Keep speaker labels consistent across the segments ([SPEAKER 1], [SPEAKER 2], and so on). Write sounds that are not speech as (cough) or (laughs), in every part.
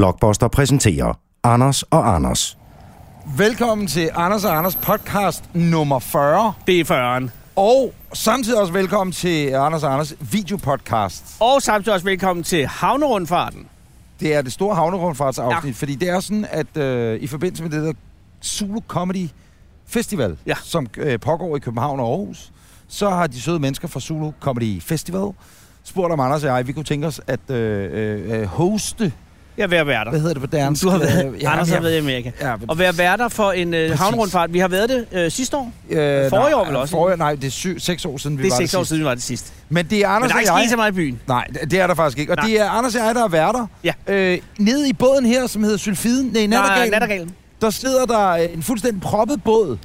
[SPEAKER 1] Blockbuster præsenterer Anders og Anders.
[SPEAKER 2] Velkommen til Anders og Anders podcast nummer 40.
[SPEAKER 3] Det er 40'eren.
[SPEAKER 2] Og samtidig også velkommen til Anders og Anders videopodcast.
[SPEAKER 3] Og samtidig også velkommen til Havnerundfarten.
[SPEAKER 2] Det er det store havnerundfartsafsnit, ja. fordi det er sådan, at øh, i forbindelse med det der Zulu Comedy Festival,
[SPEAKER 3] Ja.
[SPEAKER 2] som øh, pågår i København og Aarhus, så har de søde mennesker fra Zulu Comedy Festival spurgt om Anders og jeg, vi kunne tænke os at øh, øh, øh, hoste,
[SPEAKER 3] Jeg er ved at være der.
[SPEAKER 2] hvad hedder det på dansk?
[SPEAKER 3] Du har været,
[SPEAKER 2] Øh,
[SPEAKER 3] ja, Anders har
[SPEAKER 2] jeg-
[SPEAKER 3] været i Amerika.
[SPEAKER 2] Ja,
[SPEAKER 3] Og være værter for en øh,
[SPEAKER 2] Præcis.
[SPEAKER 3] havnerundfart. Vi har været det øh, sidste år.
[SPEAKER 2] øh,
[SPEAKER 3] forrige år
[SPEAKER 2] nej,
[SPEAKER 3] vel også?
[SPEAKER 2] Forrige, nej, det er syv, seks år siden, vi
[SPEAKER 3] Det er
[SPEAKER 2] var
[SPEAKER 3] seks år
[SPEAKER 2] sidst.
[SPEAKER 3] siden, vi var det sidste.
[SPEAKER 2] Men det er
[SPEAKER 3] Men
[SPEAKER 2] Anders
[SPEAKER 3] der er ikke
[SPEAKER 2] og jeg...
[SPEAKER 3] sket så meget i byen.
[SPEAKER 2] Nej, det er der faktisk ikke. Og
[SPEAKER 3] Nej.
[SPEAKER 2] det er Anders og jeg, der er værter.
[SPEAKER 3] Ja.
[SPEAKER 2] Øh, nede i båden her, som hedder Sylfiden, nej,
[SPEAKER 3] Nej,
[SPEAKER 2] Nattergalen,
[SPEAKER 3] nattergalen.
[SPEAKER 2] der sidder der øh, en fuldstændig proppet båd,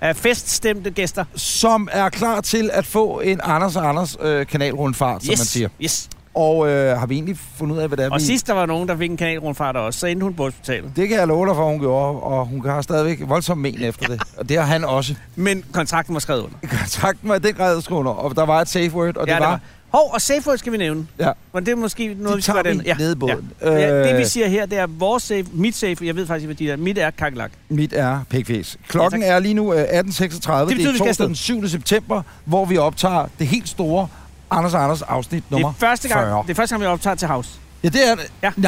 [SPEAKER 3] Af feststemte gæster.
[SPEAKER 2] som er klar til at få en Anders og Anders øh, kanalrundfart, yes. som man siger.
[SPEAKER 3] yes.
[SPEAKER 2] Og øh, har vi egentlig fundet ud af, hvad det er,
[SPEAKER 3] Og
[SPEAKER 2] vi...
[SPEAKER 3] sidst der var nogen, der fik en kanalrundfart også, så endte hun på hospitalet.
[SPEAKER 2] Det kan jeg love dig for, hun gjorde, og hun har stadigvæk voldsomt men efter det. Og det har han også. (laughs)
[SPEAKER 3] Men kontrakten var skrevet under.
[SPEAKER 2] Kontakten var i den grad skruet under, og der var et safe word, og det, var...
[SPEAKER 3] Hov, og safe word skal vi nævne.
[SPEAKER 2] Ja.
[SPEAKER 3] Men det er måske noget,
[SPEAKER 2] Det
[SPEAKER 3] vi
[SPEAKER 2] tager
[SPEAKER 3] skal gøre
[SPEAKER 2] vi
[SPEAKER 3] den. Ja.
[SPEAKER 2] nede i båden.
[SPEAKER 3] Ja. Ja, det
[SPEAKER 2] Øh.
[SPEAKER 3] vi siger her, det er vores safe, mit safe, jeg ved faktisk ikke, hvad de er. Mit er kakelak.
[SPEAKER 2] Mit er pikfæs. Klokken ja, er lige nu øh, 18.36. Det,
[SPEAKER 3] betyder,
[SPEAKER 2] det
[SPEAKER 3] vi
[SPEAKER 2] er
[SPEAKER 3] skal afsted.
[SPEAKER 2] torsdag den 7. september, hvor vi optager det helt store Anders og Anders afsnit
[SPEAKER 3] Det
[SPEAKER 2] nummer
[SPEAKER 3] er første gang,
[SPEAKER 2] 40.
[SPEAKER 3] det er første gang, vi optager til house.
[SPEAKER 2] Ja, det er det.
[SPEAKER 3] Ja.
[SPEAKER 2] Nå,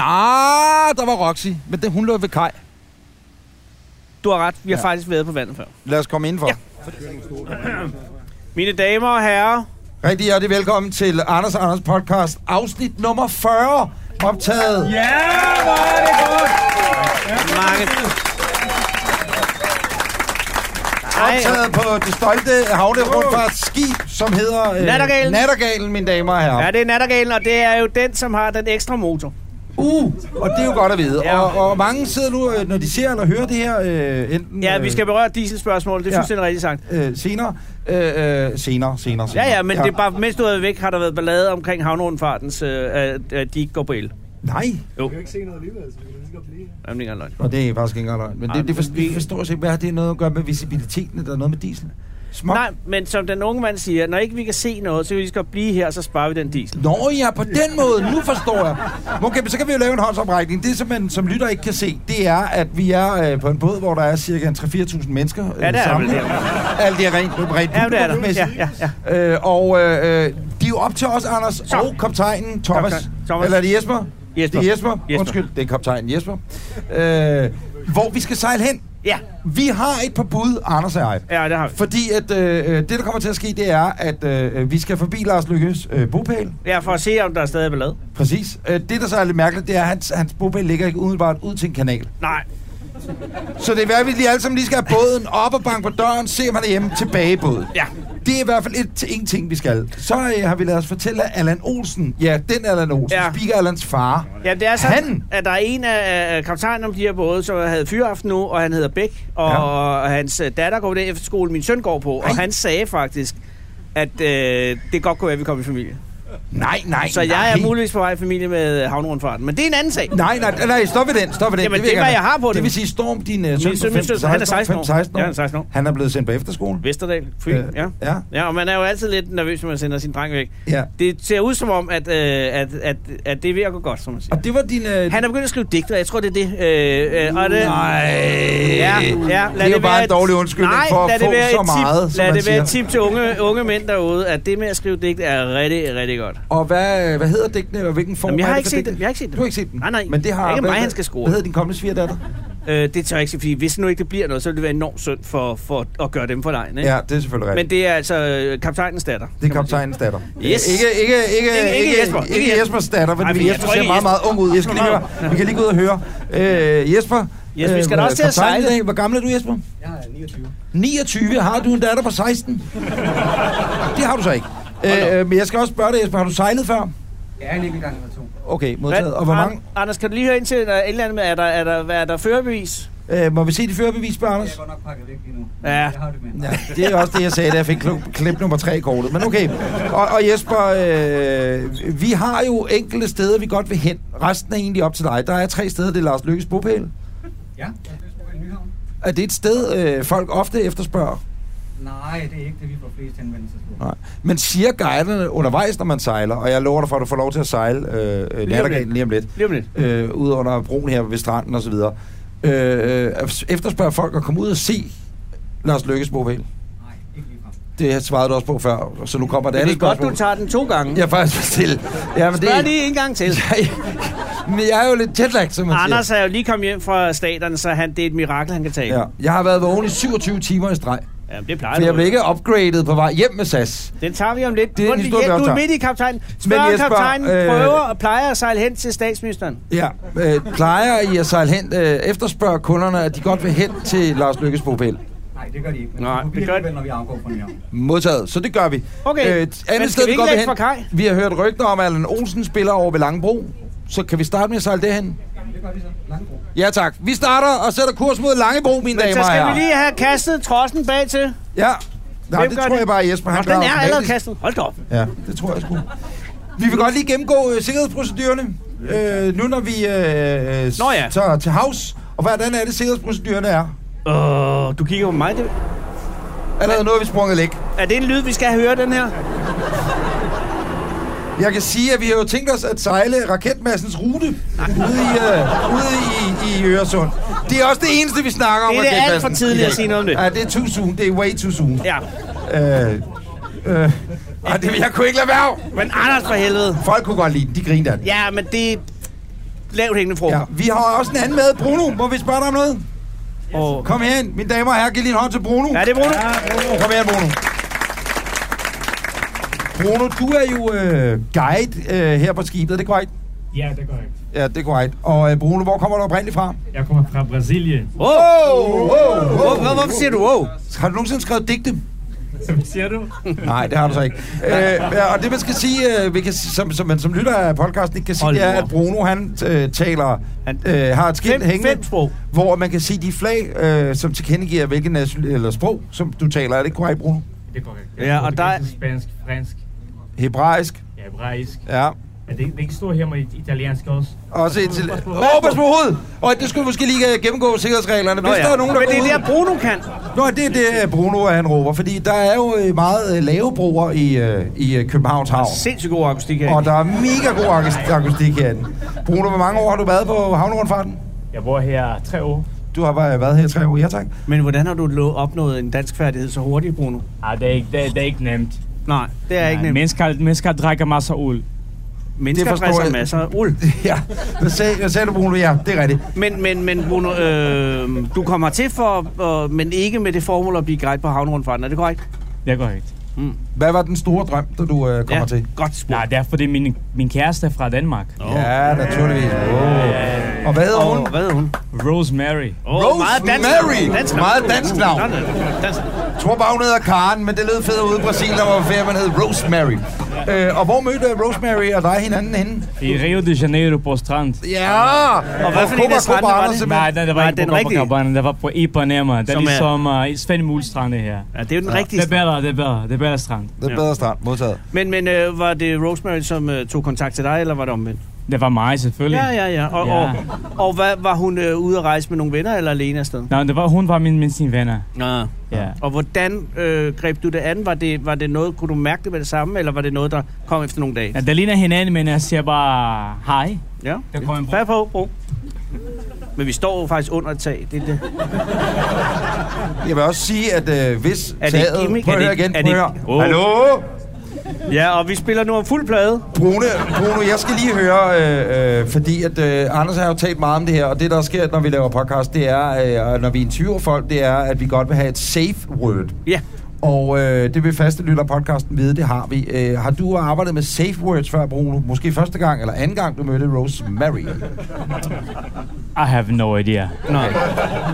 [SPEAKER 2] der var Roxy, men det, hun lå ved kaj.
[SPEAKER 3] Du har ret, vi har
[SPEAKER 2] Ja.
[SPEAKER 3] ja. faktisk været på vandet før.
[SPEAKER 2] Lad os komme indenfor.
[SPEAKER 3] Ja. Mine damer og herrer,
[SPEAKER 2] Rigtig hjertelig velkommen til Anders og Anders podcast afsnit nummer 40, optaget. Yeah.
[SPEAKER 3] mange... Ej,
[SPEAKER 2] Optaget på det stolte havnerundfartsskib, som hedder øh,
[SPEAKER 3] Nattergalen.
[SPEAKER 2] Nattergalen, mine damer og herrer.
[SPEAKER 3] ja, det er nattergalen, og det er jo den, som har den ekstra motor.
[SPEAKER 2] Uh, og det er jo godt at vide.
[SPEAKER 3] Ja.
[SPEAKER 2] Og, og mange sidder nu, øh, når de ser eller hører det her, øh, enten
[SPEAKER 3] Ja, vi
[SPEAKER 2] øh,
[SPEAKER 3] skal berøre dieselspørgsmålet, det er
[SPEAKER 2] Ja.
[SPEAKER 3] fuldstændig rigtigt sagt.
[SPEAKER 2] øh, senere. Øh, øh, senere, senere, senere.
[SPEAKER 3] Ja, ja, men det er bare, mens du har været væk, har der været ballade omkring havnrundfartens, øh, at, at de ikke går på el.
[SPEAKER 2] Nej,
[SPEAKER 3] Jo,
[SPEAKER 4] kan jo ikke se noget alligevel, så vi kan lige så godt blive.
[SPEAKER 3] jamen, det er ikke engang løgn.
[SPEAKER 2] og det er faktisk ikke engang løgn. Men
[SPEAKER 3] Ej,
[SPEAKER 2] det, det, forstår, det forstår jeg ikke, hvad har det noget at gøre med visibiliteten, eller noget med diesel? Smog?
[SPEAKER 3] Nej, men som den unge mand siger, når ikke vi kan se noget, så kan vi lige så godt blive her, og så sparer vi den diesel.
[SPEAKER 2] Nå ja, på den måde, nu forstår jeg. Okay, men så kan vi jo lave en håndsoprækning. Det, som man som lytter ikke kan se, det er, at vi er øh, på en båd, hvor der er cirka en 3-4.000 mennesker øh,
[SPEAKER 3] Ja, det er der
[SPEAKER 2] samlet.
[SPEAKER 3] vel, det
[SPEAKER 2] Alt det er rent, rent
[SPEAKER 3] Ja, det er der.
[SPEAKER 2] publikumsmæssigt.
[SPEAKER 3] Ja, ja, ja.
[SPEAKER 2] Øh, og øh, øh, de er jo op til os, Anders,
[SPEAKER 3] Så.
[SPEAKER 2] og kaptajnen Thomas.
[SPEAKER 3] Kaptajn Thomas.
[SPEAKER 2] Eller er det Jesper?
[SPEAKER 3] Jesper.
[SPEAKER 2] Det er Jesper.
[SPEAKER 3] Jesper.
[SPEAKER 2] Undskyld, det er kaptajnen Jesper. Øh, hvor vi skal sejle hen.
[SPEAKER 3] Ja,
[SPEAKER 2] Vi har et par bud, Anders og jeg.
[SPEAKER 3] ja det har vi.
[SPEAKER 2] Fordi at øh, øh, det, der kommer til at ske, det er, at øh, vi skal forbi Lars Lykkes øh, bopæl.
[SPEAKER 3] Ja, for at se, om der er stadig ballade.
[SPEAKER 2] Præcis. Øh, det, der så er lidt mærkeligt, det er, at hans, hans bopæl ligger ikke umiddelbart ud til en kanal.
[SPEAKER 3] Nej,
[SPEAKER 2] Så det er værd, at vi lige alle sammen lige skal have båden op og banke på døren, se om han er hjemme, tilbage i båden.
[SPEAKER 3] ja.
[SPEAKER 2] Det er i hvert fald et, en ting, vi skal. Så øh, har vi lavet os fortælle, at Allan Olsen, ja, den Allan Olsen, ja.
[SPEAKER 3] Ja.
[SPEAKER 2] speaker Allans far.
[SPEAKER 3] Ja, det er sådan,
[SPEAKER 2] Han-
[SPEAKER 3] han... at der er en af øh, kaptajnerne om de her både, som havde fyraften nu, og han hedder Bæk, og,
[SPEAKER 2] Ja.
[SPEAKER 3] ja. og hans øh, datter går på den efterskole, min søn går på,
[SPEAKER 2] Ej.
[SPEAKER 3] og han sagde faktisk, at øh, det godt kunne være, at vi kom i familie.
[SPEAKER 2] Nej, nej,
[SPEAKER 3] Så
[SPEAKER 2] nej.
[SPEAKER 3] jeg er muligvis på vej i familie med øh, havnerundfarten, men det er en anden sag.
[SPEAKER 2] Nej, nej, nej, stop ved den, stop ved den.
[SPEAKER 3] Jamen,
[SPEAKER 2] vil
[SPEAKER 3] det er, hvad
[SPEAKER 2] gerne.
[SPEAKER 3] jeg har på
[SPEAKER 2] Det
[SPEAKER 3] det.
[SPEAKER 2] vil sige, Storm, din uh, søn, på
[SPEAKER 3] søn- min søn,
[SPEAKER 2] 15,
[SPEAKER 3] han er 16 år.
[SPEAKER 2] 16 år.
[SPEAKER 3] Ja, han er 16 år.
[SPEAKER 2] Han er blevet sendt på efterskole.
[SPEAKER 3] Vesterdal, Fyn,
[SPEAKER 2] Øh,
[SPEAKER 3] ja.
[SPEAKER 2] Ja,
[SPEAKER 3] Ja, og man er jo altid lidt nervøs, når man sender sin dreng væk.
[SPEAKER 2] ja.
[SPEAKER 3] Det ser ud som om, at, øh, at, at, at det er ved at gå godt, som man siger.
[SPEAKER 2] Og det var din... Uh,
[SPEAKER 3] Han er begyndt at skrive digter, jeg tror, det er det. Øh, øh, og det
[SPEAKER 2] Nej.
[SPEAKER 3] Ja, ja.
[SPEAKER 2] det er jo bare en
[SPEAKER 3] et-
[SPEAKER 2] dårlig undskyldning
[SPEAKER 3] Nej,
[SPEAKER 2] for
[SPEAKER 3] lad
[SPEAKER 2] at
[SPEAKER 3] det
[SPEAKER 2] få
[SPEAKER 3] være
[SPEAKER 2] så
[SPEAKER 3] et tip,
[SPEAKER 2] meget, som
[SPEAKER 3] Lad
[SPEAKER 2] man
[SPEAKER 3] det være et
[SPEAKER 2] siger.
[SPEAKER 3] tip til unge, unge mænd derude, at det med at skrive digt er rigtig, rigtig godt.
[SPEAKER 2] Og hvad, hvad hedder digtene, og hvilken form
[SPEAKER 3] Jamen, jeg
[SPEAKER 2] er
[SPEAKER 3] har
[SPEAKER 2] det
[SPEAKER 3] ikke
[SPEAKER 2] for
[SPEAKER 3] set
[SPEAKER 2] digte?
[SPEAKER 3] dem. Jeg har ikke set dem.
[SPEAKER 2] Du har ikke set dem?
[SPEAKER 3] Nej, nej.
[SPEAKER 2] Men det har...
[SPEAKER 3] Det er ikke
[SPEAKER 2] hvad-
[SPEAKER 3] mig, han skal score.
[SPEAKER 2] Hvad hedder din kommende svigerdatter?
[SPEAKER 3] Øh, det tør jeg ikke sige, fordi hvis nu ikke det bliver noget, så vil det være enormt synd for, for at gøre dem for dig. Ikke?
[SPEAKER 2] Ja, det er selvfølgelig rigtigt.
[SPEAKER 3] Men det er altså øh, kaptajnens datter.
[SPEAKER 2] Det er kaptajnens datter.
[SPEAKER 3] Yes.
[SPEAKER 2] Ikke, ikke, ikke,
[SPEAKER 3] Ikke- ikke Jesper.
[SPEAKER 2] Ikke,
[SPEAKER 3] Ikke
[SPEAKER 2] Jespers datter, fordi
[SPEAKER 3] Ej,
[SPEAKER 2] Ej,
[SPEAKER 3] men jeg
[SPEAKER 2] Jesper
[SPEAKER 3] tror
[SPEAKER 2] ser
[SPEAKER 3] ikke,
[SPEAKER 2] meget, meget ung ud. Jeg skal lige
[SPEAKER 3] (laughs)
[SPEAKER 2] høre. Vi kan lige gå ud og høre. Øh, Jesper.
[SPEAKER 3] Yes, vi skal
[SPEAKER 2] øh,
[SPEAKER 3] da også til at
[SPEAKER 2] kaptajn i
[SPEAKER 3] sejle.
[SPEAKER 2] dag. Hvor gammel er du, Jesper?
[SPEAKER 4] Jeg er 29.
[SPEAKER 2] 29. Har du en datter på
[SPEAKER 3] (laughs)
[SPEAKER 2] 16? det har du så ikke. Øh, men jeg skal også spørge dig, Jesper. Har du sejlet før?
[SPEAKER 4] Jeg er en enkelt gang eller to.
[SPEAKER 2] Okay, modtaget. Og hvor mange?
[SPEAKER 3] An- Anders, kan du lige høre ind til, at der er et eller andet med, er der, er der, hvad er der førerbevis?
[SPEAKER 2] Øh, må vi se dit førerbevis, spørger
[SPEAKER 4] Jeg
[SPEAKER 2] Anders?
[SPEAKER 4] er godt nok pakket væk lige nu. men
[SPEAKER 3] Ja.
[SPEAKER 4] Jeg har det med.
[SPEAKER 2] Ja, det er også det, jeg sagde, da jeg fik klip, klip nummer tre i kortet. Men okay. Og, og Jesper, øh, vi har jo enkelte steder, vi godt vil hen. Resten er egentlig op til dig. Der er tre steder, det er Lars Lykkes bopæl.
[SPEAKER 4] Ja. Jeg er i Nyhavn.
[SPEAKER 2] Er det et sted, øh, folk ofte efterspørger?
[SPEAKER 4] Nej, det er ikke det, vi får flest henvendelser på.
[SPEAKER 2] Nej. Men siger guiderne undervejs, når man sejler, og jeg lover dig for, at du får lov til at sejle øh, øh, nattergalen lige om lidt,
[SPEAKER 3] Lige om lidt.
[SPEAKER 2] øh, ud under broen her ved stranden osv., øh, øh, efterspørger folk at komme ud og se Lars Lykkes mobil.
[SPEAKER 4] Nej, ikke ligefrem.
[SPEAKER 2] Det svarede du også på før, så nu kommer det
[SPEAKER 3] Men det
[SPEAKER 2] andet
[SPEAKER 3] er godt,
[SPEAKER 2] spørgsmål.
[SPEAKER 3] du tager den to gange.
[SPEAKER 2] Jeg er faktisk til. Ja, men det,
[SPEAKER 3] Spørg lige en gang til.
[SPEAKER 2] (laughs) men jeg er jo lidt jetlagt, som man
[SPEAKER 3] Anders er jo lige kommet hjem fra staterne, så han, det er et mirakel, han kan tage.
[SPEAKER 2] siger. Ja. Jeg har været vågen i 27 timer i streg,
[SPEAKER 3] ja det plejer
[SPEAKER 2] for jeg
[SPEAKER 3] du.
[SPEAKER 2] blev ikke upgradet på vej hjem med SAS.
[SPEAKER 3] Den tager vi om lidt.
[SPEAKER 2] Det er en
[SPEAKER 3] Rundt-
[SPEAKER 2] historie, vi
[SPEAKER 3] ja, du er
[SPEAKER 2] optager.
[SPEAKER 3] midt i kaptajnen. Spørger
[SPEAKER 2] Jesper,
[SPEAKER 3] kaptajnen,
[SPEAKER 2] øh,
[SPEAKER 3] prøver og plejer at sejle hen til statsministeren.
[SPEAKER 2] Ja, øh, plejer I at sejle hen, øh, efterspørger kunderne, at de godt vil hen til Lars Lykkes bopæl?
[SPEAKER 4] Nej, det gør de ikke. Men
[SPEAKER 3] Nej,
[SPEAKER 4] de må
[SPEAKER 3] det
[SPEAKER 4] blive
[SPEAKER 3] gør de-
[SPEAKER 4] alligevel, når vi afgår fra Nørre.
[SPEAKER 2] Modtaget, så det gør vi. Øh,
[SPEAKER 3] Okay, men
[SPEAKER 2] andet
[SPEAKER 3] skal
[SPEAKER 2] sted,
[SPEAKER 3] vi ikke
[SPEAKER 2] godt vil
[SPEAKER 3] lægge
[SPEAKER 2] hen-
[SPEAKER 3] fra kaj?
[SPEAKER 2] Vi har hørt rygter om, at Allan Olsen spiller over ved Langebro. Så kan vi starte med at sejle det hen?
[SPEAKER 4] Jamen, det gør de så. Langebro.
[SPEAKER 2] Ja tak. Vi starter og sætter kurs mod Langebro, mine
[SPEAKER 3] Men
[SPEAKER 2] damer
[SPEAKER 3] så
[SPEAKER 2] og
[SPEAKER 3] skal
[SPEAKER 2] herrer.
[SPEAKER 3] vi lige have kastet trossen bag til.
[SPEAKER 2] Ja. Nej,
[SPEAKER 3] Hvem
[SPEAKER 2] det
[SPEAKER 3] gør
[SPEAKER 2] tror
[SPEAKER 3] det?
[SPEAKER 2] jeg bare, Jesper
[SPEAKER 3] Nå,
[SPEAKER 2] han
[SPEAKER 3] den
[SPEAKER 2] gør
[SPEAKER 3] er allerede
[SPEAKER 2] automatisk.
[SPEAKER 3] kastet. Hold da op.
[SPEAKER 2] Ja, det tror jeg sgu. Vi vil godt lige gennemgå øh, sikkerhedsprocedurerne, øh, nu når vi øh, s-
[SPEAKER 3] Nå ja.
[SPEAKER 2] tager til havs. Og hvordan er det, sikkerhedsprocedurerne er?
[SPEAKER 3] Åh, du kigger på mig. Det...
[SPEAKER 2] Allerede nu har vi sprunget læk.
[SPEAKER 3] Er det en lyd, vi skal høre, den her?
[SPEAKER 2] Jeg kan sige, at vi har jo tænkt os at sejle raketmassens rute ude i, øh, ude i, i Øresund. Det er også det eneste, vi snakker om.
[SPEAKER 3] Det er det alt
[SPEAKER 2] raketmassen
[SPEAKER 3] for tidligt
[SPEAKER 2] i dag.
[SPEAKER 3] at sige noget om det.
[SPEAKER 2] Ja, det er too soon. Det er way too soon.
[SPEAKER 3] Ja.
[SPEAKER 2] Øh, øh, ej, det, jeg kunne ikke lade være.
[SPEAKER 3] Men Anders for helvede.
[SPEAKER 2] Folk kunne godt lide den. De griner af den.
[SPEAKER 3] Ja, men det er lavt hængende frugt.
[SPEAKER 2] Ja, vi har også en anden med. Bruno, må vi spørge dig om noget?
[SPEAKER 3] Og...
[SPEAKER 2] Kom herind, mine damer og herrer. Giv lige en hånd til Bruno.
[SPEAKER 3] Ja, det er Bruno.
[SPEAKER 2] Bruno. Kom her, Bruno. Bruno, du er jo øh, guide øh, her på skibet, er det korrekt?
[SPEAKER 5] Ja, det går ikke.
[SPEAKER 2] Ja, det er korrekt. Og øh, Bruno, hvor kommer du oprindeligt fra?
[SPEAKER 5] Jeg kommer fra Brasilien.
[SPEAKER 3] Åh,
[SPEAKER 2] Oh, oh,
[SPEAKER 3] Hvor- hvor- hvorfor siger du wow?
[SPEAKER 2] Har du nogensinde skrevet digte?
[SPEAKER 5] (laughs) Hvad siger du?
[SPEAKER 2] Nej, det har du så
[SPEAKER 3] (laughs)
[SPEAKER 2] ikke. Øh, ja, og det man skal sige, øh, vi kan, sige- som, som man som lytter af podcasten ikke kan sige,
[SPEAKER 3] Hold
[SPEAKER 2] det er,
[SPEAKER 3] nu op.
[SPEAKER 2] at Bruno han øh, taler,
[SPEAKER 3] Han-
[SPEAKER 2] øh, har et skilt
[SPEAKER 3] Fem,
[SPEAKER 2] hængende,
[SPEAKER 3] fem sprog.
[SPEAKER 2] hvor man kan sige de flag, øh, som tilkendegiver hvilken nation, eller sprog, som du taler. Er det ikke korrekt, Bruno?
[SPEAKER 5] Det går ikke.
[SPEAKER 3] Ja, og der-
[SPEAKER 5] Spansk, fransk,
[SPEAKER 2] Hebraisk.
[SPEAKER 5] ja, hebraisk.
[SPEAKER 2] Ja.
[SPEAKER 5] Ja, det, det ikke står her med it- italiensk også.
[SPEAKER 2] Også
[SPEAKER 5] Pas på,
[SPEAKER 2] indtil...
[SPEAKER 5] pas på.
[SPEAKER 2] Åh, pas på hovedet! Og det skulle vi måske lige øh, gennemgå sikkerhedsreglerne. Hvis der er nogen, der
[SPEAKER 3] Men
[SPEAKER 2] går
[SPEAKER 3] det
[SPEAKER 2] ud-
[SPEAKER 3] er der, Bruno kan.
[SPEAKER 2] Nå, det er det, øh, Bruno han råber, fordi der er jo øh, meget øh, lave broer i, øh, i øh, Københavns Havn.
[SPEAKER 3] Sindssygt god akustik her.
[SPEAKER 2] Og der er mega god akus- akustik herinde. Bruno, hvor mange år har du været på havnerundfarten?
[SPEAKER 5] Jeg bor her tre år.
[SPEAKER 2] Du har bare været her i tre år, ja tak.
[SPEAKER 3] Men hvordan har du lo- opnået en dansk færdighed så hurtigt, Bruno?
[SPEAKER 5] Ah, det, er ikke, det, det er ikke nemt. Ah,
[SPEAKER 3] Nej, det er ikke nemt.
[SPEAKER 5] Mennesker, mennesker drikker masser af uld.
[SPEAKER 3] Mennesker
[SPEAKER 2] forstår
[SPEAKER 3] drikker
[SPEAKER 2] jeg.
[SPEAKER 3] masser af uld.
[SPEAKER 2] (laughs) Ja, hvad sagde, hvad sagde du, Bruno? Ja, det er rigtigt.
[SPEAKER 3] Men, men, men Bruno, øh, du kommer til for, øh, men ikke med det formål at blive guide på havnerundfarten, er det korrekt?
[SPEAKER 5] Det går ikke.
[SPEAKER 2] Hvad var den store drøm, da du øh, kommer til?
[SPEAKER 3] godt spurgt.
[SPEAKER 5] Nej, det er fordi min, min kæreste er fra Danmark.
[SPEAKER 2] Ja, naturligvis. Oh. Og hvad hedder hun?
[SPEAKER 3] Åh, hvad hedder hun?
[SPEAKER 5] Rosemary.
[SPEAKER 3] Oh,
[SPEAKER 2] Rose Mary. Meget dansk navn.
[SPEAKER 3] Dansk.
[SPEAKER 2] Jeg tror bare, hun hedder Karen, men det lød fedt ude i Brasilien, hvor ferie, man hed Rosemary. Øh, og hvor mødte Rosemary og dig hinanden henne?
[SPEAKER 5] I Rio de Janeiro på strand.
[SPEAKER 2] Ja!
[SPEAKER 3] Og hvad for en af strandene var det?
[SPEAKER 5] Nej, nej, det var
[SPEAKER 3] Nej,
[SPEAKER 5] ikke
[SPEAKER 3] den
[SPEAKER 5] på
[SPEAKER 3] rigtige.
[SPEAKER 5] Copacabana, det var på Ipanema. Det er
[SPEAKER 3] Som er-
[SPEAKER 5] ligesom uh, Svend Mulstrande her.
[SPEAKER 3] Ja, det er jo den rigtige.
[SPEAKER 5] Det er bedre, det er bedre, det er bedre strand.
[SPEAKER 2] Det er bedre start, modtaget.
[SPEAKER 3] Men, men øh, var det Rosemary, som øh, tog kontakt til dig, eller var det omvendt?
[SPEAKER 5] Det var mig selvfølgelig.
[SPEAKER 3] Ja, ja, ja. Og,
[SPEAKER 5] Ja.
[SPEAKER 3] og, og hvad, var hun øh, ude at rejse med nogle venner, eller alene afsted?
[SPEAKER 5] Nej, det var, hun var min, min sin venner.
[SPEAKER 3] Nå.
[SPEAKER 5] Ja.
[SPEAKER 3] Og hvordan øh, greb du det an? Var det, var det noget, kunne du mærke det med det samme, eller var det noget, der kom efter nogle dage?
[SPEAKER 5] ja. Det ligner hinanden, men jeg siger bare hej.
[SPEAKER 3] Ja.
[SPEAKER 5] Der kom en
[SPEAKER 3] Fær på, bro. Men vi står jo faktisk under et tag. Det, er det.
[SPEAKER 2] Jeg vil også sige, at øh, hvis
[SPEAKER 3] Er det
[SPEAKER 2] taget...
[SPEAKER 3] gimmick?
[SPEAKER 2] Prøv
[SPEAKER 3] Er
[SPEAKER 2] at
[SPEAKER 3] det-
[SPEAKER 2] høre igen,
[SPEAKER 3] er
[SPEAKER 2] prøv at
[SPEAKER 3] det-
[SPEAKER 2] høre.
[SPEAKER 3] Åh.
[SPEAKER 2] Hallo?
[SPEAKER 3] Ja, og vi spiller nu om fuld plade.
[SPEAKER 2] Brune, Brune, jeg skal lige høre, øh, øh, fordi at øh, Anders har jo talt meget om det her, og det, der sker, når vi laver podcast, det er, øh, og når vi interviewer folk, det er, at vi godt vil have et safe word.
[SPEAKER 3] Ja.
[SPEAKER 2] Og øh, det vil faste lytter af podcasten vide, det har vi. Øh, har du arbejdet med safe words før, Bruno? Måske første gang eller anden gang, du mødte Rosemary.
[SPEAKER 3] (laughs)
[SPEAKER 5] I have no idea.
[SPEAKER 3] Nå.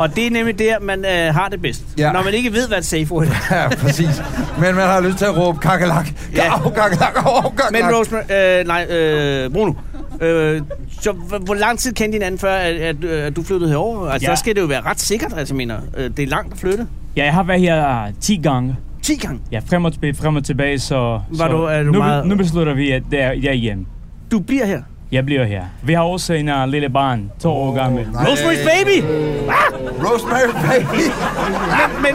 [SPEAKER 3] Og det er nemlig der, man øh, har det bedst.
[SPEAKER 2] Ja.
[SPEAKER 3] Ja. Når man ikke ved, hvad et safe word er.
[SPEAKER 2] Ja, præcis. Men man har lyst til at råbe kakalak. Ja.
[SPEAKER 3] Ja.
[SPEAKER 2] Au, kakalak, au, kakalak.
[SPEAKER 3] Men Rosemary... Øh, nej, øh, Bruno. Øh, så h- hvor lang tid kendte I hinanden, før at, at, øh, at du flyttede herover? Altså, ja.
[SPEAKER 5] Ja.
[SPEAKER 3] der skal det jo være ret sikkert, altså, jeg mener. Øh, det er langt at flytte.
[SPEAKER 5] Ja, jeg har været her uh, 10 gange.
[SPEAKER 3] 10 gange.
[SPEAKER 5] Ja, frem og tilbage, frem og tilbage, så... så
[SPEAKER 3] du- er du
[SPEAKER 5] nu,
[SPEAKER 3] meget-
[SPEAKER 5] nu beslutter vi, at det er, jeg er hjemme.
[SPEAKER 3] Du bliver her.
[SPEAKER 5] Jeg bliver her. Vi har også en uh, lille barn, to år gammel.
[SPEAKER 3] Rosemary's Baby! (laughs)
[SPEAKER 2] Rosemary, baby.
[SPEAKER 3] Men, men, men,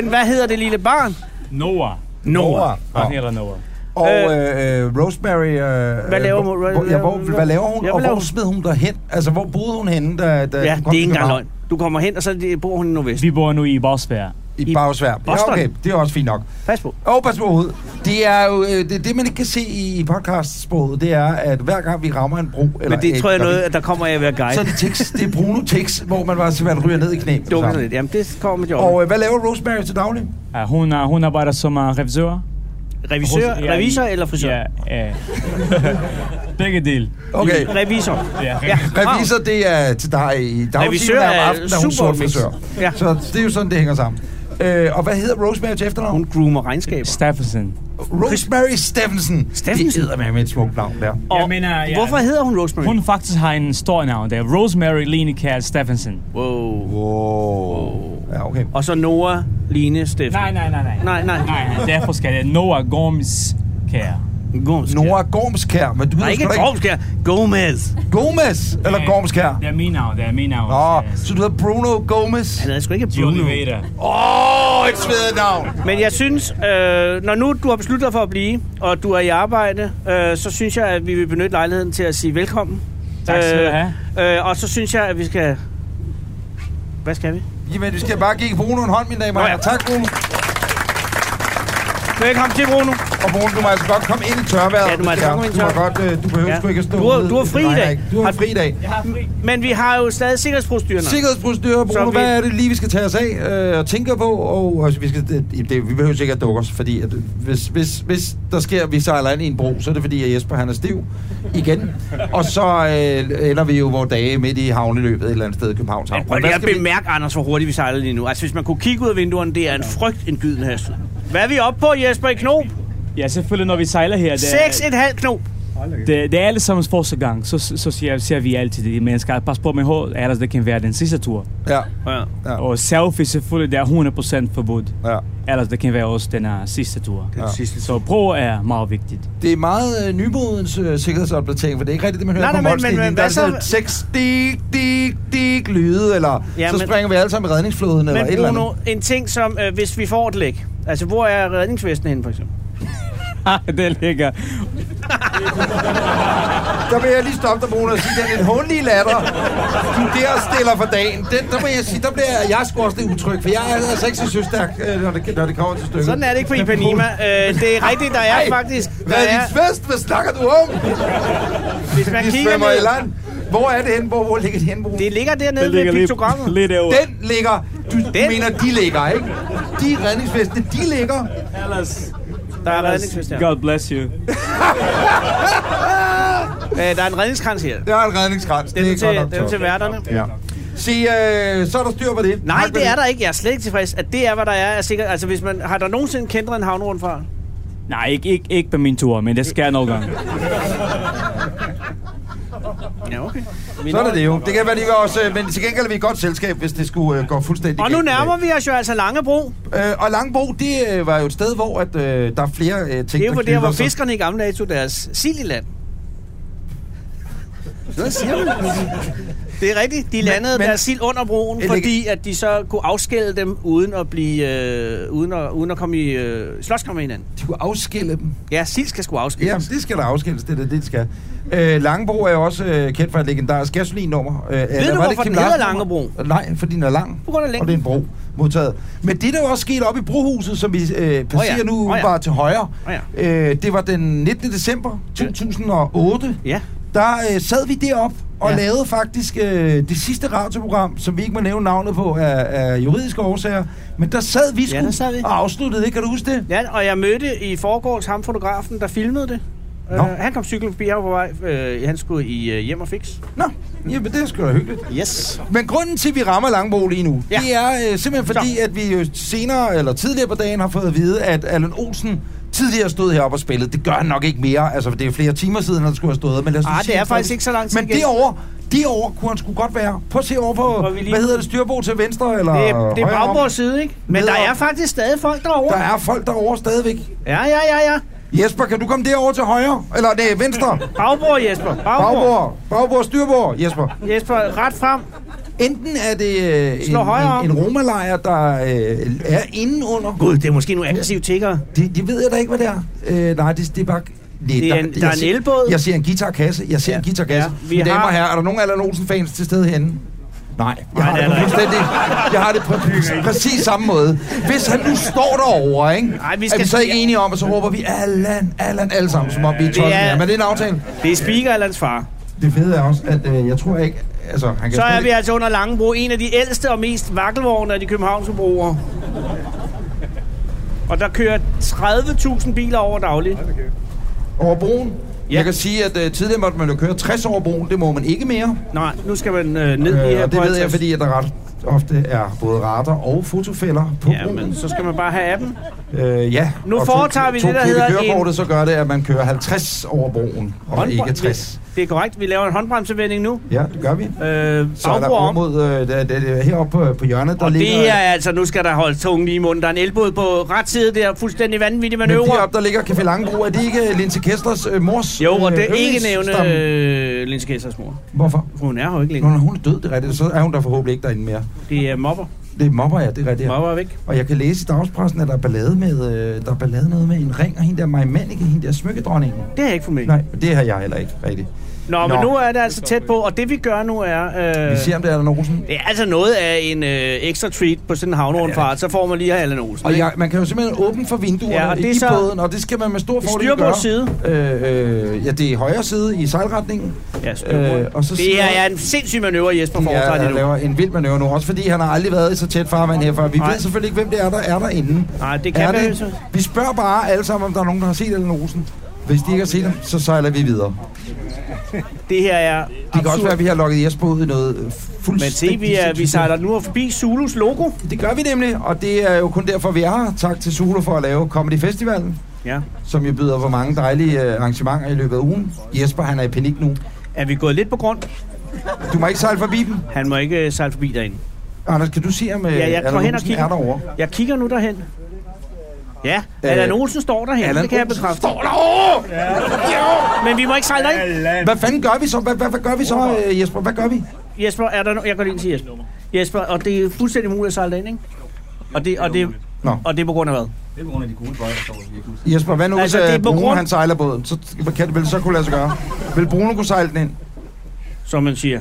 [SPEAKER 3] Men hvad hedder det lille barn?
[SPEAKER 5] Noah.
[SPEAKER 3] Ah.
[SPEAKER 2] Nora.
[SPEAKER 5] Han hedder Noah.
[SPEAKER 2] Og øh, øh, Rosemary... Øh,
[SPEAKER 3] Hvad laver
[SPEAKER 2] øh,
[SPEAKER 3] hun?
[SPEAKER 2] hvor- hvor- ja, hvor, hvad laver hun?
[SPEAKER 3] Ja, hvad
[SPEAKER 2] og
[SPEAKER 3] laver
[SPEAKER 2] hvor
[SPEAKER 3] hun?
[SPEAKER 2] smed hun dig hen? Altså, hvor boede hun henne, da, da
[SPEAKER 3] Ja,
[SPEAKER 2] hun
[SPEAKER 3] det
[SPEAKER 2] kom
[SPEAKER 3] er
[SPEAKER 2] til
[SPEAKER 3] ikke engang
[SPEAKER 2] København?
[SPEAKER 3] løgn. Du kommer hen, og så øh, bor hun i Nordvest.
[SPEAKER 5] Vi bor nu i Bosberg.
[SPEAKER 2] I
[SPEAKER 3] I
[SPEAKER 2] Bagsvær. Ja,
[SPEAKER 3] Boston.
[SPEAKER 2] okay, det er også fint nok.
[SPEAKER 3] Pas på.
[SPEAKER 2] Og pas på hovedet. Det er jo øh, det, det, man ikke kan se i podcastsproget, det er, at hver gang vi rammer en bro... Eller
[SPEAKER 3] Men det
[SPEAKER 2] et-
[SPEAKER 3] tror jeg
[SPEAKER 2] der-
[SPEAKER 3] noget, at der kommer af at være guide.
[SPEAKER 2] Så er det tekst, det er Bruno tekst, hvor man var simpelthen ryger ned i knæ. med det
[SPEAKER 3] dukker
[SPEAKER 2] samme.
[SPEAKER 3] sådan lidt. Jamen, det kommer jo.
[SPEAKER 2] Og øh, hvad laver Rosemary til daglig?
[SPEAKER 5] Uh, hun, er, hun arbejder som uh, revisør.
[SPEAKER 3] revisør,
[SPEAKER 5] Hos- ja,
[SPEAKER 3] revisor
[SPEAKER 5] i-
[SPEAKER 3] eller frisør?
[SPEAKER 5] Ja, ja. (laughs) Begge del.
[SPEAKER 2] Okay.
[SPEAKER 3] Revisor.
[SPEAKER 5] Ja,
[SPEAKER 3] Ja,
[SPEAKER 2] Revisor, det er til dig i
[SPEAKER 3] Revisør
[SPEAKER 2] dagtimen af
[SPEAKER 3] er
[SPEAKER 2] aftenen, er hun sort
[SPEAKER 3] supermix.
[SPEAKER 2] frisør.
[SPEAKER 3] Ja.
[SPEAKER 2] Så det er jo sådan, det hænger sammen. Øh, og hvad hedder Rosemary til efternavn?
[SPEAKER 3] Hun groomer regnskaber.
[SPEAKER 5] Staffelsen.
[SPEAKER 2] Rosemary Steffensen.
[SPEAKER 3] Steffensen?
[SPEAKER 2] Det hedder med et smukt navn der.
[SPEAKER 3] Og
[SPEAKER 5] Jeg mener, ja.
[SPEAKER 3] Hvorfor hedder hun Rosemary?
[SPEAKER 5] Hun faktisk har en stor navn, det er Rosemary Line Kjær Steffensen.
[SPEAKER 3] Wow.
[SPEAKER 2] Wow. Ja, okay.
[SPEAKER 3] Og så Nora Line Steffen.
[SPEAKER 5] Nej, nej, nej, nej.
[SPEAKER 3] Nej, nej.
[SPEAKER 5] nej, nej. Derfor skal det Noah Gomes Kjær.
[SPEAKER 3] Gormskær.
[SPEAKER 2] Nora Gormskær, men du
[SPEAKER 3] Nej,
[SPEAKER 2] hedder
[SPEAKER 3] ikke
[SPEAKER 2] sgu da
[SPEAKER 3] Gormskær. Gomez.
[SPEAKER 2] Gomez, eller Gormskær.
[SPEAKER 5] Det er min navn, det er min navn.
[SPEAKER 2] Nå,
[SPEAKER 5] Øh,
[SPEAKER 2] så du hedder Bruno Gomez.
[SPEAKER 3] Han hedder sgu ikke
[SPEAKER 5] Johnny
[SPEAKER 3] Bruno.
[SPEAKER 5] Vader.
[SPEAKER 2] Åh, oh, et svedet navn.
[SPEAKER 3] Men jeg synes, øh, når nu du har besluttet dig for at blive, og du er i arbejde, øh, så synes jeg, at vi vil benytte lejligheden til at sige velkommen.
[SPEAKER 5] Tak skal du
[SPEAKER 3] øh, Og så synes jeg, at vi skal... Hvad skal vi?
[SPEAKER 2] Jamen, vi skal bare give Bruno en hånd, mine damer.
[SPEAKER 3] Nå
[SPEAKER 2] og
[SPEAKER 3] ja.
[SPEAKER 2] herrer. Tak, Bruno.
[SPEAKER 3] Velkommen til, Bruno.
[SPEAKER 2] Og Bruno, du må altså godt komme ind i tørværet.
[SPEAKER 3] Ja, du må
[SPEAKER 2] hvis
[SPEAKER 3] altså
[SPEAKER 2] det
[SPEAKER 3] godt
[SPEAKER 2] er.
[SPEAKER 3] komme ind
[SPEAKER 2] Du må
[SPEAKER 3] i tørværet.
[SPEAKER 2] godt, øh, du behøver
[SPEAKER 3] Ja.
[SPEAKER 2] sgu ikke at stå
[SPEAKER 3] Du har-
[SPEAKER 2] ude.
[SPEAKER 3] du har fri i
[SPEAKER 2] Nej,
[SPEAKER 3] dag.
[SPEAKER 2] nej, Du har
[SPEAKER 3] Har-
[SPEAKER 2] fri i dag.
[SPEAKER 5] Jeg har fri.
[SPEAKER 3] Men vi har jo stadig sikkerhedsprocedurerne.
[SPEAKER 2] Sikkerhedsprocedurer, Bruno,
[SPEAKER 3] Så vi-
[SPEAKER 2] hvad er det lige, vi skal tage os af øh, og tænke på? Og altså, vi, skal, det, det, vi behøver sikkert dukke os, fordi at, øh, hvis, hvis, hvis der sker, at vi sejler ind i en bro, så er det fordi, at Jesper han er stiv igen. Og så øh, ender vi jo vores dage midt i havneløbet et eller andet sted i Københavns Havn.
[SPEAKER 3] Men prøv
[SPEAKER 2] Men
[SPEAKER 3] lige
[SPEAKER 2] hvad
[SPEAKER 3] at
[SPEAKER 2] skal vi-
[SPEAKER 3] bemærke, Anders, hvor hurtigt vi sejler lige nu. Altså, hvis man kunne kigge ud af vinduerne, det er en frygt en gyden hastighed. Hvad er vi oppe på, Jesper, i knob?
[SPEAKER 5] Ja, selvfølgelig, når vi sejler her, det er,
[SPEAKER 3] 6,5 knob.
[SPEAKER 5] det, det er alle sammens første gang, så, så siger, siger vi altid til de mennesker, pas på med håret, ellers det kan være den sidste tur.
[SPEAKER 2] Ja,
[SPEAKER 3] Ja.
[SPEAKER 5] Og selfie selvfølgelig, det er 100% forbudt.
[SPEAKER 2] ja.
[SPEAKER 5] Ellers det kan være også den her sidste tur.
[SPEAKER 3] Den sidste
[SPEAKER 5] Så prøv er meget vigtigt. (laughs)
[SPEAKER 2] Det er meget øh, nymodens øh, sikkerhedsopdatering, for det er ikke rigtigt, det man hører
[SPEAKER 3] Nej,
[SPEAKER 2] på
[SPEAKER 3] nej, men-
[SPEAKER 2] Molslinjen.
[SPEAKER 3] men- men
[SPEAKER 2] Der er
[SPEAKER 3] hvad så-
[SPEAKER 2] sådan seks dik, dik, dik lyde, eller
[SPEAKER 3] Ja,
[SPEAKER 2] ja, så
[SPEAKER 3] men-
[SPEAKER 2] springer vi alle sammen i redningsflåden, eller
[SPEAKER 3] Men
[SPEAKER 2] et eller andet.
[SPEAKER 3] Bruno, en ting som, øh, hvis vi får et læk. Altså, hvor er redningsvesten henne, for eksempel?
[SPEAKER 5] det ligger.
[SPEAKER 2] Der vil jeg lige stoppe dig, Bruno, og sige, den er en hundlig latter, du der stiller for dagen. Den, der må jeg sige, der bliver jeg sgu også lidt utryg, for jeg er altså ikke så søstærk, øh, når det, når det kommer til stykket.
[SPEAKER 3] Sådan er det ikke på Ipanema. Øh, det er rigtigt, der er
[SPEAKER 2] Ej,
[SPEAKER 3] faktisk... Der er,
[SPEAKER 2] Redningsfest, hvad snakker du om?
[SPEAKER 3] hvis man
[SPEAKER 2] Vi
[SPEAKER 3] kigger
[SPEAKER 2] svømmer i
[SPEAKER 3] ned,
[SPEAKER 2] land. Hvor er det henne? Hvor, hvor ligger det henne, Bruno?
[SPEAKER 3] det ligger dernede ved piktogrammet.
[SPEAKER 5] (laughs) lidt over.
[SPEAKER 2] Den ligger. Du
[SPEAKER 3] Den?
[SPEAKER 2] den? mener, de ligger, ikke? De redningsvestene, de ligger.
[SPEAKER 5] Ellers,
[SPEAKER 3] Der er redningsvest her.
[SPEAKER 5] God bless you.
[SPEAKER 3] Øh, der er en redningskrans her.
[SPEAKER 2] Der er en redningskrans.
[SPEAKER 3] Den er
[SPEAKER 2] godt nok
[SPEAKER 3] til, den er
[SPEAKER 2] tosset.
[SPEAKER 3] til værterne.
[SPEAKER 2] Ja. Se, øh, så er der styr på det.
[SPEAKER 3] Nej,
[SPEAKER 2] Tak for
[SPEAKER 3] det er der ikke. Jeg er slet ikke tilfreds, at det er, hvad der er. Jeg sikkert, altså, hvis man, har der nogensinde kendret en havn rundt fra?
[SPEAKER 5] Nej, ikke, ikke, ikke på min tur, men det skal jeg nogle gange.
[SPEAKER 3] Ja, okay. Vi
[SPEAKER 2] Så er
[SPEAKER 3] når-
[SPEAKER 2] det det jo. Det kan være, de vil også... øh, Men til gengæld er vi et godt selskab, hvis det skulle øh, gå fuldstændig
[SPEAKER 3] Og nu
[SPEAKER 2] galt i dag.
[SPEAKER 3] nærmer vi os jo altså Langebro.
[SPEAKER 2] Øh, og Langebro, det øh, var jo et sted, hvor at, øh, der er flere øh, ting,
[SPEAKER 3] Det er jo
[SPEAKER 2] der
[SPEAKER 3] der, hvor
[SPEAKER 2] sig.
[SPEAKER 3] fiskerne i gamle dage tog deres sild i land. Hvad siger man? Det er rigtigt. De landede men,
[SPEAKER 2] men-
[SPEAKER 3] deres sild under broen,
[SPEAKER 2] Det ligger-
[SPEAKER 3] fordi at de så kunne afskælde dem, uden at, blive, øh, uden at, uden at komme i øh, slåskamp med hinanden.
[SPEAKER 2] De kunne afskille dem.
[SPEAKER 3] Ja, sild skal sgu
[SPEAKER 2] Ja,
[SPEAKER 3] afskilles.
[SPEAKER 2] det skal der afskilles, det er det, det skal. Øh, Langebro er jo også øh, kendt for et legendarisk gasolinummer. Øh, Ved
[SPEAKER 3] du, hvorfor den hedder Langebro?
[SPEAKER 2] Nej, fordi den er lang.
[SPEAKER 3] På grund af
[SPEAKER 2] Og det er en
[SPEAKER 3] længden.
[SPEAKER 2] bro modtaget. Men det, der jo også skete op i brohuset, som vi øh, passerer
[SPEAKER 3] Åh ja,
[SPEAKER 2] nu
[SPEAKER 3] åh ja.
[SPEAKER 2] bare til højre,
[SPEAKER 3] Åh
[SPEAKER 2] øh, det var den 19. december 2008.
[SPEAKER 3] Ja.
[SPEAKER 2] Der øh, sad vi derop og
[SPEAKER 3] Ja.
[SPEAKER 2] ja. lavede faktisk øh, det sidste radioprogram, som vi ikke må nævne navnet på af, af juridiske årsager. Men der sad vi sgu
[SPEAKER 3] Ja, der sad vi.
[SPEAKER 2] og afsluttede det. Kan du huske det?
[SPEAKER 3] ja. og jeg mødte i forgårs ham fotografen, der filmede det. Uh,
[SPEAKER 2] Nå.
[SPEAKER 3] han kom cyklen forbi her på vej. Uh, han skulle i uh, hjem og fix.
[SPEAKER 2] Nå, jamen det er sgu da hyggeligt.
[SPEAKER 3] Yes.
[SPEAKER 2] Men grunden til, at vi rammer Langbo lige nu,
[SPEAKER 3] Ja.
[SPEAKER 2] ja. det er øh, simpelthen fordi, at vi jo senere eller tidligere på dagen har fået at vide, at Allan Olsen tidligere stod heroppe og spillede. Det gør han nok ikke mere. Altså, det er flere timer siden, han skulle have stået. Men lad os nu
[SPEAKER 3] Ah,
[SPEAKER 2] sige,
[SPEAKER 3] det er
[SPEAKER 2] han
[SPEAKER 3] faktisk
[SPEAKER 2] stadig-
[SPEAKER 3] ikke så lang tid
[SPEAKER 2] Men
[SPEAKER 3] igen.
[SPEAKER 2] derovre, derovre kunne han sgu godt være. Prøv at se over på,
[SPEAKER 3] vi lige-
[SPEAKER 2] hvad hedder det, styrbo til venstre eller
[SPEAKER 3] Det er, det er
[SPEAKER 2] højre om.
[SPEAKER 3] bagbords side, ikke? Men
[SPEAKER 2] Ned
[SPEAKER 3] der er
[SPEAKER 2] om.
[SPEAKER 3] faktisk stadig folk derovre.
[SPEAKER 2] Der er folk derovre stadigvæk.
[SPEAKER 3] Ja, ja, ja, ja.
[SPEAKER 2] Jesper, kan du komme derover til højre? Eller nej, venstre.
[SPEAKER 3] Bagbord, Jesper. Bagbord.
[SPEAKER 2] Bagbord, bagbord, styrbord, Jesper.
[SPEAKER 3] Jesper, ret frem.
[SPEAKER 2] Enten er det øh, en,
[SPEAKER 3] Slå højre
[SPEAKER 2] en, en
[SPEAKER 3] om.
[SPEAKER 2] romalejr, der øh, er inde under...
[SPEAKER 3] Gud, det er måske nogle aggressive tiggere.
[SPEAKER 2] Det, det ved jeg da ikke, hvad det er. Øh, nej, det, det er bare... Nej,
[SPEAKER 3] Det er en- der er en
[SPEAKER 2] siger-
[SPEAKER 3] elbåd.
[SPEAKER 2] Jeg ser en guitarkasse. Jeg ser ja. en guitarkasse.
[SPEAKER 3] Ja.
[SPEAKER 2] Ja.
[SPEAKER 3] Vi
[SPEAKER 2] Vi Mine damer
[SPEAKER 3] har-
[SPEAKER 2] og herrer, er der nogen Allan Olsen-fans til stede herinde? Nej, jeg har
[SPEAKER 3] det er
[SPEAKER 2] det
[SPEAKER 3] der
[SPEAKER 2] på
[SPEAKER 3] ikke.
[SPEAKER 2] fuldstændig... Jeg har det på præ- præcis samme måde. Hvis han nu står derovre, ikke?
[SPEAKER 3] Nej, vi
[SPEAKER 2] vi
[SPEAKER 3] skal-
[SPEAKER 2] skal... er vi så ikke enige om, at så råber vi Allan, Allan alle sammen, som om vi er 12
[SPEAKER 3] Det er-
[SPEAKER 2] er... Men det er en aftale.
[SPEAKER 3] Det er Speaker eller hans far.
[SPEAKER 2] Det fede er også, at øh, jeg tror ikke... Altså, han kan
[SPEAKER 3] Så er
[SPEAKER 2] slet
[SPEAKER 3] vi altså under Langebro, en af de ældste og mest vakkelvogne af de københavnske broer. Og der kører 30.000 biler over dagligt.
[SPEAKER 2] Over broen?
[SPEAKER 3] Ja.
[SPEAKER 2] Ja. Jeg kan sige, at øh, tidligere måtte man jo køre 60 over broen. Det må man ikke mere.
[SPEAKER 3] Nej, nu skal man øh, ned i
[SPEAKER 2] Øh,
[SPEAKER 3] her
[SPEAKER 2] og det
[SPEAKER 3] på
[SPEAKER 2] ved jeg,
[SPEAKER 3] 50.
[SPEAKER 2] fordi at der ret ofte er både radar og fotofælder på
[SPEAKER 3] Ja, men så skal man bare have appen.
[SPEAKER 2] Øh, ja.
[SPEAKER 3] Nu
[SPEAKER 2] og
[SPEAKER 3] foretager vi
[SPEAKER 2] to,
[SPEAKER 3] det, der
[SPEAKER 2] to klip i
[SPEAKER 3] hedder en-
[SPEAKER 2] kørekortet, så gør det, at man kører 50 over broen, og ikke 60.
[SPEAKER 3] Det er korrekt, vi laver en håndbremsevending nu.
[SPEAKER 2] Ja, det gør vi.
[SPEAKER 3] Øh,
[SPEAKER 2] Så er der
[SPEAKER 3] afbruger
[SPEAKER 2] over
[SPEAKER 3] om.
[SPEAKER 2] mod, øh, der, der, der, heroppe øh, på, på hjørnet, der
[SPEAKER 3] Og det
[SPEAKER 2] ligger... øh,
[SPEAKER 3] her er altså, nu skal der holde tungen lige i munden. Der er en elbåd på ret side der, fuldstændig vanvittig
[SPEAKER 2] men
[SPEAKER 3] manøvre.
[SPEAKER 2] deroppe, der ligger Café Langebro. Er det ikke Linse Kesters øh, mors
[SPEAKER 3] Jo, og
[SPEAKER 2] øh,
[SPEAKER 3] det er ikke nævne
[SPEAKER 2] yndlingsstamme?
[SPEAKER 3] øh, Linse Kæsers mor.
[SPEAKER 2] Hvorfor?
[SPEAKER 3] Hun er her jo ikke
[SPEAKER 2] Nå,
[SPEAKER 3] længere.
[SPEAKER 2] når hun er død, det er rigtigt. Så er hun der forhåbentlig ikke derinde mere.
[SPEAKER 3] Det er mobber.
[SPEAKER 2] Det er mobber, ja, det er rigtigt.
[SPEAKER 3] Mobber er væk.
[SPEAKER 2] Og jeg kan læse i dagspressen, at der er ballade med, øh, der er ballade noget med en ring, og hende der Maja Mannicke, hende der smykkedronningen.
[SPEAKER 3] Det har jeg ikke fået med.
[SPEAKER 2] Nej, det har jeg heller ikke rigtigt.
[SPEAKER 3] Nå, men
[SPEAKER 2] Nå.
[SPEAKER 3] nu er det altså tæt på, og det vi gør nu er...
[SPEAKER 2] Vi
[SPEAKER 3] Øh,
[SPEAKER 2] ser, om det er der nogen.
[SPEAKER 3] det er altså noget af en øh, ekstra treat på sådan en havnerundfart, så får man lige her Allan Olsen.
[SPEAKER 2] Og
[SPEAKER 3] ikke?
[SPEAKER 2] jeg, man kan jo simpelthen åbne for vinduerne
[SPEAKER 3] Ja,
[SPEAKER 2] ja,
[SPEAKER 3] og det er
[SPEAKER 2] i
[SPEAKER 3] så-
[SPEAKER 2] så... båden, og det skal man med stor fordel
[SPEAKER 3] Styrbord
[SPEAKER 2] gøre.
[SPEAKER 3] side.
[SPEAKER 2] Øh, øh, ja, det er højre side i sejlretningen.
[SPEAKER 3] Ja, styrbord.
[SPEAKER 2] øh, og så
[SPEAKER 3] Det
[SPEAKER 2] siger-
[SPEAKER 3] her er en sindssyg manøvre, Jesper foretager
[SPEAKER 2] Ja,
[SPEAKER 3] lige
[SPEAKER 2] han
[SPEAKER 3] nu.
[SPEAKER 2] laver en vild manøvre nu, også fordi han har aldrig været i så tæt farvand her før. Vi
[SPEAKER 3] Nej.
[SPEAKER 2] ved selvfølgelig ikke, hvem det er, der er derinde.
[SPEAKER 3] Nej, det kan
[SPEAKER 2] er
[SPEAKER 3] være, så-
[SPEAKER 2] det? Vi spørger bare alle sammen, om der er nogen, der har set Ellen Rosen. Hvis de ikke har set ham, så sejler vi videre.
[SPEAKER 3] Det her er
[SPEAKER 2] Det kan også være,
[SPEAKER 3] absurd.
[SPEAKER 2] at vi har lukket Jesper ud i noget øh,
[SPEAKER 3] Men
[SPEAKER 2] (laughs) fuldstændig...
[SPEAKER 3] se, vi, er, vi sejler nu forbi Zulus logo.
[SPEAKER 2] Det gør vi nemlig, og det er jo kun derfor, vi er her. Tak til Zulu for at lave Comedy Festivalen,
[SPEAKER 3] Ja.
[SPEAKER 2] som jo byder på mange dejlige øh, arrangementer i løbet af ugen. Jesper, han er i panik nu.
[SPEAKER 3] Er vi gået lidt på grund?
[SPEAKER 2] Du må ikke sejle forbi dem.
[SPEAKER 3] Han må ikke øh, sejle forbi derinde.
[SPEAKER 2] Anders, kan du se, om øh,
[SPEAKER 3] Ja, jeg går
[SPEAKER 2] Allan
[SPEAKER 3] hen og
[SPEAKER 2] Olsen
[SPEAKER 3] kigger.
[SPEAKER 2] er derovre?
[SPEAKER 3] Jeg kigger nu derhen. Ja, Allan Olsen står derhen,
[SPEAKER 2] Øh, Allan
[SPEAKER 3] det kan jeg
[SPEAKER 2] Olsen
[SPEAKER 3] bekræfte.
[SPEAKER 2] Står derovre!
[SPEAKER 3] Men vi må ikke sejle derind.
[SPEAKER 2] Hvad fanden gør vi så? Hvad, hvad, hvad gør vi så, øh, Jesper? Hvad gør vi?
[SPEAKER 3] Jesper, er der no- Jeg går lige ind til Jesper. Jesper, og det er fuldstændig umuligt at sejle derind, ikke? Og det, og det,
[SPEAKER 2] Nå.
[SPEAKER 3] og det er på grund af hvad?
[SPEAKER 4] Det er på grund af de gule bøjer, der står i virkelig.
[SPEAKER 2] Jesper, hvad nu,
[SPEAKER 3] Altså,
[SPEAKER 2] altså, hvis
[SPEAKER 3] det
[SPEAKER 2] øh,
[SPEAKER 3] er på
[SPEAKER 2] Bruno
[SPEAKER 3] grund-
[SPEAKER 2] han sejler båden? Så kan det vel så kunne lade sig gøre. Vil Bruno kunne sejle den ind?
[SPEAKER 3] Som man siger.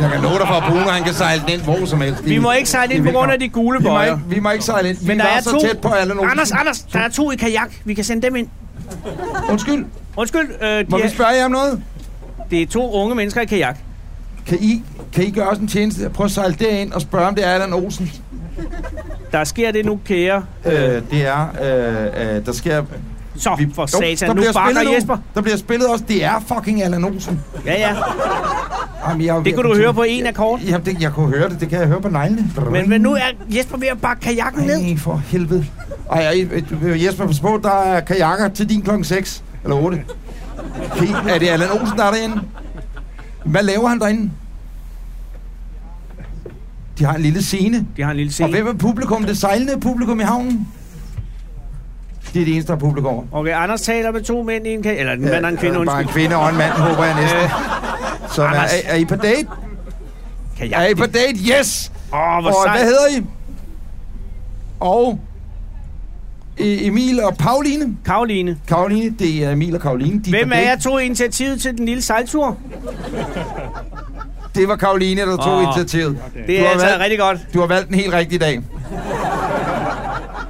[SPEAKER 2] Jeg kan love dig for, at Bruno han kan sejle den ind hvor som helst.
[SPEAKER 3] Vi må ikke sejle
[SPEAKER 2] det er
[SPEAKER 3] ind på grund af
[SPEAKER 2] vildt
[SPEAKER 3] de gule
[SPEAKER 2] Vi må,
[SPEAKER 3] bøjer.
[SPEAKER 2] ikke, vi må ikke sejle ind. Vi
[SPEAKER 3] Men der
[SPEAKER 2] var
[SPEAKER 3] er
[SPEAKER 2] så
[SPEAKER 3] to.
[SPEAKER 2] tæt på alle nogen.
[SPEAKER 3] Anders, Anders, der er to i kajak. Vi kan sende dem ind.
[SPEAKER 2] Undskyld,
[SPEAKER 3] Undskyld, øh,
[SPEAKER 2] må
[SPEAKER 3] de
[SPEAKER 2] vi
[SPEAKER 3] er,
[SPEAKER 2] spørge jer om noget?
[SPEAKER 3] det er to unge mennesker i kajak.
[SPEAKER 2] Kan I, kan I gøre os en tjeneste? Prøv at sejle derind og spørge, om det er Allan Olsen.
[SPEAKER 3] Der sker det nu, kære.
[SPEAKER 2] Øh, det er, øh, øh, der sker...
[SPEAKER 3] Så,
[SPEAKER 2] Vi-
[SPEAKER 3] for
[SPEAKER 2] Jo,
[SPEAKER 3] satan,
[SPEAKER 2] der
[SPEAKER 3] nu
[SPEAKER 2] bliver
[SPEAKER 3] bakker
[SPEAKER 2] spillet nu.
[SPEAKER 3] Jesper.
[SPEAKER 2] Der bliver spillet også. Det er fucking Allan Olsen.
[SPEAKER 3] Ja, ja.
[SPEAKER 2] Jamen, jeg er jo ved
[SPEAKER 3] Det kunne du
[SPEAKER 2] at-
[SPEAKER 3] høre på en akkord.
[SPEAKER 2] Jamen, det, jeg kunne høre det. Det kan jeg høre på neglene.
[SPEAKER 3] Men, men nu er Jesper ved at bakke kajakken ned.
[SPEAKER 2] Ej, for helvede. Ej, ej, øh, øh, Jesper, pas på, der er kajakker til din klokken 6 eller 8. Hey, er det Allan Olsen, der er derinde? Hvad laver han derinde? De har en lille scene.
[SPEAKER 3] De har en lille
[SPEAKER 2] Og hvem
[SPEAKER 3] scene.
[SPEAKER 2] er publikum? Det sejlende publikum i havnen? Det er det eneste, der er publikum.
[SPEAKER 3] Okay, Anders taler med to mænd i en kajak. Eller en mand og en kvinde,
[SPEAKER 2] øh, Bare en
[SPEAKER 3] undskyld. Øh,
[SPEAKER 2] kvinde og en mand, håber jeg næsten. Så er,
[SPEAKER 3] Anders.
[SPEAKER 2] er, I på date? Er I
[SPEAKER 3] Kajak.
[SPEAKER 2] på date? Yes!
[SPEAKER 3] Åh, hvor
[SPEAKER 2] Og
[SPEAKER 3] sejt.
[SPEAKER 2] hvad hedder I? Og E- Emil og Pauline.
[SPEAKER 3] Karoline.
[SPEAKER 2] Karoline, det er Emil og Karoline. De
[SPEAKER 3] Hvem
[SPEAKER 2] på
[SPEAKER 3] af jer
[SPEAKER 2] date.
[SPEAKER 3] tog initiativet til den lille sejltur?
[SPEAKER 2] Det var Karoline, der tog
[SPEAKER 3] Åh,
[SPEAKER 2] oh, initiativet.
[SPEAKER 3] Det
[SPEAKER 2] du,
[SPEAKER 3] er
[SPEAKER 2] har
[SPEAKER 3] altså
[SPEAKER 2] valgt,
[SPEAKER 3] rigtig godt.
[SPEAKER 2] du har valgt den helt rigtige dag.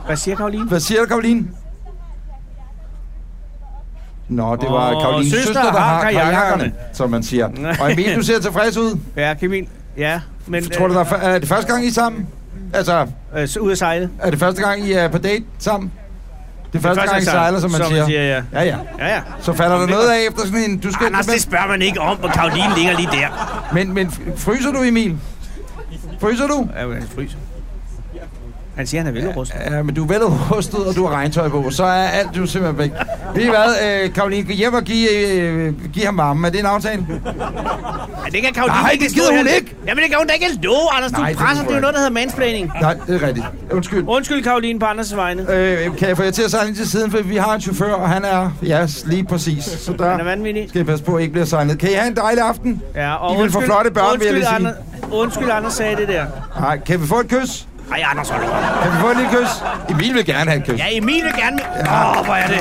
[SPEAKER 3] Hvad siger Karoline?
[SPEAKER 2] Hvad siger du, Karoline? Nå, det var
[SPEAKER 3] Åh,
[SPEAKER 2] oh, Karolines
[SPEAKER 3] søster
[SPEAKER 2] søster, der
[SPEAKER 3] har
[SPEAKER 2] har
[SPEAKER 3] kajakkerne.
[SPEAKER 2] kajakkerne, som man siger. Og Emil, du ser tilfreds
[SPEAKER 3] (laughs)
[SPEAKER 2] ud.
[SPEAKER 3] Ja, Kamil. Ja, men
[SPEAKER 2] Tror du, der er, fa- er det første gang, I er sammen? Altså,
[SPEAKER 3] øh, øh, så ud at sejle.
[SPEAKER 2] er det første gang, I er på date sammen? Det er første, gang, I sejler, som man
[SPEAKER 3] som
[SPEAKER 2] siger.
[SPEAKER 3] Man siger ja.
[SPEAKER 2] Ja, ja.
[SPEAKER 3] ja, ja.
[SPEAKER 2] Så falder der noget af efter sådan en... Du skal
[SPEAKER 3] Anders, det spørger man ikke om, og Karoline ligger lige der.
[SPEAKER 2] men, men f- fryser du, Emil? Fryser du?
[SPEAKER 3] Ja, men han fryser. Han siger, han er velrustet.
[SPEAKER 2] Ja, men du er velrustet, og du har regntøj på, så er alt jo simpelthen væk. Ved I hvad, øh, Karoline, gå hjem og give, øh, give ham varme. Er det en aftale?
[SPEAKER 3] Ja, det kan Karoline
[SPEAKER 2] Nej,
[SPEAKER 3] ikke
[SPEAKER 2] det
[SPEAKER 3] stå
[SPEAKER 2] gider
[SPEAKER 3] her.
[SPEAKER 2] hun ikke.
[SPEAKER 3] Jamen, det kan hun da ikke love, Anders.
[SPEAKER 2] Nej,
[SPEAKER 3] Nej,
[SPEAKER 2] det
[SPEAKER 3] du presser,
[SPEAKER 2] tror
[SPEAKER 3] det
[SPEAKER 2] jeg
[SPEAKER 3] er jo noget, der hedder mansplaining.
[SPEAKER 2] Nej, det er rigtigt. Undskyld.
[SPEAKER 3] Undskyld, Karoline, på Anders' vegne.
[SPEAKER 2] Øh, kan jeg få jer til at sejle ind til siden, for vi har en chauffør, og han er... Ja, lige præcis. Så
[SPEAKER 3] Han er
[SPEAKER 2] der
[SPEAKER 3] vanvittig.
[SPEAKER 2] skal I passe på, at I ikke bliver sejlet. Kan I have en dejlig aften?
[SPEAKER 3] Ja, og
[SPEAKER 2] I vil få flotte børn, vil jeg lige sige.
[SPEAKER 3] Anders, Undskyld, Anders sagde det der.
[SPEAKER 2] Nej, kan vi få et kys?
[SPEAKER 3] Ej, Anders, hold nu op.
[SPEAKER 2] Kan vi få et lille kys? Emil vil gerne have et kys.
[SPEAKER 3] Ja, Emil vil gerne... Åh, oh, hvor er det.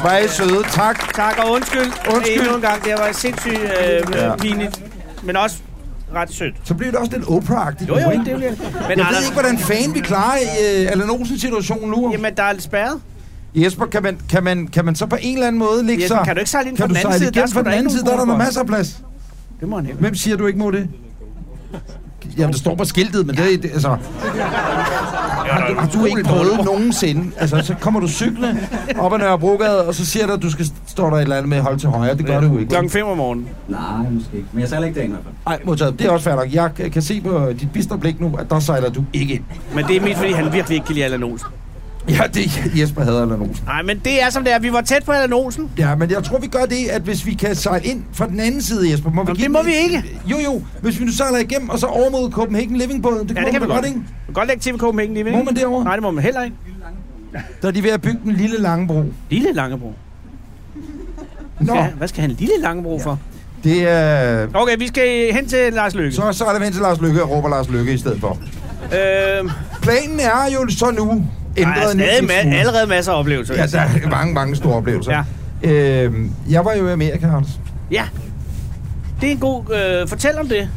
[SPEAKER 2] Hvor er I søde. Tak.
[SPEAKER 3] Tak, og undskyld.
[SPEAKER 2] Undskyld.
[SPEAKER 3] Endnu en gang. Det var sindssygt øh, ja. pinligt. Men også ret sødt.
[SPEAKER 2] Så bliver det også lidt Oprah-agtigt.
[SPEAKER 3] Jo,
[SPEAKER 2] nu,
[SPEAKER 3] jo,
[SPEAKER 2] ikke?
[SPEAKER 3] det vil jeg. Men
[SPEAKER 2] Jeg ved
[SPEAKER 3] Anders,
[SPEAKER 2] ikke, hvordan fanden vi klarer øh, Allan Olsens situation nu.
[SPEAKER 3] jamen, der er lidt spærret.
[SPEAKER 2] Jesper, kan man, kan, man, kan man så på en eller anden måde ligge
[SPEAKER 3] Jesper,
[SPEAKER 2] sig...
[SPEAKER 3] kan du ikke sejle ind
[SPEAKER 2] kan
[SPEAKER 3] fra den
[SPEAKER 2] du
[SPEAKER 3] anden
[SPEAKER 2] sejle
[SPEAKER 3] side? Der
[SPEAKER 2] igennem
[SPEAKER 3] skal
[SPEAKER 2] fra
[SPEAKER 3] der
[SPEAKER 2] den
[SPEAKER 3] ikke
[SPEAKER 2] anden
[SPEAKER 3] nogen
[SPEAKER 2] side? Der er der
[SPEAKER 3] grusvej.
[SPEAKER 2] masser af plads.
[SPEAKER 3] Det må han ikke.
[SPEAKER 2] Hvem siger, du ikke må det? Jamen, det står på skiltet, men det er... Altså, har, du- har du ikke prøvet nogensinde? Altså, så kommer du cykle op ad Nørrebrogade, og så siger der, at du skal stå der et eller andet med hold til højre. Det gør du jo ikke.
[SPEAKER 3] Klokken 5 om morgenen.
[SPEAKER 4] Nej, måske ikke. Men jeg sejler ikke dagen i hvert fald.
[SPEAKER 2] Nej, modtaget. Det er også fair nok. Jeg kan- kan se på dit bistre blik nu, at der sejler du ikke ind.
[SPEAKER 3] Men det er mest, fordi han virkelig ikke kan lide Allan Olsen.
[SPEAKER 2] Ja, det er Jesper hader Allan Olsen.
[SPEAKER 3] Nej, men det er som det er. Vi var tæt på Allan Olsen.
[SPEAKER 2] Ja, men jeg tror, vi gør det, at hvis vi kan sejle ind fra den anden side, Jesper, må vi
[SPEAKER 3] Nå,
[SPEAKER 2] give
[SPEAKER 3] det må
[SPEAKER 2] den-
[SPEAKER 3] vi ikke.
[SPEAKER 2] Jo, jo. Hvis vi nu sejler igennem, og så over mod Copenhagen Living båden, det,
[SPEAKER 3] Ja, det kan vi
[SPEAKER 2] man
[SPEAKER 3] godt.
[SPEAKER 2] ikke?
[SPEAKER 3] Vi kan godt lægge TV Copenhagen lige ved.
[SPEAKER 2] Må man derovre?
[SPEAKER 3] Nej, det må man heller ikke.
[SPEAKER 2] Der er de ved at bygge den lille lange bro.
[SPEAKER 3] Lille Langebro.
[SPEAKER 2] Nå,
[SPEAKER 3] Ja, hvad skal han Lille Langebro for?
[SPEAKER 2] det er...
[SPEAKER 3] Okay, vi skal hen til Lars Løkke.
[SPEAKER 2] Så sejler vi ind til Lars Lykke og råber Lars Lykke i stedet for.
[SPEAKER 3] Øhm,
[SPEAKER 2] Planen er jo så nu
[SPEAKER 3] der
[SPEAKER 2] ændret
[SPEAKER 3] er
[SPEAKER 2] en
[SPEAKER 3] stadig
[SPEAKER 2] lille
[SPEAKER 3] ma-
[SPEAKER 2] smule.
[SPEAKER 3] allerede masser af oplevelser.
[SPEAKER 2] Ja, der er mange, mange store oplevelser. Ja. Øhm, jeg var jo i Amerika, Hans.
[SPEAKER 3] ja. Det er en god... Øh, fortæl om (laughs) det.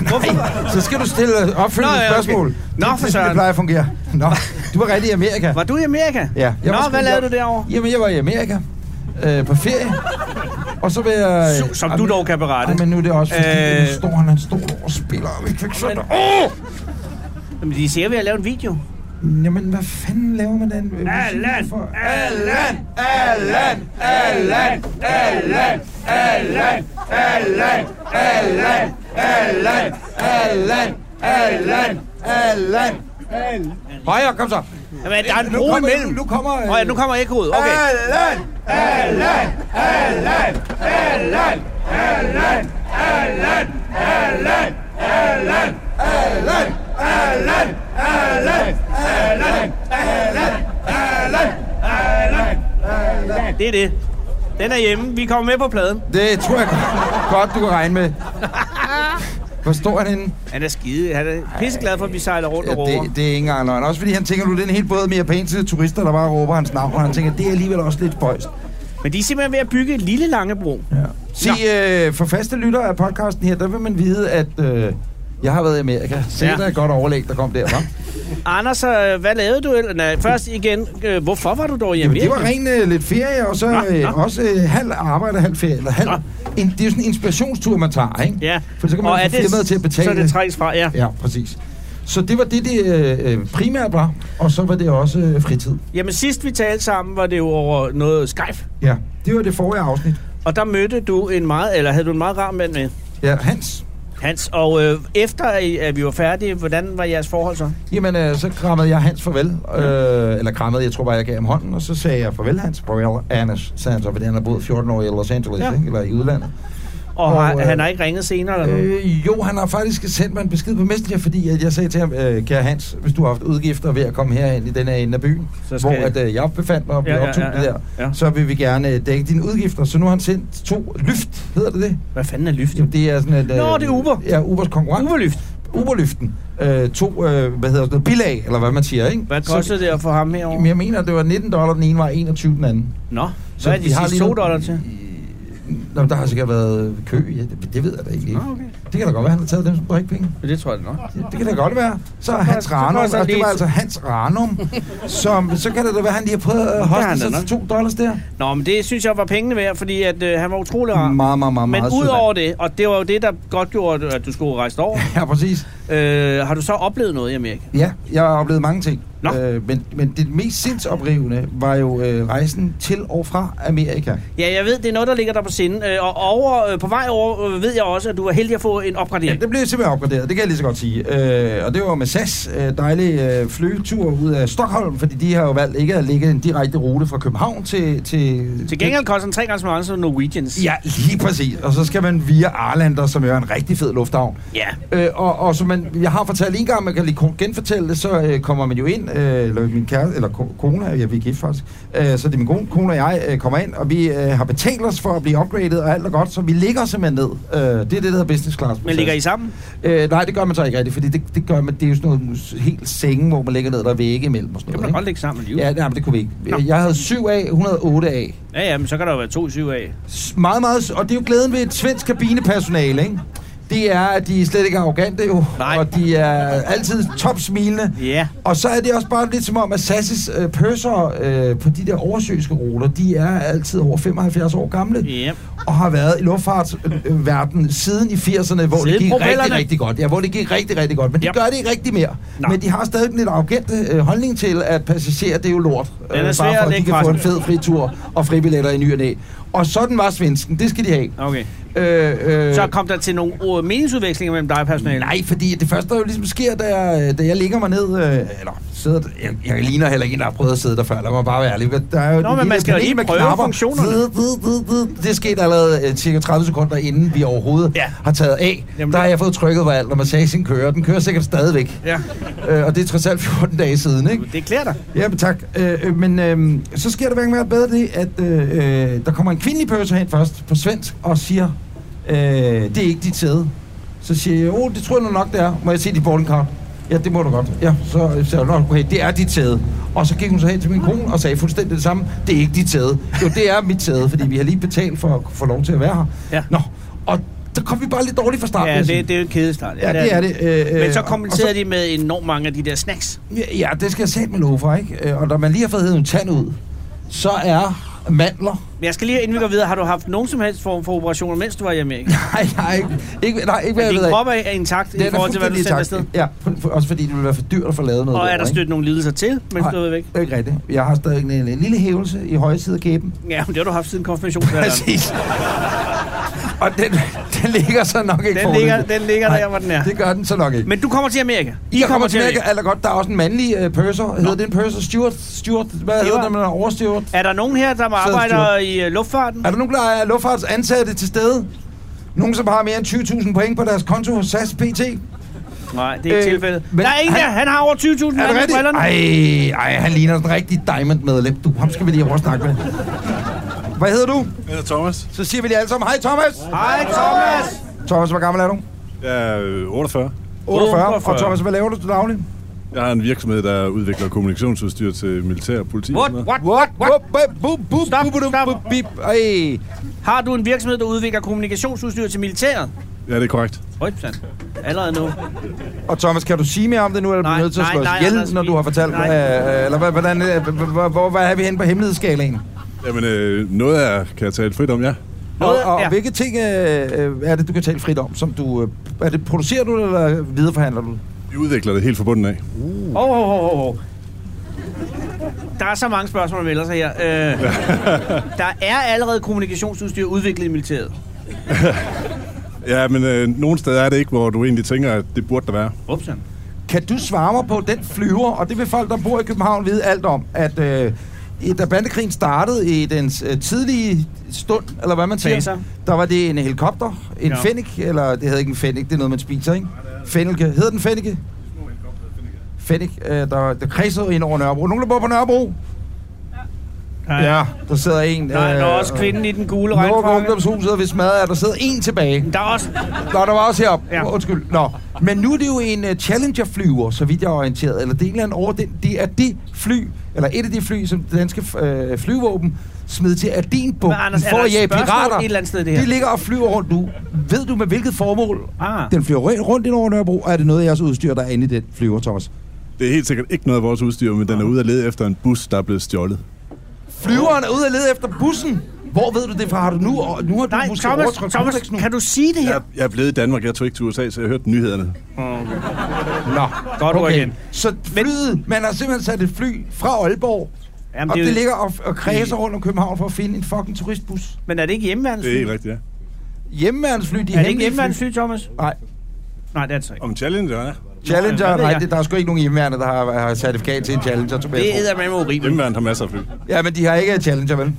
[SPEAKER 3] Hvorfor?
[SPEAKER 2] Så skal du stille opfølgende
[SPEAKER 3] Nå, ja,
[SPEAKER 2] Nå,
[SPEAKER 3] okay.
[SPEAKER 2] ja, spørgsmål. Det
[SPEAKER 3] Nå,
[SPEAKER 2] er
[SPEAKER 3] for
[SPEAKER 2] sådan,
[SPEAKER 3] søren.
[SPEAKER 2] Det plejer at fungere. Nå, du var rigtig i Amerika.
[SPEAKER 3] Var du i Amerika?
[SPEAKER 2] Ja.
[SPEAKER 3] Nå,
[SPEAKER 2] var sgu-
[SPEAKER 3] hvad lavede du derovre?
[SPEAKER 2] Jamen, jeg var i Amerika øh, på ferie. Og så vil jeg...
[SPEAKER 3] Su- som du dog kan berette.
[SPEAKER 2] Ej, men nu er det også, fordi
[SPEAKER 3] Øh.
[SPEAKER 2] øh... nu står han, han står over og spiller, og vi kan ikke sådan...
[SPEAKER 3] Jamen, de ser ved at lave en video.
[SPEAKER 2] Åh! Jamen, hvad fanden laver man den? øh, musik
[SPEAKER 3] Allan!
[SPEAKER 2] for?
[SPEAKER 3] Allan!
[SPEAKER 2] Allan! Allan! Allan! Allan! Allan! Allan! Allan! Allan! Allan! Allan! Højre, kom så.
[SPEAKER 3] Jamen, der er en
[SPEAKER 2] Nu
[SPEAKER 3] bro
[SPEAKER 2] kommer-
[SPEAKER 3] imellem.
[SPEAKER 2] nu- nu kommer, øh,
[SPEAKER 3] Nå, ja, nu kommer ekkoet. Okay.
[SPEAKER 2] Allan! Allan! Allan! Allan! Allan! Allan! Allan! Allan! Allan! Allan! Allan! Allan! Allan! Allan! Allan!
[SPEAKER 3] Det er det. Den er hjemme. Vi kommer med på pladen.
[SPEAKER 2] Det tror jeg godt, du kan regne med. Hvor står han henne?
[SPEAKER 3] Han er skide. Han er pisseglad for, at vi sejler rundt
[SPEAKER 2] Ja,
[SPEAKER 3] og roer.
[SPEAKER 2] det, det er ikke engang løgn. Også fordi han tænker, nu er det en hel båd med japanske turister, der bare råber hans navn. Og han tænker, det er alligevel også lidt spøjst.
[SPEAKER 3] Men de er simpelthen ved at bygge en lille Langebro.
[SPEAKER 2] Ja. Se, øh, for faste lyttere af podcasten her, der vil man vide, at øh, jeg har været i Amerika. Se,
[SPEAKER 3] Ja.
[SPEAKER 2] ja. der er et godt overlæg, der kom derfra.
[SPEAKER 3] (laughs) Anders, øh, hvad lavede du? ellers? Nej, først igen, øh, hvorfor var du dog i
[SPEAKER 2] Jamen,
[SPEAKER 3] Amerika?
[SPEAKER 2] det var rent øh, lidt ferie, og så
[SPEAKER 3] Nå,
[SPEAKER 2] øh,
[SPEAKER 3] nå.
[SPEAKER 2] også øh, halv arbejde, halv ferie. Eller halv.
[SPEAKER 3] Nå.
[SPEAKER 2] En, det er jo sådan en inspirationstur, man tager, ikke?
[SPEAKER 3] Ja.
[SPEAKER 2] For så kan
[SPEAKER 3] Og
[SPEAKER 2] man
[SPEAKER 3] er
[SPEAKER 2] få
[SPEAKER 3] det-
[SPEAKER 2] firmaet til at betale.
[SPEAKER 3] Så det trækkes fra, ja.
[SPEAKER 2] Ja, præcis. Så det var det, det øh, øh, primært var, og så var det også øh, fritid.
[SPEAKER 3] Jamen sidst vi talte sammen, var det jo over noget Skype.
[SPEAKER 2] Ja, det var det forrige afsnit.
[SPEAKER 3] Og der mødte du en meget, eller havde du en meget rar mand med,
[SPEAKER 2] Ja, Hans.
[SPEAKER 3] Hans. Og øh, efter I- at vi var færdige, hvordan var jeres forhold så?
[SPEAKER 2] Jamen, øh, så krammede jeg Hans farvel. Øh, eller krammede, jeg tror bare, jeg gav ham hånden, og så sagde jeg farvel, Hans. Farvel, Anders Sands, fordi han har boet 14 år i Los Angeles,
[SPEAKER 3] Ja.
[SPEAKER 2] ja. ikke? eller i udlandet.
[SPEAKER 3] Og, og
[SPEAKER 2] Og,
[SPEAKER 3] har, øh,
[SPEAKER 2] øh,
[SPEAKER 3] han har ikke ringet senere eller noget?
[SPEAKER 2] Øh, jo, han har faktisk sendt mig en besked på Messenger, fordi at jeg sagde til ham, øh, kære Hans, hvis du har haft udgifter ved at komme herhen i den her ende af byen,
[SPEAKER 3] Så
[SPEAKER 2] så
[SPEAKER 3] skal
[SPEAKER 2] hvor
[SPEAKER 3] jeg-
[SPEAKER 2] at, øh, jeg befandt mig og blev
[SPEAKER 3] Ja,
[SPEAKER 2] ja,
[SPEAKER 3] ja,
[SPEAKER 2] optaget
[SPEAKER 3] ja, ja.
[SPEAKER 2] der,
[SPEAKER 3] Ja.
[SPEAKER 2] så vil vi gerne øh, dække dine udgifter. Så nu har han sendt to lyft, hedder det det?
[SPEAKER 3] Hvad fanden er lyft?
[SPEAKER 2] Jamen, det er sådan et... øh,
[SPEAKER 3] Nå, det er Uber.
[SPEAKER 2] Ja, Ubers konkurrent.
[SPEAKER 3] Uberlyft.
[SPEAKER 2] Uberlyften. Øh, to, øh, hvad hedder sådan noget, bilag, eller hvad man siger, ikke?
[SPEAKER 3] Hvad
[SPEAKER 2] Så-
[SPEAKER 3] kostede det at få ham
[SPEAKER 2] Jamen,
[SPEAKER 3] herover?
[SPEAKER 2] jeg mener, det var 19 dollar, den ene var 21 den anden.
[SPEAKER 3] Nå, hvad er
[SPEAKER 2] vi
[SPEAKER 3] de
[SPEAKER 2] har
[SPEAKER 3] sidste
[SPEAKER 2] lige
[SPEAKER 3] to
[SPEAKER 2] nu-
[SPEAKER 3] dollar til?
[SPEAKER 2] Nå, men der har sikkert været kø, ja, det, det ved jeg da egentlig ikke.
[SPEAKER 3] Nå, okay.
[SPEAKER 2] Det kan da godt være, han har taget dem som drikpenge.
[SPEAKER 3] Det tror jeg det nok.
[SPEAKER 2] Det kan da godt være. Så er Hans
[SPEAKER 3] så får jeg
[SPEAKER 2] Ranum,
[SPEAKER 3] så
[SPEAKER 2] og det
[SPEAKER 3] lige-
[SPEAKER 2] var altså Hans Ranum, som, så kan det da være, han lige har prøvet at
[SPEAKER 3] har han
[SPEAKER 2] hoste sig
[SPEAKER 3] da nok.
[SPEAKER 2] til to dollars der.
[SPEAKER 3] Nå, men det synes jeg var pengene værd, fordi at, øh, han var utrolig rar.
[SPEAKER 2] Meget, meget, meget,
[SPEAKER 3] Men
[SPEAKER 2] meget sød
[SPEAKER 3] udover det, og det var jo det, der godt gjorde, at- at du skulle rejse
[SPEAKER 2] (laughs)
[SPEAKER 3] over,
[SPEAKER 2] mand. Ja, præcis.
[SPEAKER 3] øh, har du så oplevet noget i Amerika?
[SPEAKER 2] Ja, jeg har oplevet mange ting.
[SPEAKER 3] Nå.
[SPEAKER 2] Øh, men, men det mest sindsoprivende var jo øh, rejsen til og fra Amerika.
[SPEAKER 3] Ja, jeg ved, det er noget, der ligger der på sinde. Øh, og over, øh, på vej over øh, ved jeg også, at du var heldig at få en
[SPEAKER 2] Ja,
[SPEAKER 3] opgradering.
[SPEAKER 2] det blev simpelthen opgraderet, det kan jeg lige så godt sige. Øh, og det var med SAS, øh, dejlig øh, flyvetur ud af Stockholm, fordi de har jo valgt ikke at lægge en direkte rute fra København til... Til,
[SPEAKER 3] Til gengæld koster den tre gange så meget som Norwegians.
[SPEAKER 2] Ja, lige præcis. Og så skal man via Arlander, som jo er en rigtig fed lufthavn.
[SPEAKER 3] ja.
[SPEAKER 2] Øh, og, og som man, jeg har fortalt en gang, man kan lige kort genfortælle det, så øh, kommer man jo ind, øh, eller min kæreste, eller ko- kone, ja, vi er gift faktisk, øh, så det er min kone, kone og jeg øh, kommer ind, og vi øh, har betalt os for at blive upgradet, og alt er godt, så vi ligger simpelthen ned. Øh, det er det, der hedder business class. Anders
[SPEAKER 3] Men ligger I sammen?
[SPEAKER 2] Øh, nej, det gør man så ikke rigtigt, fordi det, det gør man, det er jo sådan noget helt senge, hvor man ligger ned, der er vægge imellem og sådan
[SPEAKER 3] Det kan
[SPEAKER 2] noget.
[SPEAKER 3] man
[SPEAKER 2] ikke?
[SPEAKER 3] godt ligge sammen alligevel.
[SPEAKER 2] Ja, nej, men det kunne vi ikke.
[SPEAKER 3] Nå.
[SPEAKER 2] Jeg havde 7 af, 108 af.
[SPEAKER 3] Ja, ja, men så kan der jo være to syv af.
[SPEAKER 2] S- Meget, meget, s- og det er jo glæden ved et svensk kabinepersonale, ikke? Det er, at de slet ikke er arrogante jo,
[SPEAKER 3] Nej.
[SPEAKER 2] og de er altid topsmilende.
[SPEAKER 3] Ja.
[SPEAKER 2] Og så er det også bare lidt som om, at Sasses øh, pøsser øh, på de der oversøiske ruter, de er altid over 75 år gamle,
[SPEAKER 3] Ja.
[SPEAKER 2] og har været i luftfartsverdenen siden i 80'erne, hvor
[SPEAKER 3] Siden
[SPEAKER 2] det gik rigtig,
[SPEAKER 3] propellerne.
[SPEAKER 2] rigtig godt. Ja, hvor det gik rigtig, rigtig godt. Men det
[SPEAKER 3] Yep.
[SPEAKER 2] gør det ikke rigtig mere.
[SPEAKER 3] Nej.
[SPEAKER 2] Men de har stadig den lidt arrogante øh, holdning til, at passagerer, det er jo lort. øh,
[SPEAKER 3] Den er
[SPEAKER 2] bare
[SPEAKER 3] svær at
[SPEAKER 2] for, at de
[SPEAKER 3] lægge
[SPEAKER 2] kan
[SPEAKER 3] fra
[SPEAKER 2] få en
[SPEAKER 3] sig.
[SPEAKER 2] fed fritur og fribilletter i ny og næ. Og sådan var svensken. Det skal de have.
[SPEAKER 3] Okay.
[SPEAKER 2] Øh, øh,
[SPEAKER 3] Så kom der til nogle ord- meningsudvekslinger mellem dig og personalet?
[SPEAKER 2] Nej, fordi det første, der jo ligesom sker, da jeg, da jeg ligger mig ned, øh, eller sidder, jeg, jeg ligner heller ikke en, der har prøvet at sidde der før, lad mig bare være ærlig. men Der er jo
[SPEAKER 3] Nå,
[SPEAKER 2] en
[SPEAKER 3] men man
[SPEAKER 2] lille
[SPEAKER 3] skal jo
[SPEAKER 2] panel
[SPEAKER 3] lige
[SPEAKER 2] med
[SPEAKER 3] prøve
[SPEAKER 2] knapper.
[SPEAKER 3] funktionerne.
[SPEAKER 2] Vid, vid, vid, vid. Det skete allerede øh, cirka 30 sekunder, inden vi overhovedet
[SPEAKER 3] Ja.
[SPEAKER 2] ja. har taget af.
[SPEAKER 3] Jamen,
[SPEAKER 2] Jamen, der har
[SPEAKER 3] det-
[SPEAKER 2] jeg fået trykket på alt, når massagen kører. Den kører sikkert stadigvæk.
[SPEAKER 3] Ja,
[SPEAKER 2] Øh, og det er trods alt 14 dage siden, ikke?
[SPEAKER 3] det klæder dig.
[SPEAKER 2] Ja, men tak. Øh, øh, men øh, så sker der hverken mere bedre det, at øh, øh, der kommer en kvindelig pøser hen først på svensk og siger, øh, det er ikke dit sæde. Så siger jeg, åh, det tror jeg nu nok, det er. Må jeg se dit boarding card? Ja, det må du godt. Ja, så siger jeg, "Nå, okay, det er dit sæde. Og så gik hun så hen til min kone og sagde fuldstændig det samme. Det er ikke dit sæde. Jo, det er mit sæde, fordi vi har lige betalt for at få lov til at være her.
[SPEAKER 3] Ja.
[SPEAKER 2] Nå, og der kom vi bare lidt dårligt fra start. vil
[SPEAKER 3] Ja,
[SPEAKER 2] jeg sige.
[SPEAKER 3] det, det er jo en kedestart.
[SPEAKER 2] Ja, det er det. Øh,
[SPEAKER 3] Men så
[SPEAKER 2] øh, og- og
[SPEAKER 3] kompenserede de med enormt mange af de der snacks.
[SPEAKER 2] Ja, Ja, det skal jeg sætte med love for, ikke? Øh, Og når man lige har fået hævet en tand ud, så er mandler... (laughs)
[SPEAKER 3] Men jeg skal lige, inden vi går videre, har du haft nogen som helst form for operationer, mens du var i
[SPEAKER 2] (laughs)
[SPEAKER 3] Amerika?
[SPEAKER 2] Nej, nej, ikke, ikke, nej, ikke hvad jeg
[SPEAKER 3] Din
[SPEAKER 2] ved af.
[SPEAKER 3] krop er er intakt i
[SPEAKER 2] Den er
[SPEAKER 3] forhold til, hvad du
[SPEAKER 2] fuldstændig
[SPEAKER 3] sendte
[SPEAKER 2] intakt.
[SPEAKER 3] afsted.
[SPEAKER 2] Ja, for, for, også fordi det ville være for dyrt at få lavet noget.
[SPEAKER 3] Og er
[SPEAKER 2] derovre,
[SPEAKER 3] der stødt nogle lidelser til, mens
[SPEAKER 2] Nej.
[SPEAKER 3] du er væk?
[SPEAKER 2] Ikke? ikke rigtigt. Jeg har stadig en, en lille hævelse i højre side af kæben.
[SPEAKER 3] Ja, men det har du haft siden konfirmationsalderen.
[SPEAKER 2] Præcis. Og den, den ligger så nok ikke
[SPEAKER 3] Den
[SPEAKER 2] foreløbig.
[SPEAKER 3] ligger, den ligger
[SPEAKER 2] Nej,
[SPEAKER 3] der, hvor den er.
[SPEAKER 2] Det gør den så nok ikke.
[SPEAKER 3] Men du kommer til Amerika. I
[SPEAKER 2] jeg kommer til at eller godt, der er også en mandlig øh, purser. Hedder det en purser? Stewart? Stewart? Hvad
[SPEAKER 3] Det
[SPEAKER 2] hedder
[SPEAKER 3] var-
[SPEAKER 2] det, når man er overstewart?
[SPEAKER 3] Er der nogen her, der arbejder i øh, luftfarten?
[SPEAKER 2] Er der nogen, der er luftfartsansatte til stede? Nogen, som har mere end 20.000 point på deres konto hos SAS PT?
[SPEAKER 3] Nej, det er ikke
[SPEAKER 2] Øh,
[SPEAKER 3] tilfældet.
[SPEAKER 2] men
[SPEAKER 3] Der er en
[SPEAKER 2] han-
[SPEAKER 3] der, han har over 20.000
[SPEAKER 2] Er det
[SPEAKER 3] mand i
[SPEAKER 2] rigtigt?
[SPEAKER 3] brillerne.
[SPEAKER 2] Ej, ej, han ligner sådan en rigtig diamond-medlem. Du, ham skal vi lige over snakke med. Hvad hedder du?
[SPEAKER 6] Jeg hedder Thomas.
[SPEAKER 2] Så siger vi lige alle sammen, hej Thomas!
[SPEAKER 3] Hej, Thomas!
[SPEAKER 2] Thomas, hvor gammel er du?
[SPEAKER 6] Jeg er øh, 48.
[SPEAKER 2] 48.
[SPEAKER 3] 48.
[SPEAKER 2] Og Thomas, hvad laver du til daglig?
[SPEAKER 6] Jeg har en virksomhed, der udvikler kommunikationsudstyr til militær og politi.
[SPEAKER 3] What? What?
[SPEAKER 2] What? What? Boop, boop,
[SPEAKER 3] Stop,
[SPEAKER 2] boop, boop,
[SPEAKER 3] stop.
[SPEAKER 2] boop, bip. Ej.
[SPEAKER 3] Har du en virksomhed, der udvikler kommunikationsudstyr til militæret?
[SPEAKER 6] Ja, det er korrekt.
[SPEAKER 3] Højpsan. Allerede nu.
[SPEAKER 2] Og Thomas, kan du sige mere om det nu, eller er
[SPEAKER 3] Nej,
[SPEAKER 2] du nødt til at
[SPEAKER 3] nej,
[SPEAKER 2] slå os
[SPEAKER 3] nej, Anders,
[SPEAKER 2] ihjel, når
[SPEAKER 3] vi-
[SPEAKER 2] du har fortalt?
[SPEAKER 3] nej.
[SPEAKER 2] øh, Eller hvad- hvordan, øh, h- h- hvor, hvor er vi henne på hemmelighedsskalaen?
[SPEAKER 6] Jamen, øh, noget af kan jeg tale frit om, ja.
[SPEAKER 2] Og,
[SPEAKER 3] Noget-
[SPEAKER 2] og
[SPEAKER 3] ja.
[SPEAKER 2] ja. hvilke ting øh, øh, er det, du kan tale frit om? Som du, øh, er det, producerer du det, eller videreforhandler du det?
[SPEAKER 6] Vi udvikler det helt fra bunden af.
[SPEAKER 3] Åh, oh, oh, oh, oh. Der er så mange spørgsmål, der melder sig her. Øh, der er allerede kommunikationsudstyr udviklet i militæret.
[SPEAKER 6] Ja, men øh, nogle steder er det ikke, hvor du egentlig tænker, at det burde der være.
[SPEAKER 3] Upsen.
[SPEAKER 2] Kan du svare mig på, den flyver, og det vil folk, der bor i København, vide alt om, at øh, i- da bandekrigen startede i dens øh, tidlige stund, eller hvad man siger,
[SPEAKER 3] Faser.
[SPEAKER 2] der var det en helikopter, en
[SPEAKER 3] Ja.
[SPEAKER 2] ja. fennik, eller det hedder ikke en fennik, det er noget, man spiser, ikke? Fennike. Hedder den fennike? Fennik, øh, der, der kredsede ind over Nørrebro. Nogen, der bor på Nørrebro? Ja, der sidder en.
[SPEAKER 3] Der, der er også kvinden i den gule
[SPEAKER 2] Nordgård
[SPEAKER 3] regnfrakke.
[SPEAKER 2] Ungdomshuset, hvis mad er, der sidder en tilbage.
[SPEAKER 3] Der er også...
[SPEAKER 2] Nå, der var også heroppe.
[SPEAKER 3] Ja.
[SPEAKER 2] Ja. Undskyld. Nå. Men nu er det jo en uh, Challenger-flyver, så vidt jeg er orienteret. Eller det er en eller anden over den. Det er det fly, eller et af de fly, som det danske øh, flyvåben smed til Adinbugten
[SPEAKER 3] Men Anders, er
[SPEAKER 2] for
[SPEAKER 3] der
[SPEAKER 2] at
[SPEAKER 3] et
[SPEAKER 2] jage
[SPEAKER 3] spørgsmål
[SPEAKER 2] pirater.
[SPEAKER 3] et eller andet sted i det her?
[SPEAKER 2] De ligger og flyver rundt nu. Ved du med hvilket formål?
[SPEAKER 3] Ah.
[SPEAKER 2] Den flyver rundt- rundt ind over Nørrebro, og er det noget af jeres udstyr, der er inde i den flyver, Thomas?
[SPEAKER 6] Det er helt sikkert ikke noget af vores udstyr, men den er ude at lede efter en bus, der er blevet stjålet.
[SPEAKER 2] Flyveren er ude at lede efter bussen. Hvor ved du det fra? Har du nu, og nu har du
[SPEAKER 3] Nej,
[SPEAKER 2] måske
[SPEAKER 3] Thomas,
[SPEAKER 2] overtrådt
[SPEAKER 3] Thomas,
[SPEAKER 2] kodeksen nu.
[SPEAKER 3] kan du sige det her?
[SPEAKER 6] Jeg, jeg er blevet i Danmark, jeg tog ikke til USA, så jeg hørte nyhederne.
[SPEAKER 2] Nå,
[SPEAKER 3] Godt ord igen.
[SPEAKER 2] Så flyet, man har simpelthen sat et fly fra Aalborg
[SPEAKER 3] Jamen,
[SPEAKER 2] Og
[SPEAKER 3] det
[SPEAKER 2] det,
[SPEAKER 3] er jo-
[SPEAKER 2] ligger og, og kredser rundt om København for at finde en fucking turistbus.
[SPEAKER 3] Men er det ikke hjemmeværende?
[SPEAKER 6] Det er helt rigtigt, ja.
[SPEAKER 2] Hjemmeværnsfly, de
[SPEAKER 3] Er det ikke
[SPEAKER 2] hemmelige
[SPEAKER 3] hjemmeværende
[SPEAKER 2] fly.
[SPEAKER 3] fly, Thomas?
[SPEAKER 2] Nej,
[SPEAKER 3] Nej, det er det så ikke.
[SPEAKER 6] Om Challenger, ja.
[SPEAKER 3] Nå, hvad
[SPEAKER 2] Challenger,
[SPEAKER 3] ved
[SPEAKER 2] nej,
[SPEAKER 3] jeg?
[SPEAKER 2] det, der er sgu ikke nogen hjemmeværende, der har, har certifikat til en Challenger, tror
[SPEAKER 3] Det
[SPEAKER 2] jeg.
[SPEAKER 3] hedder man med urimeligt.
[SPEAKER 6] Hjemmeværende har masser af fly.
[SPEAKER 2] Ja, men de har ikke en Challenger, vel?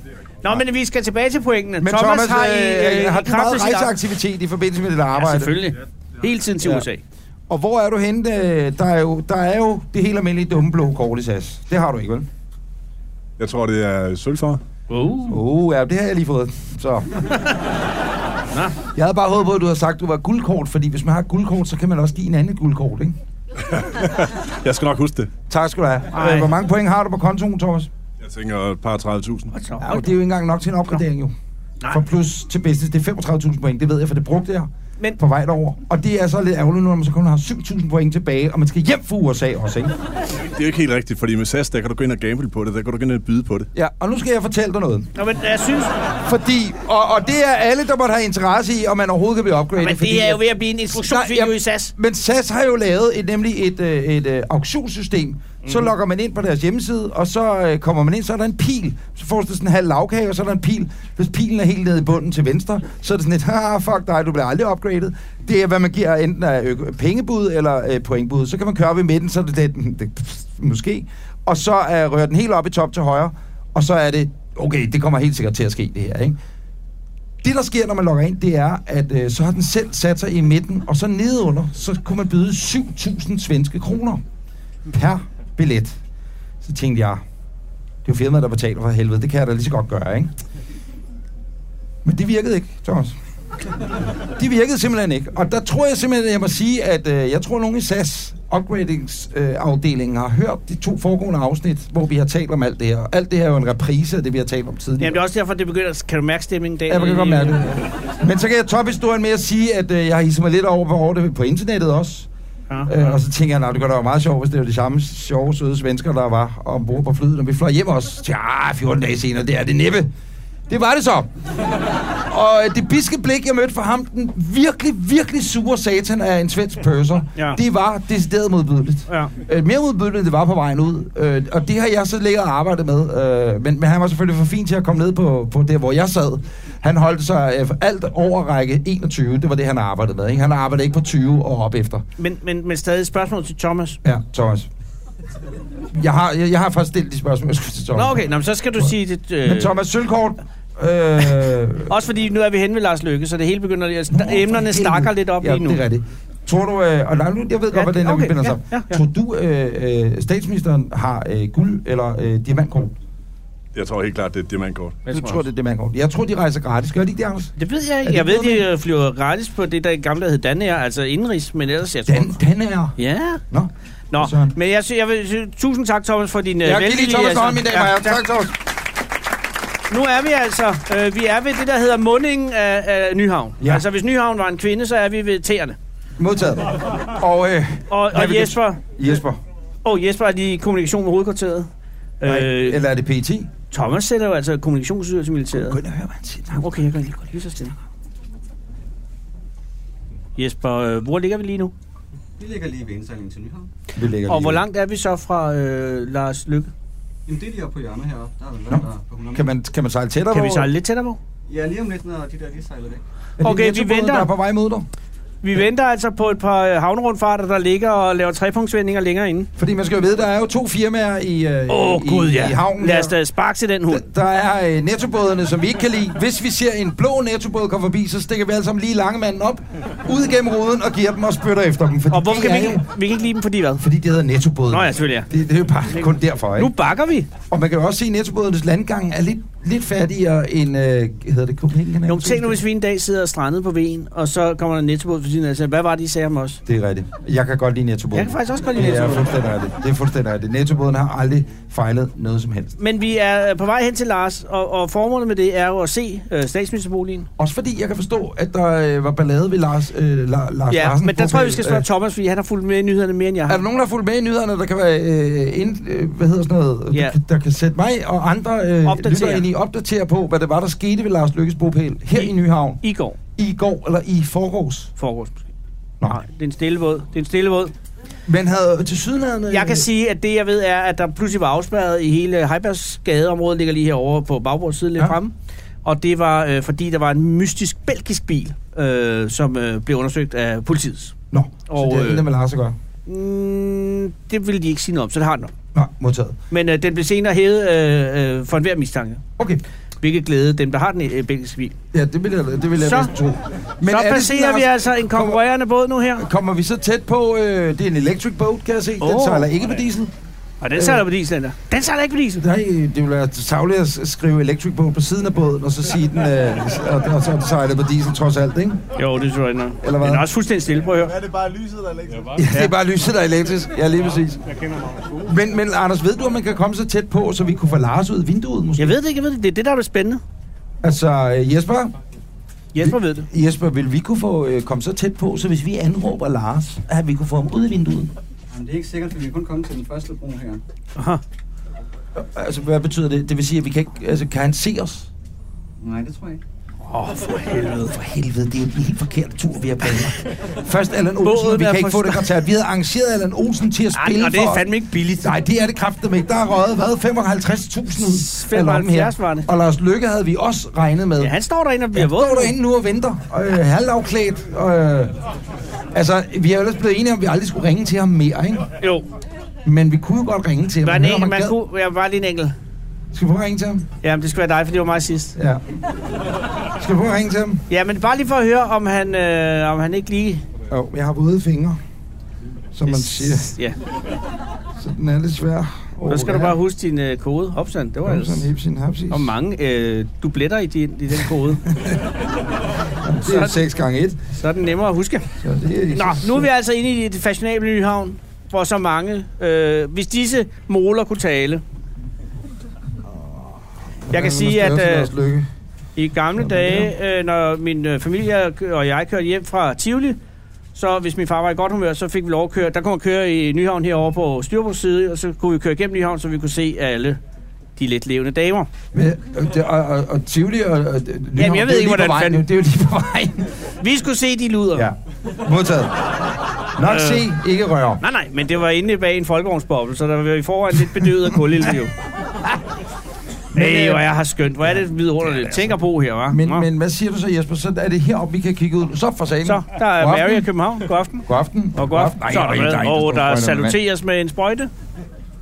[SPEAKER 3] Nå, men vi skal tilbage til pointene.
[SPEAKER 2] Men Thomas, Thomas har, I, øh, har du meget
[SPEAKER 3] bekræftet sit arbejde?
[SPEAKER 2] rejseaktivitet i forbindelse med dit arbejde?
[SPEAKER 3] Ja, selvfølgelig. Hele tiden til
[SPEAKER 2] Ja.
[SPEAKER 3] USA.
[SPEAKER 2] Og hvor er du henne? øh, Der er jo, der er jo det helt almindelige dumme blå kort i SAS. Det har du ikke, vel?
[SPEAKER 6] Jeg tror, det er sølvfar.
[SPEAKER 3] Uh.
[SPEAKER 2] Åh, oh, ja, det har jeg lige fået. Så. Jeg havde bare håbet på, at du havde sagt, at du var guldkort, fordi hvis man har et guldkort, så kan man også give en anden et guldkort, ikke?
[SPEAKER 6] Jeg skal nok huske det.
[SPEAKER 2] Tak skal du have.
[SPEAKER 3] Ej.
[SPEAKER 2] Øh, Hvor mange point har du på kontoen, Thomas?
[SPEAKER 6] Jeg tænker et par 30.000.
[SPEAKER 3] Så,
[SPEAKER 2] Ja, det er jo ikke engang nok til en opgradering, jo.
[SPEAKER 3] Nej.
[SPEAKER 2] For plus til business, det er 35.000 point, det ved jeg, for det brugte jeg
[SPEAKER 3] Men-
[SPEAKER 2] Men... på vej derover. Og det er så lidt ærgerligt nu, når man så kun har 7.000 point tilbage, og man skal hjem fra USA også, ikke?
[SPEAKER 6] Det er jo ikke helt rigtigt, fordi med SAS, der kan du gå ind og gamble på det. Der kan du gå ind og byde på det.
[SPEAKER 2] Ja, og nu skal jeg fortælle dig noget.
[SPEAKER 3] Nå, men jeg synes,
[SPEAKER 2] Fordi, og, og det er alle, der måtte have interesse i, om man overhovedet kan blive upgradet.
[SPEAKER 3] men
[SPEAKER 2] fordi
[SPEAKER 3] det er jo
[SPEAKER 2] at-
[SPEAKER 3] ved at blive en instruktionsvideo
[SPEAKER 2] Nej, jeg-
[SPEAKER 3] i SAS.
[SPEAKER 2] Men SAS har jo lavet et, nemlig et, øh, et, et auktionssystem. Mm. Så logger man ind på deres hjemmeside, og så øh, kommer man ind, så er der en pil. Så får du sådan en halv lavkage, og så er der en pil. Hvis pilen er helt nede i bunden til venstre, så er det sådan et, (laughs) ah, fuck dig, du bliver aldrig upgradet. Det er, hvad man giver enten af ø- pengebud eller øh, pointbud. Så kan man køre ved midten, så er det, det, det (laughs) pff, måske. Og så øh, rører den helt op i top til højre, og så er det, okay, det kommer helt sikkert til at ske det her, ikke? Det, der sker, når man logger ind, det er, at øh, så har den selv sat sig i midten, og så nedenunder, så kunne man byde 7.000 svenske kroner per billet. Så tænkte jeg, det er jo firmaet, der betaler for helvede, det kan jeg da lige så godt gøre, ikke? Men det virkede ikke, Thomas. Det virkede simpelthen ikke. Og der tror jeg simpelthen, at jeg må sige, at øh, jeg tror, at nogen i SAS upgradingsafdelingen har hørt de to foregående afsnit, hvor vi har talt om alt det her. Alt det her er jo en reprise af det, vi har talt om tidligere.
[SPEAKER 3] Jamen, det er også derfor, det begynder... at- Kan du mærke stemningen i dag?
[SPEAKER 2] Ja, man kan godt mærke det. Men så kan jeg toppe historien med at sige, at øh, jeg har hisset mig lidt over, over det på internettet også.
[SPEAKER 3] Ja.
[SPEAKER 2] Øh, og så tænker jeg, nej, det kunne da være meget sjovt, hvis det var de samme sjove, søde svensker, der var ombord på flyet, når vi fløj hjem også. Så tænkte jeg, ah, 14 dage senere, det er det næppe. Det var det så. Og øh, det biske blik, jeg mødte fra ham, den virkelig, virkelig sure satan af en svensk pøser,
[SPEAKER 3] Ja.
[SPEAKER 2] ja. det var decideret modbydeligt.
[SPEAKER 3] Ja.
[SPEAKER 2] Øh, mere modbydeligt, end det var på vejen ud. Øh, og det har jeg så ligget og arbejdet med. Øh, men, men han var selvfølgelig for fin til at komme ned på, på der, hvor jeg sad. Han holdt sig øh, for alt over række 21. Det var det, han arbejdede med. Ikke? Han arbejdede ikke på 20 og op efter.
[SPEAKER 3] Men, men, men stadig et spørgsmål til Thomas.
[SPEAKER 2] Ja, Thomas. Jeg har, jeg, jeg har faktisk stillet de spørgsmål, jeg skulle til
[SPEAKER 3] Nå,
[SPEAKER 2] Thomas.
[SPEAKER 3] okay. Nå, men så skal du sige det... Øh...
[SPEAKER 2] Men Thomas Sølkort...
[SPEAKER 3] (laughs)
[SPEAKER 2] Øh,
[SPEAKER 3] Også fordi nu er vi hen ved Lars Løkke, så det hele begynder... At, st- emnerne stakker lidt op
[SPEAKER 2] ja,
[SPEAKER 3] lige nu.
[SPEAKER 2] det er rigtigt. Tror du, øh, og nej, nu, jeg ved godt,
[SPEAKER 3] Ja,
[SPEAKER 2] ja, hvordan
[SPEAKER 3] okay,
[SPEAKER 2] okay, binder
[SPEAKER 3] ja,
[SPEAKER 2] sammen.
[SPEAKER 3] ja, ja.
[SPEAKER 2] Tror du, øh, øh, statsministeren har øh, guld eller øh, diamantkort?
[SPEAKER 6] Jeg tror helt klart, det er et diamantkort.
[SPEAKER 2] Jeg tror, det er diamantkort. Jeg tror, de rejser gratis. Gør de ikke det, Anders?
[SPEAKER 3] Det ved jeg ikke.
[SPEAKER 2] det
[SPEAKER 3] Jeg ved,
[SPEAKER 2] noget
[SPEAKER 3] de øh, flyver gratis på det, der i gamle hed Danair, altså indrigs, men ellers, jeg tror...
[SPEAKER 2] Den, den er...
[SPEAKER 3] Ja.
[SPEAKER 2] Nå.
[SPEAKER 3] Nå,
[SPEAKER 2] Søren.
[SPEAKER 3] men jeg, sy- jeg vil, sy- tusind tak, Thomas, for din øh,
[SPEAKER 2] Jeg giver lige Thomas
[SPEAKER 3] altså-
[SPEAKER 2] hånd, min damer og herrer. Tak, Thomas.
[SPEAKER 3] Nu er vi altså, øh, vi er ved det, der hedder mundingen af, af Nyhavn. Ja.
[SPEAKER 2] Ja.
[SPEAKER 3] Altså, hvis Nyhavn var en kvinde, så er vi ved tæerne.
[SPEAKER 2] Modtaget. Og øh,
[SPEAKER 3] Og,
[SPEAKER 2] Hvad
[SPEAKER 3] og
[SPEAKER 2] vil du-
[SPEAKER 3] Jesper,
[SPEAKER 2] Jesper.
[SPEAKER 3] åh, oh, Jesper er lige i kommunikation med hovedkvarteret.
[SPEAKER 2] Nej,
[SPEAKER 3] Øh,
[SPEAKER 2] eller er det PT?
[SPEAKER 3] Thomas sætter jo altså kommunikationsstyret til militæret.
[SPEAKER 2] Gå ind og hør, hvad han siger.
[SPEAKER 3] Okay, jeg kan lige gå lige så stille. Jesper, øh, hvor ligger vi lige nu?
[SPEAKER 4] Vi ligger lige ved indsejlingen til Nyhavn.
[SPEAKER 2] Vi lægger
[SPEAKER 3] Og
[SPEAKER 2] lige-
[SPEAKER 3] hvor langt er vi så fra øh, Lars Lykke?
[SPEAKER 4] Jamen det er lige oppe på hjørnet heroppe. Der er vel
[SPEAKER 2] Nå.
[SPEAKER 4] vand, der er på 100
[SPEAKER 2] Kan man, kan man sejle tættere
[SPEAKER 3] Kan vi
[SPEAKER 2] på?
[SPEAKER 3] sejle lidt tættere på?
[SPEAKER 4] Ja, lige om lidt, når de der lige sejler væk.
[SPEAKER 2] Er det
[SPEAKER 3] Okay, vi
[SPEAKER 2] Nettobåden,
[SPEAKER 3] venter.
[SPEAKER 2] Der er på vej mod dig.
[SPEAKER 3] Vi venter altså på et par øh, havnerundfarter, der ligger og laver trepunktsvendinger længere inde.
[SPEAKER 2] Fordi man skal jo vide, der er jo to firmaer i, øh,
[SPEAKER 3] Åh,
[SPEAKER 2] i,
[SPEAKER 3] gud
[SPEAKER 2] i,
[SPEAKER 3] ja.
[SPEAKER 2] i havnen.
[SPEAKER 3] Lad os
[SPEAKER 2] der.
[SPEAKER 3] da sparke til den hund.
[SPEAKER 2] Der- der er øh, nettobådene, som vi ikke kan lide. Hvis vi ser en blå nettobåd komme forbi, så stikker vi alle sammen lige langemanden op, ud gennem ruden og giver dem og spytter efter dem. Fordi
[SPEAKER 3] Og hvorfor
[SPEAKER 2] det
[SPEAKER 3] kan vi
[SPEAKER 2] er
[SPEAKER 3] ikke,
[SPEAKER 2] jo-
[SPEAKER 3] vi kan ikke lide dem, fordi hvad?
[SPEAKER 2] Fordi det hedder nettobåden.
[SPEAKER 3] Nå ja, selvfølgelig ja.
[SPEAKER 2] Det, det er jo bare kun derfor, ikke?
[SPEAKER 3] Nu bakker vi.
[SPEAKER 2] Og man kan jo også se, at nettobådenes landgang er lidt, lidt fattigere end, øh, hedder det, Copenhagen?
[SPEAKER 3] Nogle ting, nu hvis vi en dag sidder strandet på vejen, og så kommer der en nettobåd for siden af, og siger, hvad var det, I sagde om os?
[SPEAKER 2] Det er rigtigt. Jeg kan godt lide nettobåden.
[SPEAKER 3] Jeg kan faktisk også godt lide
[SPEAKER 2] Det er
[SPEAKER 3] nettobåden.
[SPEAKER 2] fuldstændig rigtigt. Det er fuldstændig rigtigt. Nettobåden har aldrig fejlet noget som helst.
[SPEAKER 3] Men vi er øh, på vej hen til Lars, og, og formålet med det er jo at se øh, statsministerboligen.
[SPEAKER 2] Også fordi jeg kan forstå, at der øh, var ballade ved Lars, øh, La, Lars
[SPEAKER 3] Ja,
[SPEAKER 2] Larsen.
[SPEAKER 3] men der tror jeg, vi skal
[SPEAKER 2] Øh,
[SPEAKER 3] spørge Thomas, fordi han har fulgt med i nyhederne mere, end jeg
[SPEAKER 2] Er der
[SPEAKER 3] har.
[SPEAKER 2] nogen, der har fulgt med i nyhederne, der kan være, øh, ind, øh, hvad hedder sådan noget,
[SPEAKER 3] Ja.
[SPEAKER 2] ja. der, der kan sætte mig og andre øh,
[SPEAKER 3] Opdatere.
[SPEAKER 2] lytter ind i, opdatere på, hvad det var, der skete ved Lars Lykkes bopæl her i Nyhavn
[SPEAKER 3] I går
[SPEAKER 2] i går eller i forgårs?
[SPEAKER 3] foregårs måske.
[SPEAKER 2] Nej.
[SPEAKER 3] Nej, det er en stille våd. Det er en stille våd.
[SPEAKER 2] Men havde til sydenhavnet...
[SPEAKER 3] Jeg kan sige, at det jeg ved er, at der pludselig var afspærret i hele Heibergsgadeområdet, ligger lige herovre på bagbords side lidt ja.
[SPEAKER 2] Ja.
[SPEAKER 3] fremme. Og det var, øh, fordi der var en mystisk belgisk bil, øh, som øh, blev undersøgt af politiet.
[SPEAKER 2] Nå,
[SPEAKER 3] Og,
[SPEAKER 2] og, så det
[SPEAKER 3] øh,
[SPEAKER 2] er øh... med Lars at gøre.
[SPEAKER 3] Mm, det ville de ikke sige noget om, så det har den om.
[SPEAKER 2] Nej, modtaget.
[SPEAKER 3] Men øh, den blev senere hævet øh, øh, for enhver mistanke.
[SPEAKER 2] Okay,
[SPEAKER 3] Hvilket glæde dem, der har den øh, belgiske bil.
[SPEAKER 2] ja, det vil jeg, det vil jeg
[SPEAKER 3] Så-
[SPEAKER 2] næsten tro.
[SPEAKER 3] Men så
[SPEAKER 2] er det
[SPEAKER 3] passerer
[SPEAKER 2] sådan,
[SPEAKER 3] vi
[SPEAKER 2] Lars-
[SPEAKER 3] altså en konkurrerende båd nu her.
[SPEAKER 2] Kommer vi så tæt på, øh, det er en electric boat, kan jeg se. Oh,
[SPEAKER 3] Åh.
[SPEAKER 2] den sejler ikke på diesel.
[SPEAKER 3] Og den sejler på diesel, den der. Den sejler ikke på diesel.
[SPEAKER 2] Nej, det ville være savligt at s- skrive electric boat på siden af båden, og så sige den, øh, s- og, og så sejle på diesel trods alt, ikke?
[SPEAKER 3] Jo, det tror jeg nok.
[SPEAKER 2] Eller hvad?
[SPEAKER 3] Den er også fuldstændig stille, prøv at høre.
[SPEAKER 7] Er det bare lyset, der er elektrisk?
[SPEAKER 2] Ja. Det er bare lyset, der er elektrisk. Ja, lige præcis.
[SPEAKER 7] Jeg kender Magnus Skole.
[SPEAKER 2] Men, men Anders, ved du, om man kan komme så tæt på, så vi kunne få Lars ud af vinduet, måske?
[SPEAKER 3] Jeg ved det ikke, jeg ved det. Det er det, der er det spændende.
[SPEAKER 2] Altså, øh, Jesper,
[SPEAKER 3] Jesper ved det.
[SPEAKER 2] Jesper, vil vi kunne få, øh, komme så tæt på, så hvis vi anråber Lars, at vi kunne få ham ud af vinduet?
[SPEAKER 4] Jamen, det er ikke sikkert, for vi kan kun komme til den første bro her.
[SPEAKER 3] Aha.
[SPEAKER 2] Altså, hvad betyder det? Det vil sige, at vi kan ikke... Altså, kan han se os?
[SPEAKER 4] Nej, det tror jeg ikke.
[SPEAKER 2] Åh, for helvede, for helvede. Det er den helt forkerte tur, vi har
[SPEAKER 3] (laughs)
[SPEAKER 2] planlagt. Først Allan Olsen,
[SPEAKER 3] Båden
[SPEAKER 2] og vi
[SPEAKER 3] er
[SPEAKER 2] kan ikke
[SPEAKER 3] for
[SPEAKER 2] få det koncert. Vi havde arrangeret Allan Olsen til at spille
[SPEAKER 3] Ej, og det
[SPEAKER 2] for
[SPEAKER 3] er
[SPEAKER 2] os.
[SPEAKER 3] fandme ikke billigt.
[SPEAKER 2] Nej, det er det kraftedeme ikke. Der er røget, hvad, 55.000 ud af loppen her.
[SPEAKER 3] 75 var det.
[SPEAKER 2] Og Lars Lykke havde vi også regnet med.
[SPEAKER 3] Ja, han står derinde og bliver
[SPEAKER 2] Jeg
[SPEAKER 3] våd.
[SPEAKER 2] står derinde nu og venter, og øh, halvafklædt. Og, øh, altså, vi er jo ellers blevet enige om, at vi aldrig skulle ringe til ham mere, ikke?
[SPEAKER 3] Jo,
[SPEAKER 2] Men vi kunne jo godt ringe til ham.
[SPEAKER 3] der er en
[SPEAKER 2] Høre, om
[SPEAKER 3] enkelt,
[SPEAKER 2] han
[SPEAKER 3] man
[SPEAKER 2] gad.
[SPEAKER 3] kunne... Jeg var lige en enkelt.
[SPEAKER 2] Skal vi prøve at ringe til ham?
[SPEAKER 3] Jamen, det skal være dig, for det var mig sidst.
[SPEAKER 2] Ja. Skal vi prøve at ringe til ham?
[SPEAKER 3] Ja, men bare lige for at høre, om han, øh, om han ikke lige...
[SPEAKER 2] Jo, oh, jeg har våde fingre. Som man siger,
[SPEAKER 3] Ja,
[SPEAKER 2] så den er lidt svær. Oh,
[SPEAKER 3] så skal du bare huske din øh, kode. Hopsan, det var
[SPEAKER 2] Kom,
[SPEAKER 3] ellers...
[SPEAKER 2] sådan hipsin hapsis.
[SPEAKER 3] Og mange øh, dubletter i, din, i den kode.
[SPEAKER 2] Det er 6 gange 1.
[SPEAKER 3] Så er den nemmere at huske.
[SPEAKER 2] Så det er
[SPEAKER 3] Nå, nu er vi altså inde i det fashionable Nyhavn, hvor så mange... Øh, hvis disse moler kunne tale... Jeg kan sige, at øh,
[SPEAKER 2] Øh... Lykke.
[SPEAKER 3] i gamle dage, øh, når min øh, familie og jeg kørte hjem fra Tivoli, så hvis min far var i godt humør, så fik vi lov at køre. Der kunne man køre i Nyhavn herovre på Styrborgs side, og så kunne vi køre igennem Nyhavn, så vi kunne se alle de lidt levende damer.
[SPEAKER 2] Men, øh, det, og, og, og Tivoli og, og Nyhavn,
[SPEAKER 3] Jamen, jeg ved
[SPEAKER 2] det er jo lige
[SPEAKER 3] ikke,
[SPEAKER 2] på
[SPEAKER 3] hvordan
[SPEAKER 2] vejen,
[SPEAKER 3] fanden-
[SPEAKER 2] nu. Det er jo lige på vejen.
[SPEAKER 3] Vi skulle se de luder.
[SPEAKER 2] Ja. Modtaget. Nok øh. se, ikke røre.
[SPEAKER 3] Nej, nej, men det var inde bag en folkevognsboble, så der var i forvejen lidt bedøvet af
[SPEAKER 2] (laughs)
[SPEAKER 3] kulilden jo.
[SPEAKER 2] øh,
[SPEAKER 3] Nej, hvor jeg har skønt. Hvor er det vidunderligt. Tænker på her, hva'?
[SPEAKER 2] altså- Men,
[SPEAKER 3] Nå.
[SPEAKER 2] men hvad siger du så, Jesper? Så er det heroppe, vi kan kigge ud. Så for sagen.
[SPEAKER 3] Så, der er
[SPEAKER 2] God aften.
[SPEAKER 3] Mary i København. God aften.
[SPEAKER 2] God aften.
[SPEAKER 3] Og god aften.
[SPEAKER 2] Nej,
[SPEAKER 3] Så er
[SPEAKER 2] nej, nej,
[SPEAKER 3] der
[SPEAKER 2] nej,
[SPEAKER 3] mad, og
[SPEAKER 2] står
[SPEAKER 3] der
[SPEAKER 2] spøjner med
[SPEAKER 3] saluteres med en sprøjte.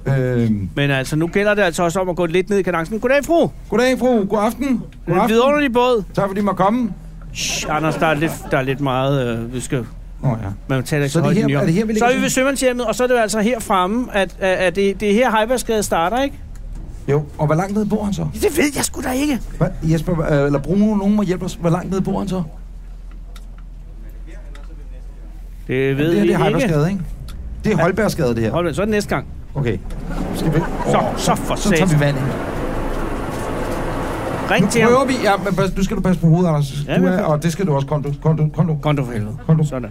[SPEAKER 2] mand. Øhm,
[SPEAKER 3] Men altså, nu gælder det altså også om at gå lidt ned i kadencen. Goddag, fru.
[SPEAKER 2] Goddag, fru. God aften. God
[SPEAKER 3] En
[SPEAKER 2] aften.
[SPEAKER 3] vidunderlig båd.
[SPEAKER 2] Tak fordi I må komme.
[SPEAKER 3] Shh, Anders, der er lidt, der er lidt meget... Øh, vi skal,
[SPEAKER 2] Nå ja.
[SPEAKER 3] man taler ikke
[SPEAKER 2] Så
[SPEAKER 3] så,
[SPEAKER 2] er det
[SPEAKER 3] højt i
[SPEAKER 2] her-
[SPEAKER 3] Nyhavn.
[SPEAKER 2] er det her, vi
[SPEAKER 3] Så
[SPEAKER 2] ligger
[SPEAKER 3] er vi
[SPEAKER 2] sådan?
[SPEAKER 3] ved Sømandshjemmet, og så er det jo altså her fremme, at, at, at det, det er her Heibergsgade starter, ikke?
[SPEAKER 2] Jo, og hvor langt ned bor han så?
[SPEAKER 3] Det ved jeg sgu da ikke.
[SPEAKER 2] Hva? Jesper, øh, eller Bruno, nogen må hjælpe os. Hvor langt ned bor han så?
[SPEAKER 3] Det ved
[SPEAKER 2] det her det er
[SPEAKER 3] vi ikke.
[SPEAKER 2] Heibergsgade, ikke? Det er Holbergsgade, det her.
[SPEAKER 3] Hold da, så er det næste gang.
[SPEAKER 2] Okay. Skal vi?
[SPEAKER 3] Så, så for
[SPEAKER 2] Så tager
[SPEAKER 3] satan.
[SPEAKER 2] vi vand ind. Nu
[SPEAKER 3] Ring til ham.
[SPEAKER 2] prøver vi. Ja, men pas, nu skal du passe på hovedet, Anders.
[SPEAKER 3] Ja,
[SPEAKER 2] Du
[SPEAKER 3] men-
[SPEAKER 2] er, og det skal du også. Kom du. Kom du. Kom du.
[SPEAKER 3] Konto for helvede.
[SPEAKER 2] Kom du.
[SPEAKER 3] Sådan.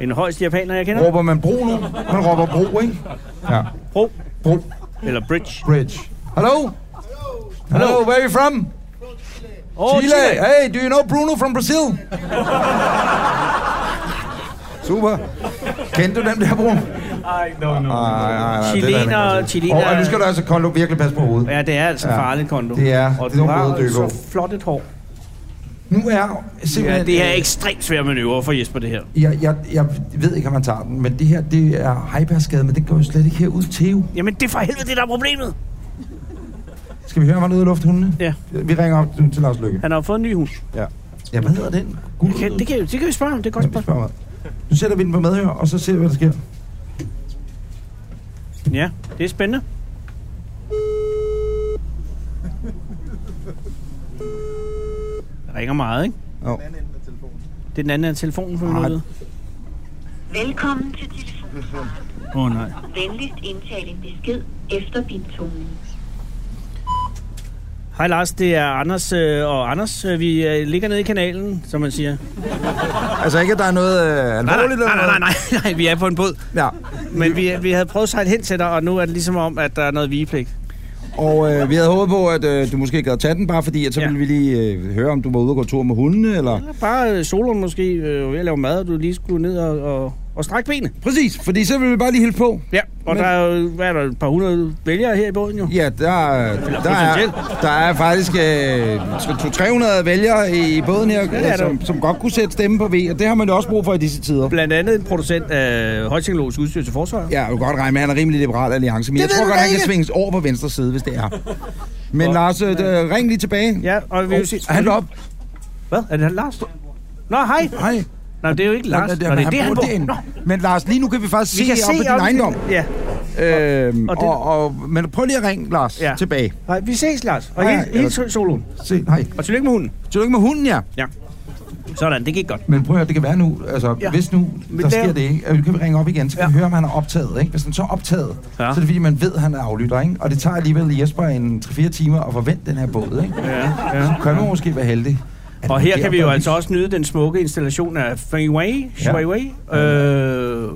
[SPEAKER 3] En højst japaner, jeg kender.
[SPEAKER 2] Råber man bro nu? Man råber bro, ikke? Ja.
[SPEAKER 3] Bro.
[SPEAKER 2] Bro.
[SPEAKER 3] Eller bridge.
[SPEAKER 2] Bridge. Hello? Hello, where are you from?
[SPEAKER 3] Oh,
[SPEAKER 2] Chile. Hey, do you know Bruno from
[SPEAKER 3] (laughs)
[SPEAKER 2] Brazil? Super. Kendte du dem der, Bruno?
[SPEAKER 5] Ej, no, no.
[SPEAKER 2] Nej, nej, nej.
[SPEAKER 3] Chilener, chilener.
[SPEAKER 2] Og, og nu skal du altså, Kondo, virkelig passe på hovedet.
[SPEAKER 3] Ja, det er altså
[SPEAKER 2] Ja.
[SPEAKER 3] farligt, Kondo.
[SPEAKER 2] Det er-
[SPEAKER 3] Og
[SPEAKER 2] det er
[SPEAKER 3] du
[SPEAKER 2] nogle
[SPEAKER 3] har
[SPEAKER 2] gode dykker.
[SPEAKER 3] så flot et hår.
[SPEAKER 2] Nu er simpelthen... øh,
[SPEAKER 3] Ja, det her er ekstremt svære manøvre for Jesper, det her.
[SPEAKER 2] Jeg, jeg, jeg ved ikke, om man tager den, men det her, det er Heibergsgade, men det går jo slet ikke herud til. jo.
[SPEAKER 3] Jamen, det er for helvede, det der er problemet.
[SPEAKER 2] Skal vi høre, om han er ude af lufthundene?
[SPEAKER 3] Ja.
[SPEAKER 2] Vi ringer op til Lars Lykke.
[SPEAKER 3] Han har jo fået en ny hund.
[SPEAKER 2] Ja. Ja, hvad hedder den? Gud,
[SPEAKER 3] Kan, det, kan, det kan vi spørge om, det er et godt spørgsmål.
[SPEAKER 2] spørgsmål. Nu sætter vi den på medhør, og så ser vi, hvad der sker.
[SPEAKER 3] Ja, det er spændende. Det ringer meget, ikke?
[SPEAKER 2] Jo. Ah,
[SPEAKER 3] Det er den anden af telefonen, for
[SPEAKER 2] Nej.
[SPEAKER 3] noget.
[SPEAKER 8] Velkommen til telefonen.
[SPEAKER 3] Åh, oh, nej.
[SPEAKER 8] Venligst indtal en besked efter biptonen.
[SPEAKER 3] Hej Lars, det er Anders, øh, og Anders, øh, vi øh, ligger nede i kanalen, som man siger.
[SPEAKER 2] Altså ikke, at der er noget øh, alvorligt
[SPEAKER 3] nej, nej, nej, nej, nej, vi er på en båd.
[SPEAKER 2] Ja.
[SPEAKER 3] Men vi, vi havde prøvet at sejle hen til dig, og nu er det ligesom om, at der er noget vigepligt.
[SPEAKER 2] Og øh, vi havde håbet på, at øh, du måske gad tage den, bare fordi, at så
[SPEAKER 3] Ja.
[SPEAKER 2] ville vi lige øh, høre, om du var ude og gå tur med hundene, eller...
[SPEAKER 3] Bare øh, soloen måske, øh, ved at lave mad, og du lige skulle ned og, og, og strække benene.
[SPEAKER 2] Præcis, fordi så ville vi bare lige hilse på.
[SPEAKER 3] Ja, og
[SPEAKER 2] Men-
[SPEAKER 3] Men... der er jo, hvad er der, et par hundrede vælgere her i båden jo.
[SPEAKER 2] Ja, der, der, er,
[SPEAKER 3] potentielt.
[SPEAKER 2] der er faktisk øh, 200-300 vælgere i båden her,
[SPEAKER 3] er
[SPEAKER 2] øh,
[SPEAKER 3] der.
[SPEAKER 2] som, som godt kunne sætte stemme på V, og det har man jo også brug for i disse tider.
[SPEAKER 3] Blandt andet en producent af højteknologisk udstyr til forsvaret.
[SPEAKER 2] Ja, jeg vil godt regne med, at han er rimelig liberal alliance, men
[SPEAKER 3] Det
[SPEAKER 2] jeg
[SPEAKER 3] ved
[SPEAKER 2] tror
[SPEAKER 3] du
[SPEAKER 2] godt,
[SPEAKER 3] da
[SPEAKER 2] han kan
[SPEAKER 3] ikke.
[SPEAKER 2] svinges over på venstre side, hvis det er. Men
[SPEAKER 3] Og-
[SPEAKER 2] Lars, øh, øh, ring lige tilbage.
[SPEAKER 3] Ja, og vi vil sige...
[SPEAKER 2] Oh, han er op.
[SPEAKER 3] Hvad? Er det han Lars? Nå, hej.
[SPEAKER 2] Hej.
[SPEAKER 3] Nej, det er jo ikke Lars. Nå, det er det, han bor.
[SPEAKER 2] derinde. Men Lars, lige nu kan vi faktisk
[SPEAKER 3] Vi
[SPEAKER 2] se
[SPEAKER 3] kan
[SPEAKER 2] op på
[SPEAKER 3] se
[SPEAKER 2] din ejendom.
[SPEAKER 3] Ja.
[SPEAKER 2] Øhm, og,
[SPEAKER 3] og
[SPEAKER 2] det...
[SPEAKER 3] det-
[SPEAKER 2] og, og, men prøv lige at ringe, Lars, ja.
[SPEAKER 3] Ja.
[SPEAKER 2] tilbage.
[SPEAKER 3] Nej, vi ses, Lars. Og
[SPEAKER 2] Hej,
[SPEAKER 3] helt,
[SPEAKER 2] hej.
[SPEAKER 3] helt soloen.
[SPEAKER 2] Se, hej.
[SPEAKER 3] Og tillykke med hunden.
[SPEAKER 2] Tillykke med hunden, ja.
[SPEAKER 3] Sådan, det gik godt.
[SPEAKER 2] Men prøv at høre, det kan være nu, altså ja.
[SPEAKER 3] Ja.
[SPEAKER 2] hvis nu
[SPEAKER 3] Men
[SPEAKER 2] der
[SPEAKER 3] det er-
[SPEAKER 2] sker det, ikke? at vi kan ringe op igen, så kan ja.
[SPEAKER 3] Ja.
[SPEAKER 2] vi høre, om han er optaget. Ikke? Hvis han så er optaget, ja. så er det fordi, man ved, at han er aflytter. Ikke? Og det tager alligevel Jesper en 3-4 timer at forvente den her båd. Ikke?
[SPEAKER 3] Ja, ja.
[SPEAKER 2] Kan man måske være heldig. Er
[SPEAKER 3] Og
[SPEAKER 2] det
[SPEAKER 3] her kan vi jo
[SPEAKER 2] der-
[SPEAKER 3] altså også nyde den smukke installation af Feng Wei,
[SPEAKER 2] Ja.
[SPEAKER 3] Shui Wei, øh,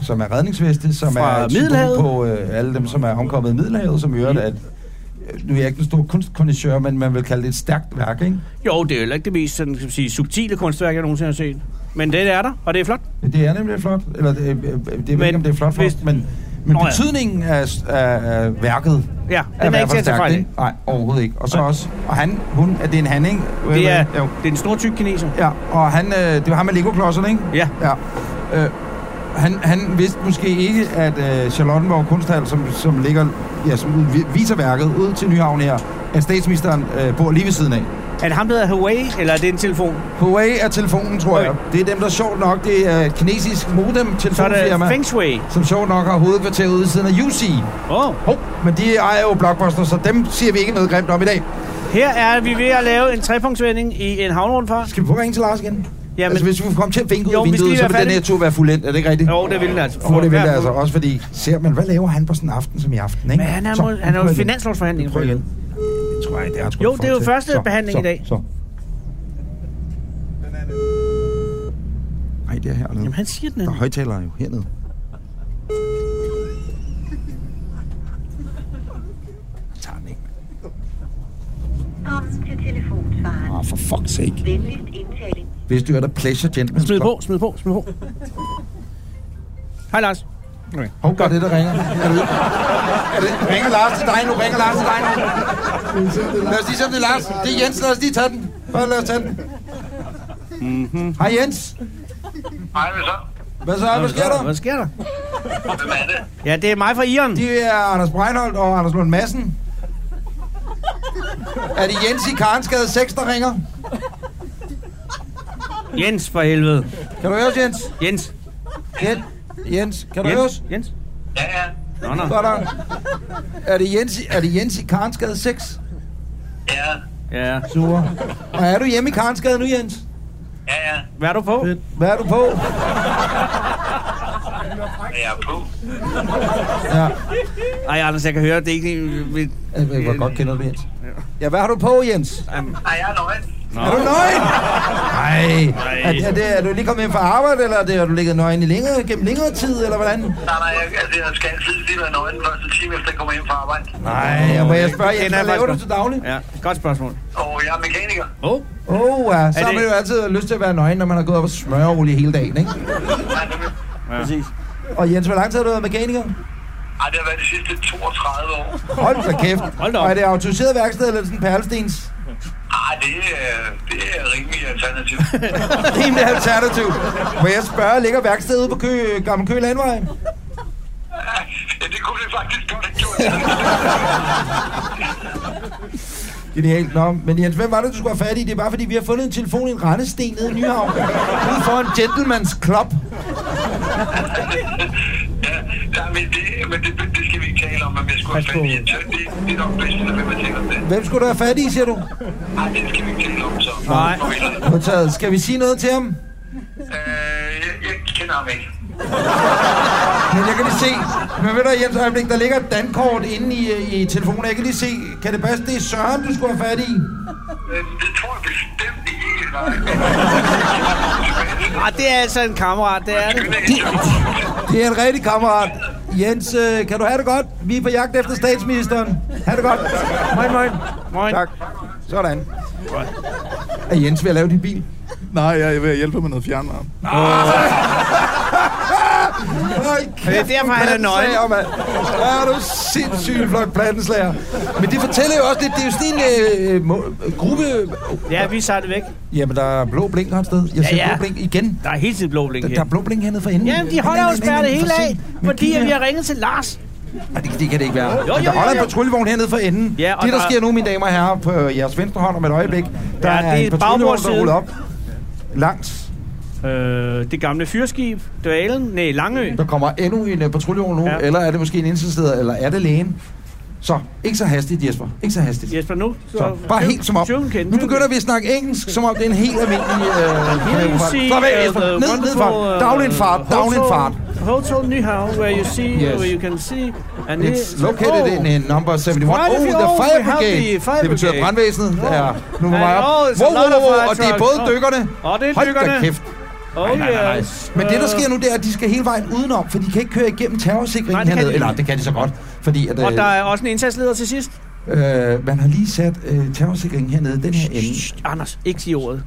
[SPEAKER 2] Som er redningsveste, som
[SPEAKER 3] Fra
[SPEAKER 2] er et symbol
[SPEAKER 3] Middelhavet. Mm.
[SPEAKER 2] på øh, alle dem, som er omkommet i Middelhavet, som i øvrigt er et, øh, nu er jeg ikke en stor kunstkondisør, men man vil kalde det et stærkt værk, ikke?
[SPEAKER 3] Jo, det er heller ikke det mest sådan, skal man sige, subtile kunstværk, jeg nogensinde har set. Men det er der, og det er flot.
[SPEAKER 2] Det er nemlig flot. Eller det, øh, øh, det er men, ikke, om det er flot for
[SPEAKER 3] hvis-
[SPEAKER 2] os, men, men
[SPEAKER 3] Nå ja.
[SPEAKER 2] betydningen af, af, af værket
[SPEAKER 3] Ja,
[SPEAKER 2] er i
[SPEAKER 3] den er
[SPEAKER 2] hvert fald
[SPEAKER 3] ikke til at tage
[SPEAKER 2] stærk,
[SPEAKER 3] fejl. af.
[SPEAKER 2] ikke? Nej, overhovedet ikke. Og så også, og han, hun, er det en han, ikke?
[SPEAKER 3] Det er,
[SPEAKER 2] Jo.
[SPEAKER 3] det er en stor tyk kineser.
[SPEAKER 2] Ja, og han, øh, det var ham med Lego-klodserne, ikke?
[SPEAKER 3] Ja.
[SPEAKER 2] Ja. Øh, han, han vidste måske ikke, at øh, Charlottenborg Kunsthal, som, som ligger, ja, som vi- viser værket ud til Nyhavn her, at statsministeren øh, bor lige ved siden af.
[SPEAKER 3] Er det ham, der hedder Huawei, eller er det en telefon?
[SPEAKER 2] Huawei er telefonen, tror
[SPEAKER 3] Okay.
[SPEAKER 2] jeg. Det er dem, der sjovt nok, det er et kinesisk
[SPEAKER 3] Så er
[SPEAKER 2] modem-telefonfirma
[SPEAKER 3] det Feng Shui.
[SPEAKER 2] som sjovt nok har hovedkvarteret ude i siden af UC.
[SPEAKER 3] Åh, oh.
[SPEAKER 2] Hov, men de ejer jo Blockbuster, så dem siger vi ikke noget grimt om i dag.
[SPEAKER 3] her er vi ved at lave en trepunktsvending i en havnrundfart.
[SPEAKER 2] Skal vi prøve at ringe til Lars igen? Jamen,
[SPEAKER 3] Jamen-
[SPEAKER 2] altså, hvis vi kunne komme til at vinke ud
[SPEAKER 3] Jo,
[SPEAKER 2] af
[SPEAKER 3] vi skal
[SPEAKER 2] vinduet,
[SPEAKER 3] lige
[SPEAKER 2] så
[SPEAKER 3] være
[SPEAKER 2] ville den
[SPEAKER 3] færdige.
[SPEAKER 2] her tur være fuldendt. Er det ikke rigtigt?
[SPEAKER 3] Jo, det ville det altså.
[SPEAKER 2] For det ville det altså
[SPEAKER 3] Ja,
[SPEAKER 2] også, fordi... Ser man, hvad laver han på sådan en aften som i aften, ikke?
[SPEAKER 3] Men han er,
[SPEAKER 2] Så,
[SPEAKER 3] mod- han er
[SPEAKER 2] prøv
[SPEAKER 3] jo
[SPEAKER 2] igen.
[SPEAKER 3] finanslovsforhandling.
[SPEAKER 2] Prøv igen. Det tror jeg, det er han sgu
[SPEAKER 3] Jo,
[SPEAKER 2] for
[SPEAKER 3] det er jo
[SPEAKER 2] til.
[SPEAKER 3] første
[SPEAKER 2] Så,
[SPEAKER 3] behandling
[SPEAKER 2] så,
[SPEAKER 3] i dag.
[SPEAKER 2] Så. Nej, det er hernede.
[SPEAKER 3] Jamen, han siger den.
[SPEAKER 2] Der
[SPEAKER 3] anden.
[SPEAKER 2] er højtalere jo hernede. Jeg tager den ikke.
[SPEAKER 8] Velkommen til telefonsvaren.
[SPEAKER 2] Ah, for fuck's sake.
[SPEAKER 8] Venligst indtale en
[SPEAKER 2] Hvis du er der pleasure gentleman.
[SPEAKER 3] Smid på, smid på, smid på. Hej Lars.
[SPEAKER 2] Hov, gør det, der ringer. Er det, er det, ringer Lars til dig nu, ringer Lars til dig nu. Lad os lige se, om det er Lars. Det er Jens, lad os lige tage den. Bare lad os tage den.
[SPEAKER 3] Mhm.
[SPEAKER 2] Hej Jens.
[SPEAKER 9] Hej, hvad så?
[SPEAKER 2] Hvad så? Hvad sker der?
[SPEAKER 3] Hvad sker der?
[SPEAKER 9] Hvem er det?
[SPEAKER 3] Ja, det er mig fra Iren.
[SPEAKER 2] De er Anders Breinholt og Anders Lund Madsen. Er det Jens i Karensgade 6, der ringer?
[SPEAKER 3] Jens for helvede.
[SPEAKER 2] Kan du høre os, Jens?
[SPEAKER 3] Jens.
[SPEAKER 2] Jens, Jens kan du høre os?
[SPEAKER 3] Jens. Jens.
[SPEAKER 9] Ja, ja.
[SPEAKER 3] Nå, nå.
[SPEAKER 2] Sådan. Er det Jens, i- er det Jens i Karensgade 6?
[SPEAKER 9] Ja,
[SPEAKER 3] Ja.
[SPEAKER 2] Super. Og er du hjemme i Karensgade nu, Jens?
[SPEAKER 9] ja, ja.
[SPEAKER 3] Hvad er du på?
[SPEAKER 2] Hvad er du på?
[SPEAKER 9] Jeg er på.
[SPEAKER 2] Ja.
[SPEAKER 3] Ej, Anders, jeg kan høre, det er ikke... Vi...
[SPEAKER 2] Jeg ved, hvor godt kender du Jens. Ja, hvad har du på, Jens?
[SPEAKER 9] Hej, jeg er nøgen.
[SPEAKER 2] Er du nøgen? Nej. Er, det- er, det, er du lige kommet hjem fra arbejde, eller er det, har du ligget nøgen i længere, gennem længere tid, eller hvordan?
[SPEAKER 9] Nej, nej, jeg, altså, jeg skal altid lige være nøgen den første time, efter jeg kommer hjem fra arbejde.
[SPEAKER 2] Nej, og må jeg spørge, Jens,
[SPEAKER 3] Den
[SPEAKER 2] hvad
[SPEAKER 3] er
[SPEAKER 2] laver
[SPEAKER 3] faktisk
[SPEAKER 2] du
[SPEAKER 3] godt.
[SPEAKER 2] til daglig?
[SPEAKER 3] Ja, godt spørgsmål.
[SPEAKER 9] Og jeg er mekaniker.
[SPEAKER 3] Åh, oh,
[SPEAKER 2] Åh, oh, ja. Så
[SPEAKER 3] Er
[SPEAKER 2] har
[SPEAKER 3] det-
[SPEAKER 2] man jo altid lyst til at være nøgen, når man har gået op og smøreolie hele dagen, ikke?
[SPEAKER 9] Nej, det,
[SPEAKER 2] Præcis. Og Jens, hvor lang tid har du været mekaniker?
[SPEAKER 9] ej, det har været de sidste 32 år.
[SPEAKER 2] Hold da kæft.
[SPEAKER 3] Hold da op.
[SPEAKER 2] Og er det autoriseret værksted, eller er det sådan en perlestens?
[SPEAKER 9] Ej, det, er- det er rimelig alternativ.
[SPEAKER 2] Rimelig alternativ. Må jeg spørge, ligger værkstedet ude på Kø, Gammel Kø Landvej?
[SPEAKER 9] Ja, det kunne det faktisk godt have gjort.
[SPEAKER 2] Genialt. Nå, men Jens, hvem var det, du skulle have fat i? Det er bare, fordi vi har fundet en telefon i en rendesten nede i Nyhavn. Ude for en gentleman's club.
[SPEAKER 9] ja, nej, men, det, men det, det, skal vi ikke tale om, men jeg skulle have fat i en tønd. Det, det er nok bedst, at man taler om det.
[SPEAKER 2] Hvem skulle du have fat i, siger du?
[SPEAKER 9] Ej, det skal vi ikke tale om, så.
[SPEAKER 3] Nej.
[SPEAKER 2] Modtaget. Skal vi sige noget til ham?
[SPEAKER 9] Øh, jeg, jeg kender ham ikke.
[SPEAKER 2] Men jeg kan lige se. Men ved du, Jens øjeblik, der ligger et dankort inde i, øh, i telefonen. Jeg kan lige se. Kan det passe, det er Søren, du skulle have fat i?
[SPEAKER 9] Øh, Det tror jeg bestemt ikke. Nej.
[SPEAKER 3] ah, det er altså en kammerat, det er det.
[SPEAKER 2] Det er en rigtig kammerat. Jens, øh, kan du have det godt? Vi er på jagt efter statsministeren. Ha' det godt. Moin, moin.
[SPEAKER 3] Moin.
[SPEAKER 2] Tak. Sådan. Er Jens ved at lave din bil?
[SPEAKER 7] Nej, jeg er ved at hjælpe med noget fjernvarme.
[SPEAKER 3] Ah!
[SPEAKER 2] Hold kæft,
[SPEAKER 3] Det er derfor, han er nøgen.
[SPEAKER 2] plattenslager, mand. Ja, du er sindssygt flot plattenslager. Men det fortæller jo også lidt, det er jo sådan en øh, øh, må- øh, gruppe...
[SPEAKER 3] Ja, vi sejler væk.
[SPEAKER 2] Jamen, der er blå blink her et sted. Jeg ser ja,
[SPEAKER 3] Ja,
[SPEAKER 2] ja.
[SPEAKER 3] ja.
[SPEAKER 2] blå blink igen.
[SPEAKER 3] Der er hele tiden blå blink
[SPEAKER 2] Der, der er
[SPEAKER 3] her.
[SPEAKER 2] blå blink hernede for enden.
[SPEAKER 3] Jamen, de holder jo
[SPEAKER 2] Men- men- men-
[SPEAKER 3] spærret
[SPEAKER 2] men-
[SPEAKER 3] hele
[SPEAKER 2] for
[SPEAKER 3] af,
[SPEAKER 2] sent. Men
[SPEAKER 3] fordi
[SPEAKER 2] kig
[SPEAKER 3] at vi
[SPEAKER 2] her.
[SPEAKER 3] har ringet til Lars.
[SPEAKER 2] Ej, Det, det kan det ikke være. Jo, jo,
[SPEAKER 3] jo,
[SPEAKER 2] men der
[SPEAKER 3] jo,
[SPEAKER 2] holder en
[SPEAKER 3] jo.
[SPEAKER 2] patruljevogn hernede for enden.
[SPEAKER 3] Ja, og
[SPEAKER 2] det, der,
[SPEAKER 3] der-
[SPEAKER 2] sker nu, mine damer og herrer, på jeres venstre hånd om et øjeblik, der
[SPEAKER 3] Ja,
[SPEAKER 2] er
[SPEAKER 3] det er
[SPEAKER 2] en patruljevogn, der
[SPEAKER 3] bagbordssiden.
[SPEAKER 2] ruller op langs
[SPEAKER 3] Øh, det gamle fyrskib, Dvalen, nej, Langø.
[SPEAKER 2] Der kommer endnu en uh, patruljevogn nu,
[SPEAKER 3] Ja.
[SPEAKER 2] ja. eller er det måske en indsatsleder, eller er det lægen? Så, ikke så hastigt, Jesper. Ikke så hastigt.
[SPEAKER 3] Jesper, nu...
[SPEAKER 2] Så, bare helt som om. Nu begynder vi at snakke engelsk, som om det er en helt almindelig... Øh,
[SPEAKER 3] see,
[SPEAKER 2] farvel,
[SPEAKER 3] uh,
[SPEAKER 2] Jesper.
[SPEAKER 3] the
[SPEAKER 2] Ned, ned,
[SPEAKER 3] wonderful,
[SPEAKER 2] fart. Daglig en
[SPEAKER 3] uh,
[SPEAKER 2] fart. Daglig en
[SPEAKER 3] hotel-
[SPEAKER 2] fart.
[SPEAKER 3] Hotel Nyhavn, where you see,
[SPEAKER 2] Yes.
[SPEAKER 3] where you can see... And
[SPEAKER 2] It's
[SPEAKER 3] here-
[SPEAKER 2] located in, in number 71. Oh,
[SPEAKER 3] Quite a few-
[SPEAKER 2] the
[SPEAKER 3] oh,
[SPEAKER 2] fire
[SPEAKER 3] we have
[SPEAKER 2] brigade.
[SPEAKER 3] the fire
[SPEAKER 2] Det betyder
[SPEAKER 3] brigade.
[SPEAKER 2] brandvæsenet. No. Ja, nu
[SPEAKER 3] And
[SPEAKER 2] må jeg op.
[SPEAKER 3] oh, it's a
[SPEAKER 2] Wow, wow,
[SPEAKER 3] lot of
[SPEAKER 2] wow, wow,
[SPEAKER 3] fire
[SPEAKER 2] og det er
[SPEAKER 3] trucks.
[SPEAKER 2] både
[SPEAKER 3] Oh.
[SPEAKER 2] dykkerne.
[SPEAKER 3] Og det er
[SPEAKER 2] Hold da
[SPEAKER 3] dykkerne.
[SPEAKER 2] kæft.
[SPEAKER 3] Oh,
[SPEAKER 2] nej, nej.
[SPEAKER 3] yes.
[SPEAKER 2] Men det, der
[SPEAKER 3] Øh,
[SPEAKER 2] sker nu, det er, at de skal hele vejen udenom, for de kan ikke køre igennem
[SPEAKER 3] Nej,
[SPEAKER 2] terrorsikringen
[SPEAKER 3] det kan
[SPEAKER 2] hernede.
[SPEAKER 3] de ikke.
[SPEAKER 2] Eller det kan de så godt, fordi at,
[SPEAKER 3] Og der
[SPEAKER 2] øh,
[SPEAKER 3] er også en indsatsleder til sidst.
[SPEAKER 2] øh, man har lige sat øh, terrorsikringen hernede, den her ende.
[SPEAKER 3] Shh, Anders, ikke sige ordet.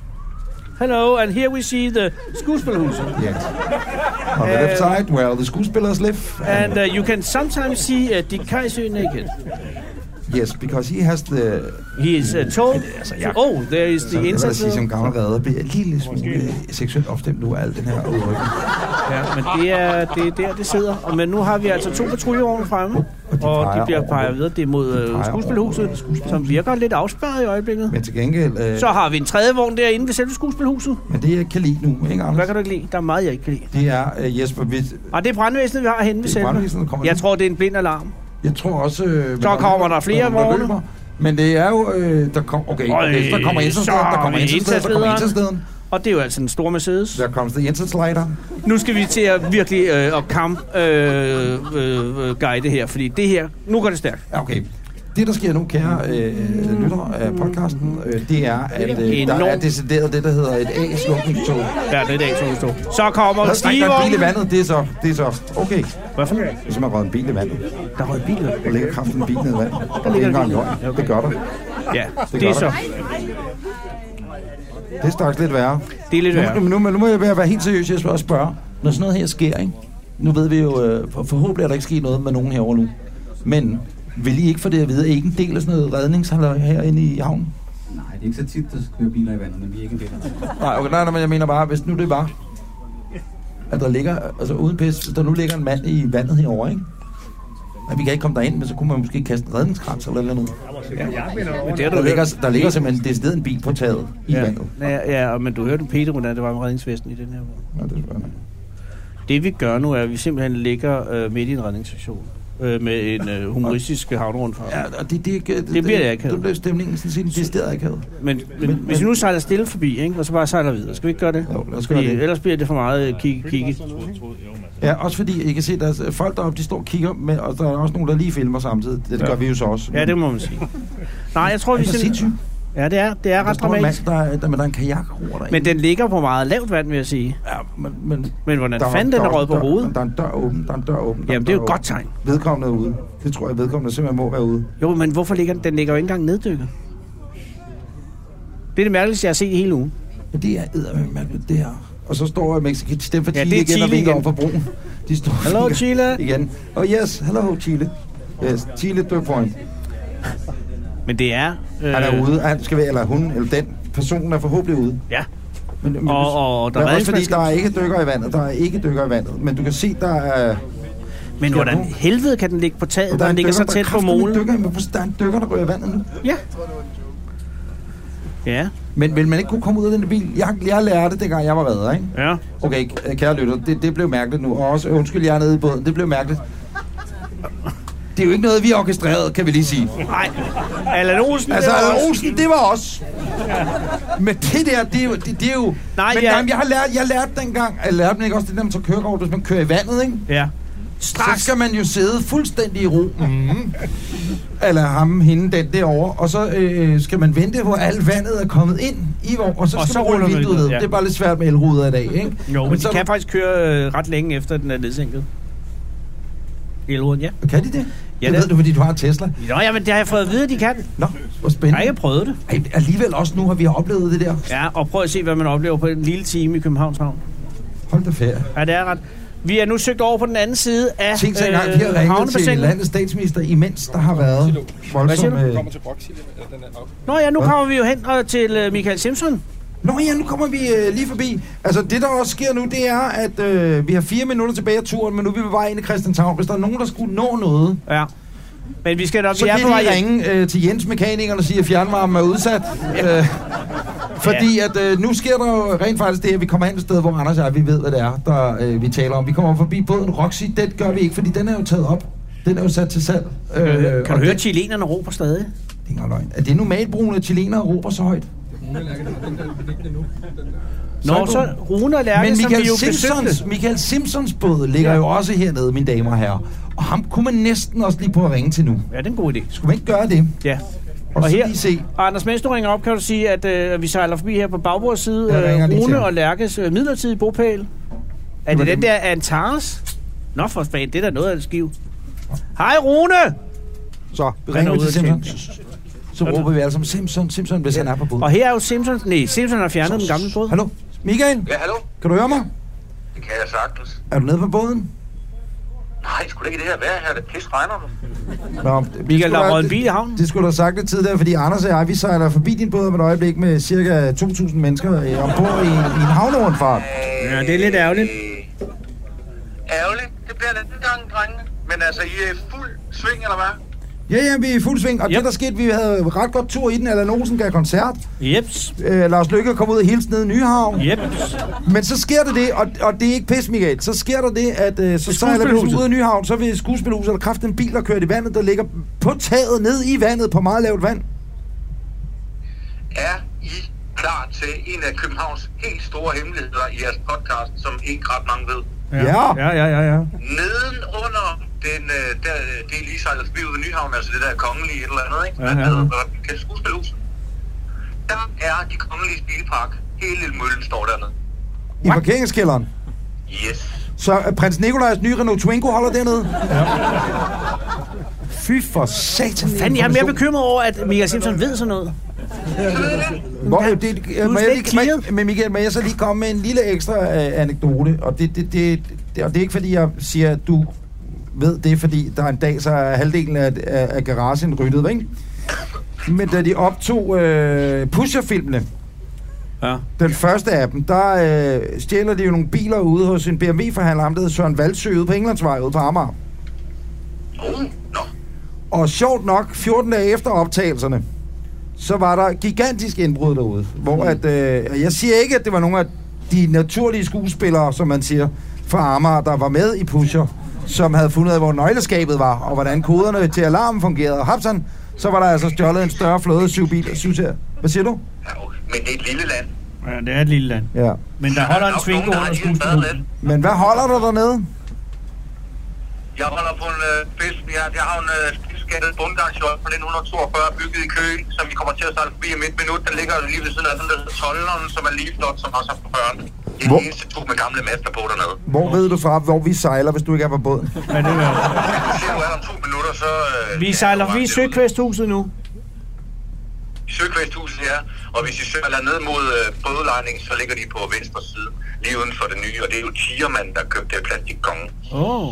[SPEAKER 3] Hello, and here we see the skuespilhuset.
[SPEAKER 2] Yes. On the left
[SPEAKER 3] Øh,
[SPEAKER 2] side, where the skuespillers live.
[SPEAKER 3] And uh, you can sometimes see uh, Dick Kaiser naked.
[SPEAKER 2] Yes, because he has the...
[SPEAKER 3] He is uh, told...
[SPEAKER 2] altså,
[SPEAKER 3] Oh, there is the
[SPEAKER 2] Som, jeg vil sige,
[SPEAKER 3] indsatsleder.
[SPEAKER 2] som gammel redder bliver en lille smule øh, seksuelt opstemt nu af al den her udrykning.
[SPEAKER 3] Ja, men det er, det er der, det sidder. Og, men nu har vi altså to patruljevogne fremme, og de, og
[SPEAKER 2] peger
[SPEAKER 3] de bliver
[SPEAKER 2] over.
[SPEAKER 3] peget videre. Det er mod øh,
[SPEAKER 2] peger
[SPEAKER 3] skuespilhuset, som virker lidt afspærret i øjeblikket.
[SPEAKER 2] Men til gengæld... Øh,
[SPEAKER 3] Så har vi en tredje vogn derinde ved selve skuespilhuset.
[SPEAKER 2] Men det, jeg kan lide nu, ikke,
[SPEAKER 3] Hvad
[SPEAKER 2] Anders?
[SPEAKER 3] kan du ikke lide? Der er meget, jeg ikke kan lide.
[SPEAKER 2] Det er, øh, Jesper, vi,
[SPEAKER 3] Og det er brandvæsenet, vi har henne ved
[SPEAKER 2] Det er brandvæsenet,
[SPEAKER 3] selve.
[SPEAKER 2] der kommer
[SPEAKER 3] Jeg
[SPEAKER 2] nu.
[SPEAKER 3] tror, det er en blind alarm.
[SPEAKER 2] jeg tror også... Øh,
[SPEAKER 3] Så kommer der flere vogne.
[SPEAKER 2] løber. Men det er jo... Øh, der, kom, okay,
[SPEAKER 3] Øj,
[SPEAKER 2] okay, der kommer indsatslederen,
[SPEAKER 3] så
[SPEAKER 2] der kommer
[SPEAKER 3] er vi
[SPEAKER 2] indsatslederen, der kommer indsatslederen.
[SPEAKER 3] Og det er jo altså en stor Mercedes.
[SPEAKER 2] Der kommer indsatslederen.
[SPEAKER 3] Nu skal vi til at virkelig øh, at kam øh, øh, øh, guide her, fordi det her, nu går det stærkt.
[SPEAKER 2] Ja, Okay. Det, der sker nu, kære øh, lytter af podcasten, øh, det er, at øh, der
[SPEAKER 3] Enormt.
[SPEAKER 2] er decideret det, der hedder et A-slukningstog.
[SPEAKER 3] Ja, det er i dag, så stå. Så kommer
[SPEAKER 2] Der er en bil i
[SPEAKER 3] Stigevognen.
[SPEAKER 2] vandet, det er så, det er så, okay.
[SPEAKER 3] Hvad for noget?
[SPEAKER 2] Det er som at røde en bil i vandet. Der rød en bil i vandet. Der ligger kraften en bil ned i vandet. Det er ikke
[SPEAKER 3] ligger
[SPEAKER 2] engang
[SPEAKER 3] en bil.
[SPEAKER 2] løgn. Det gør der.
[SPEAKER 3] Ja,
[SPEAKER 2] Det
[SPEAKER 3] det
[SPEAKER 2] gør
[SPEAKER 3] er så.
[SPEAKER 2] Det er straks lidt værre.
[SPEAKER 3] Det er lidt værre.
[SPEAKER 2] Nu, nu, nu, nu må jeg være være helt seriøs, Jesper, og spørge. Når sådan noget her sker, ikke? Nu ved vi jo, øh, for, forhåbentlig er der ikke sket noget med nogen herovre nu. Men vil I ikke få det at vide, at I ikke en del af sådan noget redningshalløj herinde i havnen?
[SPEAKER 4] Nej, det er ikke så tit, der kører biler i vandet, men vi er ikke en del af det.
[SPEAKER 2] Nej, okay, nej, nej, men jeg mener bare, hvis nu det var, at der ligger, altså uden pis, hvis der nu ligger en mand i vandet herovre, ikke? Og vi kan ikke komme derind, men så kunne man måske kaste en redningskrans eller noget.
[SPEAKER 3] Men det er
[SPEAKER 2] Der
[SPEAKER 3] du
[SPEAKER 2] ligger, der ligger simpelthen decideret en bil på taget i ja. vandet.
[SPEAKER 3] Ja, ja, men du hørte Peter, hvordan det var med redningsvesten i den her vogn.
[SPEAKER 2] Ja, det er spændende.
[SPEAKER 3] Det vi gør nu er, at vi simpelthen ligger øh, midt i en redningsstation øh, med en øh, humoristisk havnerundfart. Ja.
[SPEAKER 2] Ja, og det, det, det, det,
[SPEAKER 3] Det bliver akavet.
[SPEAKER 2] Det blev stemningen sådan set decideret akavet.
[SPEAKER 3] Men, men, men, hvis vi nu sejler stille forbi, ikke, og så bare sejler videre, skal vi ikke gøre det?
[SPEAKER 2] Jo, lad os gøre
[SPEAKER 3] Fordi
[SPEAKER 2] det.
[SPEAKER 3] ellers bliver det for meget øh, kigge, kigge.
[SPEAKER 2] Ja, også fordi, I kan se, der er folk deroppe, de står og kigger, men, og der er også nogen, der lige filmer samtidig. Det, det gør vi jo så også.
[SPEAKER 3] Ja, det må man sige. Nej, jeg tror, vi...
[SPEAKER 2] er
[SPEAKER 3] simpelthen-
[SPEAKER 2] sindssygt.
[SPEAKER 3] Ja, det er, det er
[SPEAKER 2] Der
[SPEAKER 3] ret
[SPEAKER 2] står en
[SPEAKER 3] dramatisk.
[SPEAKER 2] mand, der, er- der, men der er en kajakroer derinde.
[SPEAKER 3] Men den ligger på meget lavt vand, vil jeg sige.
[SPEAKER 2] Ja, men, men
[SPEAKER 3] Men hvordan
[SPEAKER 2] der er-
[SPEAKER 3] fanden
[SPEAKER 2] der
[SPEAKER 3] den er
[SPEAKER 2] også
[SPEAKER 3] røget
[SPEAKER 2] en
[SPEAKER 3] på
[SPEAKER 2] dør-
[SPEAKER 3] hovedet?
[SPEAKER 2] Der er en dør åben, der er en dør åben. der
[SPEAKER 3] Jamen,
[SPEAKER 2] en
[SPEAKER 3] det er jo
[SPEAKER 2] dør
[SPEAKER 3] et godt
[SPEAKER 2] åben.
[SPEAKER 3] tegn.
[SPEAKER 2] Vedkommende er ude. Det tror jeg, vedkommende simpelthen må være ude.
[SPEAKER 3] Jo, men hvorfor ligger den? Den ligger jo ikke engang neddykket. Det er det mærkeligste, jeg har set i hele ugen.
[SPEAKER 2] Men det er eddermærkeligt, det her. Og så står Mexico, de stemmer for
[SPEAKER 3] Ja,
[SPEAKER 2] Chile
[SPEAKER 3] det er
[SPEAKER 2] igen og
[SPEAKER 3] Chile
[SPEAKER 2] vinker over
[SPEAKER 3] igen.
[SPEAKER 2] for broen. De står og
[SPEAKER 3] Hello,
[SPEAKER 2] vinker
[SPEAKER 3] Chile.
[SPEAKER 2] Igen. Og oh, yes, hello Chile. Yes, Chile død point.
[SPEAKER 3] Men det er... Øh,
[SPEAKER 2] Han er ude, og han skal være, eller hun, eller den person er forhåbentlig ude.
[SPEAKER 3] Ja.
[SPEAKER 2] Men, men,
[SPEAKER 3] Og- og- og der
[SPEAKER 2] men
[SPEAKER 3] er
[SPEAKER 2] også fordi,
[SPEAKER 3] redningsmandskab.
[SPEAKER 2] der er ikke dykker i vandet, der er ikke dykker i vandet. Men du kan se, der er...
[SPEAKER 3] Men hvordan
[SPEAKER 2] nu.
[SPEAKER 3] helvede kan den ligge på taget,
[SPEAKER 2] der
[SPEAKER 3] når
[SPEAKER 2] er
[SPEAKER 3] den
[SPEAKER 2] en
[SPEAKER 3] ligger
[SPEAKER 2] dykker,
[SPEAKER 3] så
[SPEAKER 2] der
[SPEAKER 3] tæt på
[SPEAKER 2] kraftedeme
[SPEAKER 3] målen?
[SPEAKER 2] Dykker, i- men der er en dykker, der går i vandet nu.
[SPEAKER 3] Ja. Ja,
[SPEAKER 2] Men vil man ikke kunne komme ud af den bil? Jeg, jeg lærte, dengang jeg var redder, ikke?
[SPEAKER 3] ja.
[SPEAKER 2] Okay, k- øh, kære lytter, det, det blev mærkeligt nu. Og også, undskyld, jeg er nede i båden. Det blev mærkeligt. Det er jo ikke noget, vi har orkestreret, kan vi lige sige.
[SPEAKER 3] Nej. Allan Olsen,
[SPEAKER 2] Altså,
[SPEAKER 3] det var
[SPEAKER 2] Allan
[SPEAKER 3] også-
[SPEAKER 2] Olsen, det var os. Men det der, det er jo... Det, det er jo
[SPEAKER 3] Nej,
[SPEAKER 2] men
[SPEAKER 3] ja.
[SPEAKER 2] jamen, jeg har lært, jeg lærte dengang, jeg lærte den ikke også det der, man tager kørekort, hvis man kører i vandet, ikke?
[SPEAKER 3] Ja.
[SPEAKER 2] Så skal man jo sidde fuldstændig i ro. Mm. Eller ham, hende, den derovre. Og så øh, skal man vente, hvor alt vandet er kommet ind i vogn, og så
[SPEAKER 3] Og
[SPEAKER 2] skal
[SPEAKER 3] så
[SPEAKER 2] man rulle
[SPEAKER 3] ruller man
[SPEAKER 2] vinduet
[SPEAKER 3] ud,
[SPEAKER 2] ned.
[SPEAKER 3] ja.
[SPEAKER 2] Det er bare lidt svært med elruder i dag, ikke?
[SPEAKER 3] Jo, men,
[SPEAKER 2] så,
[SPEAKER 3] de kan faktisk køre øh, ret længe efter, den er nedsænket. Elruden, ja.
[SPEAKER 2] Kan de det? Ja,
[SPEAKER 3] Ja,
[SPEAKER 2] det,
[SPEAKER 3] det-
[SPEAKER 2] ved du, fordi du har en Tesla.
[SPEAKER 3] Nå, jamen, det har jeg fået at vide, at de kan.
[SPEAKER 2] Nå, hvor
[SPEAKER 3] Jeg har
[SPEAKER 2] spændende.
[SPEAKER 3] ikke prøvet det.
[SPEAKER 2] Ej, alligevel også nu har vi oplevet det der.
[SPEAKER 3] Ja, og prøv at se, hvad man oplever på en lille time i Københavns Havn.
[SPEAKER 2] Hold da ferie.
[SPEAKER 3] Ja, det er ret. Vi er nu søgt over på den anden side af
[SPEAKER 2] Tænk sig
[SPEAKER 3] Øh,
[SPEAKER 2] engang, de har ringet til
[SPEAKER 3] havnebassinet.
[SPEAKER 2] landets statsminister, imens der har været voldsomme...
[SPEAKER 3] Hvad siger
[SPEAKER 2] øh,
[SPEAKER 3] Nå ja, nu kommer vi jo hen og til øh, Michael Simpson.
[SPEAKER 2] Nå ja, nu kommer vi øh, lige forbi. Altså, det der også sker nu, det er, at øh, vi har fire minutter tilbage af turen, men nu er vi på vej ind i Christianshavn. Hvis der er nogen, der skulle nå noget,
[SPEAKER 3] Ja. Men vi skal nok...
[SPEAKER 2] så
[SPEAKER 3] vi
[SPEAKER 2] kan
[SPEAKER 3] er på vej
[SPEAKER 2] de
[SPEAKER 3] hjem.
[SPEAKER 2] ringe øh, til Jens Mekanikeren og sige, at fjernvarmen er udsat. Øh, Fordi at øh, nu sker der jo rent faktisk det, at vi kommer hen et sted, hvor Anders og jeg, vi ved, hvad det er, der øh, vi taler om. Vi kommer forbi båden Roxy, den gør vi ikke, fordi den er jo taget op. Den er jo sat til salg.
[SPEAKER 3] Øh, kan
[SPEAKER 2] og
[SPEAKER 3] du høre,
[SPEAKER 2] den-
[SPEAKER 3] at chilenerne råber stadig?
[SPEAKER 2] Det er ikke engang løgn. Er det normalt brugende chilener og råber så højt?
[SPEAKER 3] Nå,
[SPEAKER 2] Så er
[SPEAKER 3] så Rune og Lærke,
[SPEAKER 2] Men
[SPEAKER 3] som vi
[SPEAKER 2] Michael
[SPEAKER 3] jo
[SPEAKER 2] Simpsons,
[SPEAKER 3] besøgte.
[SPEAKER 2] Michael Simpsons båd ligger
[SPEAKER 3] Ja.
[SPEAKER 2] jo også hernede, mine damer og herrer. Og ham kunne man næsten også lige på at ringe til nu.
[SPEAKER 3] Ja, det er en god idé.
[SPEAKER 2] Skulle man ikke gøre det?
[SPEAKER 3] Ja.
[SPEAKER 2] Og,
[SPEAKER 3] Og
[SPEAKER 2] så
[SPEAKER 3] her-
[SPEAKER 2] lige se.
[SPEAKER 3] Og Anders, mens du ringer op, kan du sige, at øh, vi sejler forbi her på bagbords side.
[SPEAKER 2] Jeg ringer
[SPEAKER 3] Øh,
[SPEAKER 2] lige til
[SPEAKER 3] Rune
[SPEAKER 2] ham.
[SPEAKER 3] og Lærkes øh, midlertidige bopæl. Er det den der Antares? Nå, for fanden, det er da noget af et skiv. Hej, Rune!
[SPEAKER 2] Så
[SPEAKER 3] er
[SPEAKER 2] ringer vi
[SPEAKER 3] ude
[SPEAKER 2] til
[SPEAKER 3] at
[SPEAKER 2] Simpsons. Så råber vi alle sammen, Simpson, Simpson, hvis han er på
[SPEAKER 3] Og
[SPEAKER 2] båden.
[SPEAKER 3] her er jo Simpsons... Nej, Simpsons har fjernet den gamle båd.
[SPEAKER 2] Hallo? Michael,
[SPEAKER 9] Ja, hallo?
[SPEAKER 2] kan du høre mig?
[SPEAKER 9] Det kan jeg sagtens.
[SPEAKER 2] Er du nede på båden?
[SPEAKER 9] Nej, skulle ikke i det her vejr her, det pisse regner nu.
[SPEAKER 2] Nå, det
[SPEAKER 3] Michael,
[SPEAKER 2] skulle
[SPEAKER 3] der
[SPEAKER 2] du-
[SPEAKER 3] er røget en bil i havnen.
[SPEAKER 2] Det skulle du have sagt lidt tidligere, fordi Anders og jeg, vi sejler forbi din båd om et øjeblik med cirka 2.000 mennesker øh, ombord i, en- i en havneoverfart.
[SPEAKER 3] Ja, det er lidt ærgerligt.
[SPEAKER 9] Øh, Ærgerligt, det bliver den anden gang, drenge. Men altså, I er fuld sving, eller hvad?
[SPEAKER 2] Ja, ja, vi er i fuld sving. Og
[SPEAKER 3] Yep.
[SPEAKER 2] det, der skete, vi havde ret godt tur i den. Allan Olsen gav koncert.
[SPEAKER 3] Jeps,
[SPEAKER 2] Øh, Lars Lykke kom ud og hilste ned i Nyhavn.
[SPEAKER 3] jeps.
[SPEAKER 2] Men så sker der det, og, og det er ikke pis, Michael. Så sker der det, at øh, så sejler vi
[SPEAKER 3] skuespilhuset.
[SPEAKER 2] ud af Nyhavn, så vil skuespilhuset der kraft en bil, der kørt i vandet, der ligger på taget ned i vandet på meget lavt vand.
[SPEAKER 9] Er I klar til en af Københavns helt store hemmeligheder i jeres podcast, som ikke ret mange ved?
[SPEAKER 2] Ja.
[SPEAKER 3] Ja, ja, ja, ja.
[SPEAKER 9] Nedenunder den, øh, der, øh, det er lige sejlet forbi ude i Nyhavn, altså det der kongelige et eller andet, ikke?
[SPEAKER 3] Ja,
[SPEAKER 9] Ja,
[SPEAKER 3] ja,
[SPEAKER 9] ja.
[SPEAKER 3] ja.
[SPEAKER 9] Kan det skuespilhus? Der er de kongelige bilpark. Hele lille møllen står dernede.
[SPEAKER 2] I parkeringskælderen.
[SPEAKER 9] Yes.
[SPEAKER 2] Så øh, prins Nikolajs nye Renault Twingo holder dernede. Ja. Fy for satan.
[SPEAKER 3] Fanden, jeg er mere bekymret over, at Michael Simpson ved sådan noget.
[SPEAKER 2] Hvor, øh, det, øh,
[SPEAKER 3] Du
[SPEAKER 2] må
[SPEAKER 3] er
[SPEAKER 2] jeg
[SPEAKER 3] slet
[SPEAKER 2] lige,
[SPEAKER 3] ikke
[SPEAKER 2] må, jeg-
[SPEAKER 3] clearet.
[SPEAKER 2] men Michael, må jeg så lige komme med en lille ekstra øh, anekdote? Og det, det, det, det, og det er ikke, fordi jeg siger, at du ved det, fordi der er en dag, så er halvdelen af, af, af garagen ryddet, ikke? Men da de optog øh, Pusher-filmene,
[SPEAKER 3] Ja.
[SPEAKER 2] den første af dem, der øh, stjæler de jo nogle biler ude hos en BMW-forhandler, ham der hedder Søren Valsø, ude på Englandsvej, ude på Amager.
[SPEAKER 9] Oh, nå.
[SPEAKER 2] Og sjovt nok, 14 dage efter optagelserne, så var der gigantisk indbrud derude. Hvor at, øh, jeg siger ikke, at det var nogle af de naturlige skuespillere, som man siger, fra Amager, der var med i Pusher, som havde fundet ud af, hvor nøgleskabet var, og hvordan koderne til alarmen fungerede. Og hapsan, så var der altså stjålet en større flåde syv biler. Syv til. Hvad siger du?
[SPEAKER 9] Ja, okay. Men det er et lille land.
[SPEAKER 3] Ja, det er et lille land.
[SPEAKER 2] Ja.
[SPEAKER 3] Men der holder en svinke under skuespilhuset.
[SPEAKER 2] Men hvad holder du dernede?
[SPEAKER 9] Jeg holder på en øh, fisk. Jeg, jeg har en øh, skattet bundgangsjold fra 1942, bygget i kø, som vi kommer til at sejle forbi om et minut. Den ligger lige ved siden af den der tolleren, som er lige flot, som også er for børn. Det er
[SPEAKER 2] Hvor-
[SPEAKER 9] den eneste to med gamle master på dernede.
[SPEAKER 2] Hvor ved du fra, hvor vi sejler, hvis du ikke er på båden?
[SPEAKER 3] Ja, det er.
[SPEAKER 9] Jeg ser du er der om to minutter, så... Øh,
[SPEAKER 3] Vi
[SPEAKER 9] ja,
[SPEAKER 3] sejler
[SPEAKER 9] så er
[SPEAKER 3] forbi
[SPEAKER 9] det-
[SPEAKER 3] Søkvæsthuset nu.
[SPEAKER 9] I Søkvæsthuset, ja. Og hvis I sejler ned mod øh, bådlejningen, så ligger de på venstre side, lige uden for det nye. Og det er jo Tigermand, der købte det plastikkongen.
[SPEAKER 3] Åh, oh,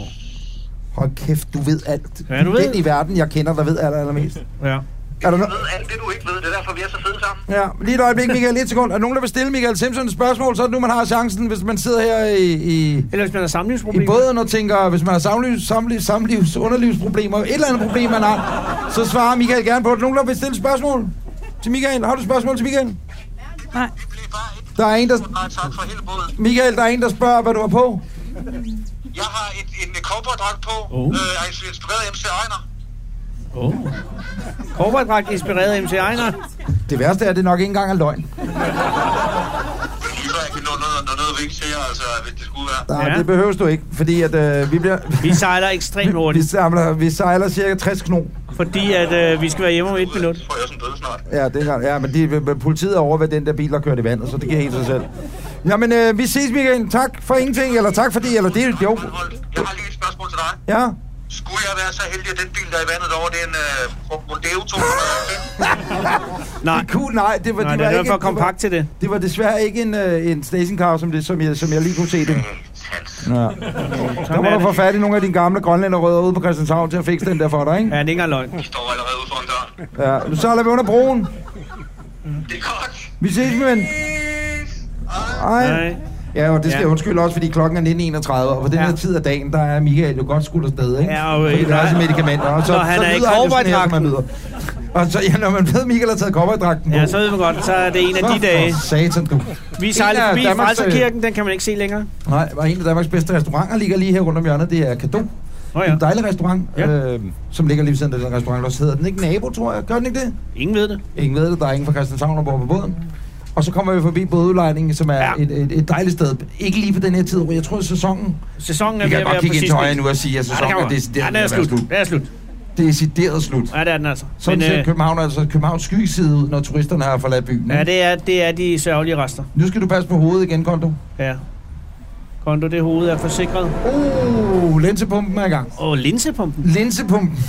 [SPEAKER 2] Hold kæft, du ved alt.
[SPEAKER 3] Ja, du ved.
[SPEAKER 2] Den i verden, jeg kender, der ved aller, allermest.
[SPEAKER 3] ja.
[SPEAKER 2] Er der no-
[SPEAKER 9] Jeg ved alt det, du ikke ved. Det er derfor, vi er så fede sammen.
[SPEAKER 2] Ja, lige et øjeblik, Michael. Et sekund. Er der nogen, der vil stille Michael Simpson et spørgsmål, så er det nu, man har chancen, hvis man sidder her i, i,
[SPEAKER 3] Eller hvis man har
[SPEAKER 2] i
[SPEAKER 3] samlivsproblemer.
[SPEAKER 2] båden og tænker, hvis man har samliv, samliv, samlivs, underlivsproblemer, et eller andet problem, man har, så svarer Michael gerne på det. Er der Nogen, der vil stille spørgsmål til Michael? Har du et spørgsmål til Michael?
[SPEAKER 9] Det blev bare et
[SPEAKER 2] Der er en, der...
[SPEAKER 9] bare tak for hele båden.
[SPEAKER 2] Michael, der er en, der spørger, hvad du har på.
[SPEAKER 9] Jeg har et, en kobberdragt på.
[SPEAKER 3] Oh.
[SPEAKER 9] Øh, er inspireret af MC Ejner.
[SPEAKER 3] Korpordragt inspireret af MC Ejner.
[SPEAKER 2] Det værste er, at det nok ikke engang er løgn.
[SPEAKER 9] Lige så jeg kan nå noget, noget, noget vink til jer, altså, hvis det skulle være.
[SPEAKER 2] Nej, ja.
[SPEAKER 3] Ja.
[SPEAKER 2] det behøves du ikke, fordi at, øh, vi bliver...
[SPEAKER 3] Vi sejler ekstremt
[SPEAKER 2] Vi
[SPEAKER 3] hurtigt,
[SPEAKER 2] samler, vi sejler cirka 60 kno.
[SPEAKER 3] fordi at, øh, vi skal være hjemme om et minut.
[SPEAKER 9] Så Øh, får jeg også en bøde snart.
[SPEAKER 2] Ja, det er, ja men de, men politiet er over ved den der bil, der kørte i vandet, så det giver helt sig selv. Jamen, øh, vi ses, Michael. Tak for ingenting, eller tak fordi, eller det er jo...
[SPEAKER 9] Hold, Jeg har lige et spørgsmål til dig.
[SPEAKER 2] Ja,
[SPEAKER 9] Skulle jeg være så heldig, at den bil, der er i vandet over, det er en øh, Mondeo 205?
[SPEAKER 3] Nej,
[SPEAKER 2] cool, nej, det var,
[SPEAKER 3] nej
[SPEAKER 2] det
[SPEAKER 3] det
[SPEAKER 2] var
[SPEAKER 3] er
[SPEAKER 2] ikke...
[SPEAKER 3] for kompakt til det.
[SPEAKER 2] Det var desværre ikke en, øh, en stationcar, som, det, som, jeg, som jeg lige kunne se det. Ja. Der må
[SPEAKER 3] er
[SPEAKER 2] du få
[SPEAKER 3] det.
[SPEAKER 2] fat i nogle af dine gamle grønlænderrødder ude på Christianshavn til at fikse den der for dig,
[SPEAKER 3] Ja,
[SPEAKER 2] ikke?
[SPEAKER 3] det er ikke engang løgn.
[SPEAKER 9] De står allerede ude foran døren.
[SPEAKER 2] Ja. Nu sejler vi under broen.
[SPEAKER 9] Det er godt.
[SPEAKER 2] Vi ses, min ven. Hej.
[SPEAKER 3] Nej.
[SPEAKER 2] Ja, og det skal
[SPEAKER 3] Ja.
[SPEAKER 2] jeg undskylde også, fordi klokken er 19.31, og på den
[SPEAKER 3] Ja.
[SPEAKER 2] her tid af dagen, der er Michael jo godt skudt afsted, ikke?
[SPEAKER 3] Ja, og, øh,
[SPEAKER 2] Fordi der
[SPEAKER 3] når
[SPEAKER 2] er så
[SPEAKER 3] han-
[SPEAKER 2] medicamenter, og så,
[SPEAKER 3] når han
[SPEAKER 2] så
[SPEAKER 3] er i
[SPEAKER 2] lyder han jo sådan her, som han lyder. Og så, ja, når man ved, at Michael har taget kopperdragten på.
[SPEAKER 3] Ja, så ved man godt, så er det en af de dage.
[SPEAKER 2] For satan, du.
[SPEAKER 3] Vi sejler
[SPEAKER 2] af
[SPEAKER 3] forbi
[SPEAKER 2] Danmarks, øh,
[SPEAKER 3] Frelserkirken, den kan man ikke se længere.
[SPEAKER 2] Nej, og en af Danmarks bedste restauranter ligger lige her rundt om hjørnet. Det er Kado.
[SPEAKER 3] Nå
[SPEAKER 2] Ja.
[SPEAKER 3] ja,
[SPEAKER 2] En dejlig restaurant,
[SPEAKER 3] Ja.
[SPEAKER 2] ja. øh, som ligger lige ved siden af den restaurant, der også hedder den ikke Nabo, tror jeg. Gør den ikke det?
[SPEAKER 3] ingen ved det.
[SPEAKER 2] Ingen ved det, der er ingen fra Christianshavn, der bor på båden. Og så kommer vi forbi bådudlejningen, som er
[SPEAKER 3] Ja.
[SPEAKER 2] ja. et, et, et, dejligt sted. Ikke lige på den her tid, hvor jeg tror, at sæsonen...
[SPEAKER 3] Sæsonen er
[SPEAKER 2] Vi
[SPEAKER 3] ved
[SPEAKER 2] kan
[SPEAKER 3] at
[SPEAKER 2] godt
[SPEAKER 3] være på
[SPEAKER 2] kigge ind
[SPEAKER 3] sidste.
[SPEAKER 2] til højre nu og sige, at
[SPEAKER 3] Ja, det
[SPEAKER 2] sæsonen
[SPEAKER 3] kan
[SPEAKER 2] er
[SPEAKER 3] man. Ja,
[SPEAKER 2] decideret
[SPEAKER 3] den er
[SPEAKER 2] ved at være
[SPEAKER 3] slut.
[SPEAKER 2] slut.
[SPEAKER 3] Den er slut.
[SPEAKER 2] Decideret slut.
[SPEAKER 3] Ja, det er den altså.
[SPEAKER 2] Sådan ser
[SPEAKER 3] øh,
[SPEAKER 2] København altså Københavns skyggeside ud, når turisterne har forladt byen.
[SPEAKER 3] ja,
[SPEAKER 2] ikke?
[SPEAKER 3] det er, det er de sørgelige rester.
[SPEAKER 2] Nu skal du passe på hovedet igen, Kondo.
[SPEAKER 3] Ja. Kondo, det hoved er forsikret.
[SPEAKER 2] Uh, linsepumpen er i gang.
[SPEAKER 3] Og linsepumpen.
[SPEAKER 2] Linsepumpen.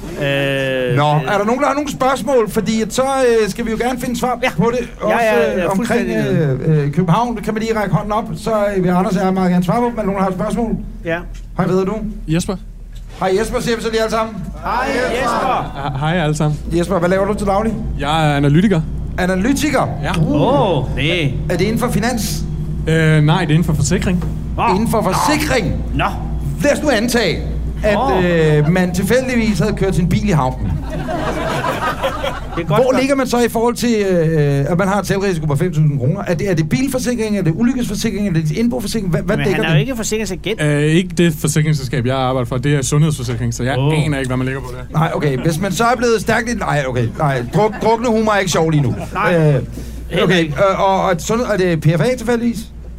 [SPEAKER 3] Øh,
[SPEAKER 2] Nå, er der nogen, der har nogle spørgsmål? Fordi at så øh, skal vi jo gerne finde svar ja. på det. Også
[SPEAKER 3] ja, ja,
[SPEAKER 2] øh, omkring
[SPEAKER 3] fuldstændig
[SPEAKER 2] øh, øh, København. Kan man lige række hånden op, så øh, vil Anders og jeg meget gerne svare på dem. Er der nogen, der har et spørgsmål?
[SPEAKER 3] Ja.
[SPEAKER 2] Hej, ved du?
[SPEAKER 7] Jesper?
[SPEAKER 2] Hej Jesper, siger vi så lige alle sammen.
[SPEAKER 3] Hej, Jesper.
[SPEAKER 7] Hej alle sammen.
[SPEAKER 2] Jesper, hvad laver du til daglig?
[SPEAKER 7] Jeg er analytiker.
[SPEAKER 2] Analytiker.
[SPEAKER 7] Ja.
[SPEAKER 3] Åh, oh, nej.
[SPEAKER 2] Er det inden for finans?
[SPEAKER 7] Øh, nej, det er inden for forsikring.
[SPEAKER 3] Åh,
[SPEAKER 2] Inden for forsikring?
[SPEAKER 3] Nå,
[SPEAKER 2] Lad os nu antage, at
[SPEAKER 3] Åh.
[SPEAKER 2] øh, man tilfældigvis havde kørt sin bil i havnen.
[SPEAKER 3] det er godt.
[SPEAKER 2] Hvor
[SPEAKER 3] nok.
[SPEAKER 2] ligger man så i forhold til, øh, at man har et selvrisiko på 5.000 kroner? Er det, er det bilforsikring, er det ulykkesforsikring, er det indboforsikring? Hvad, hvad
[SPEAKER 3] Men
[SPEAKER 2] dækker
[SPEAKER 3] han er jo
[SPEAKER 2] det?
[SPEAKER 3] ikke forsikringsagent.
[SPEAKER 7] Øh, ikke det forsikringsselskab, jeg arbejder for. Det er sundhedsforsikring, så jeg
[SPEAKER 3] Åh.
[SPEAKER 7] oh. aner ikke, hvad man ligger på der.
[SPEAKER 2] Nej, okay. Hvis man så er blevet stærkt... i- Nej, okay. Nej, druk, drukne humor er ikke sjov lige nu.
[SPEAKER 3] Nej.
[SPEAKER 2] Øh,
[SPEAKER 3] Heller
[SPEAKER 2] okay,
[SPEAKER 3] ikke.
[SPEAKER 2] øh, og, og sundhed, er det PFA tilfældigvis?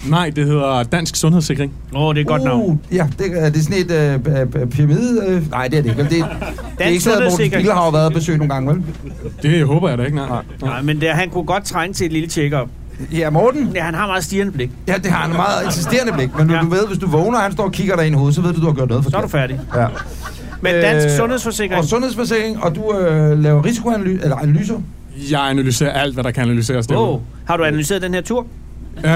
[SPEAKER 7] Nej, det hedder Dansk Sundhedssikring.
[SPEAKER 3] Åh, oh, det er et godt navn.
[SPEAKER 2] Uh, ja, det, er det sådan et øh, øh, øh, pyramide? Øh, nej, det er det ikke. vel?
[SPEAKER 3] (laughs)
[SPEAKER 2] Det, det er ikke sådan, at Morten
[SPEAKER 3] sundhedssikring.
[SPEAKER 2] Spiller har jo været og besøgt nogle gange, vel?
[SPEAKER 7] Det håber jeg da ikke, nej. nej.
[SPEAKER 3] Nej, men det, han kunne godt trænge til et lille check-up.
[SPEAKER 2] Ja, Morten?
[SPEAKER 3] Ja, han har meget stirrende blik.
[SPEAKER 2] Ja, det har en
[SPEAKER 3] (laughs)
[SPEAKER 2] meget insisterende blik. Men nu,
[SPEAKER 3] Ja.
[SPEAKER 2] ja. du ved, hvis du vågner, og han står og kigger dig ind i hovedet, så ved du, du har gjort noget
[SPEAKER 3] Så er
[SPEAKER 2] forkert.
[SPEAKER 3] du færdig.
[SPEAKER 2] Ja.
[SPEAKER 3] Men dansk
[SPEAKER 2] Øh,
[SPEAKER 3] sundhedsforsikring...
[SPEAKER 2] Og sundhedsforsikring, og du øh, laver risikoanalyser, eller analyser.
[SPEAKER 7] Jeg analyserer alt, hvad der kan analyseres
[SPEAKER 3] Wow.
[SPEAKER 7] derude.
[SPEAKER 3] Har du analyseret den her tur?
[SPEAKER 7] Øh,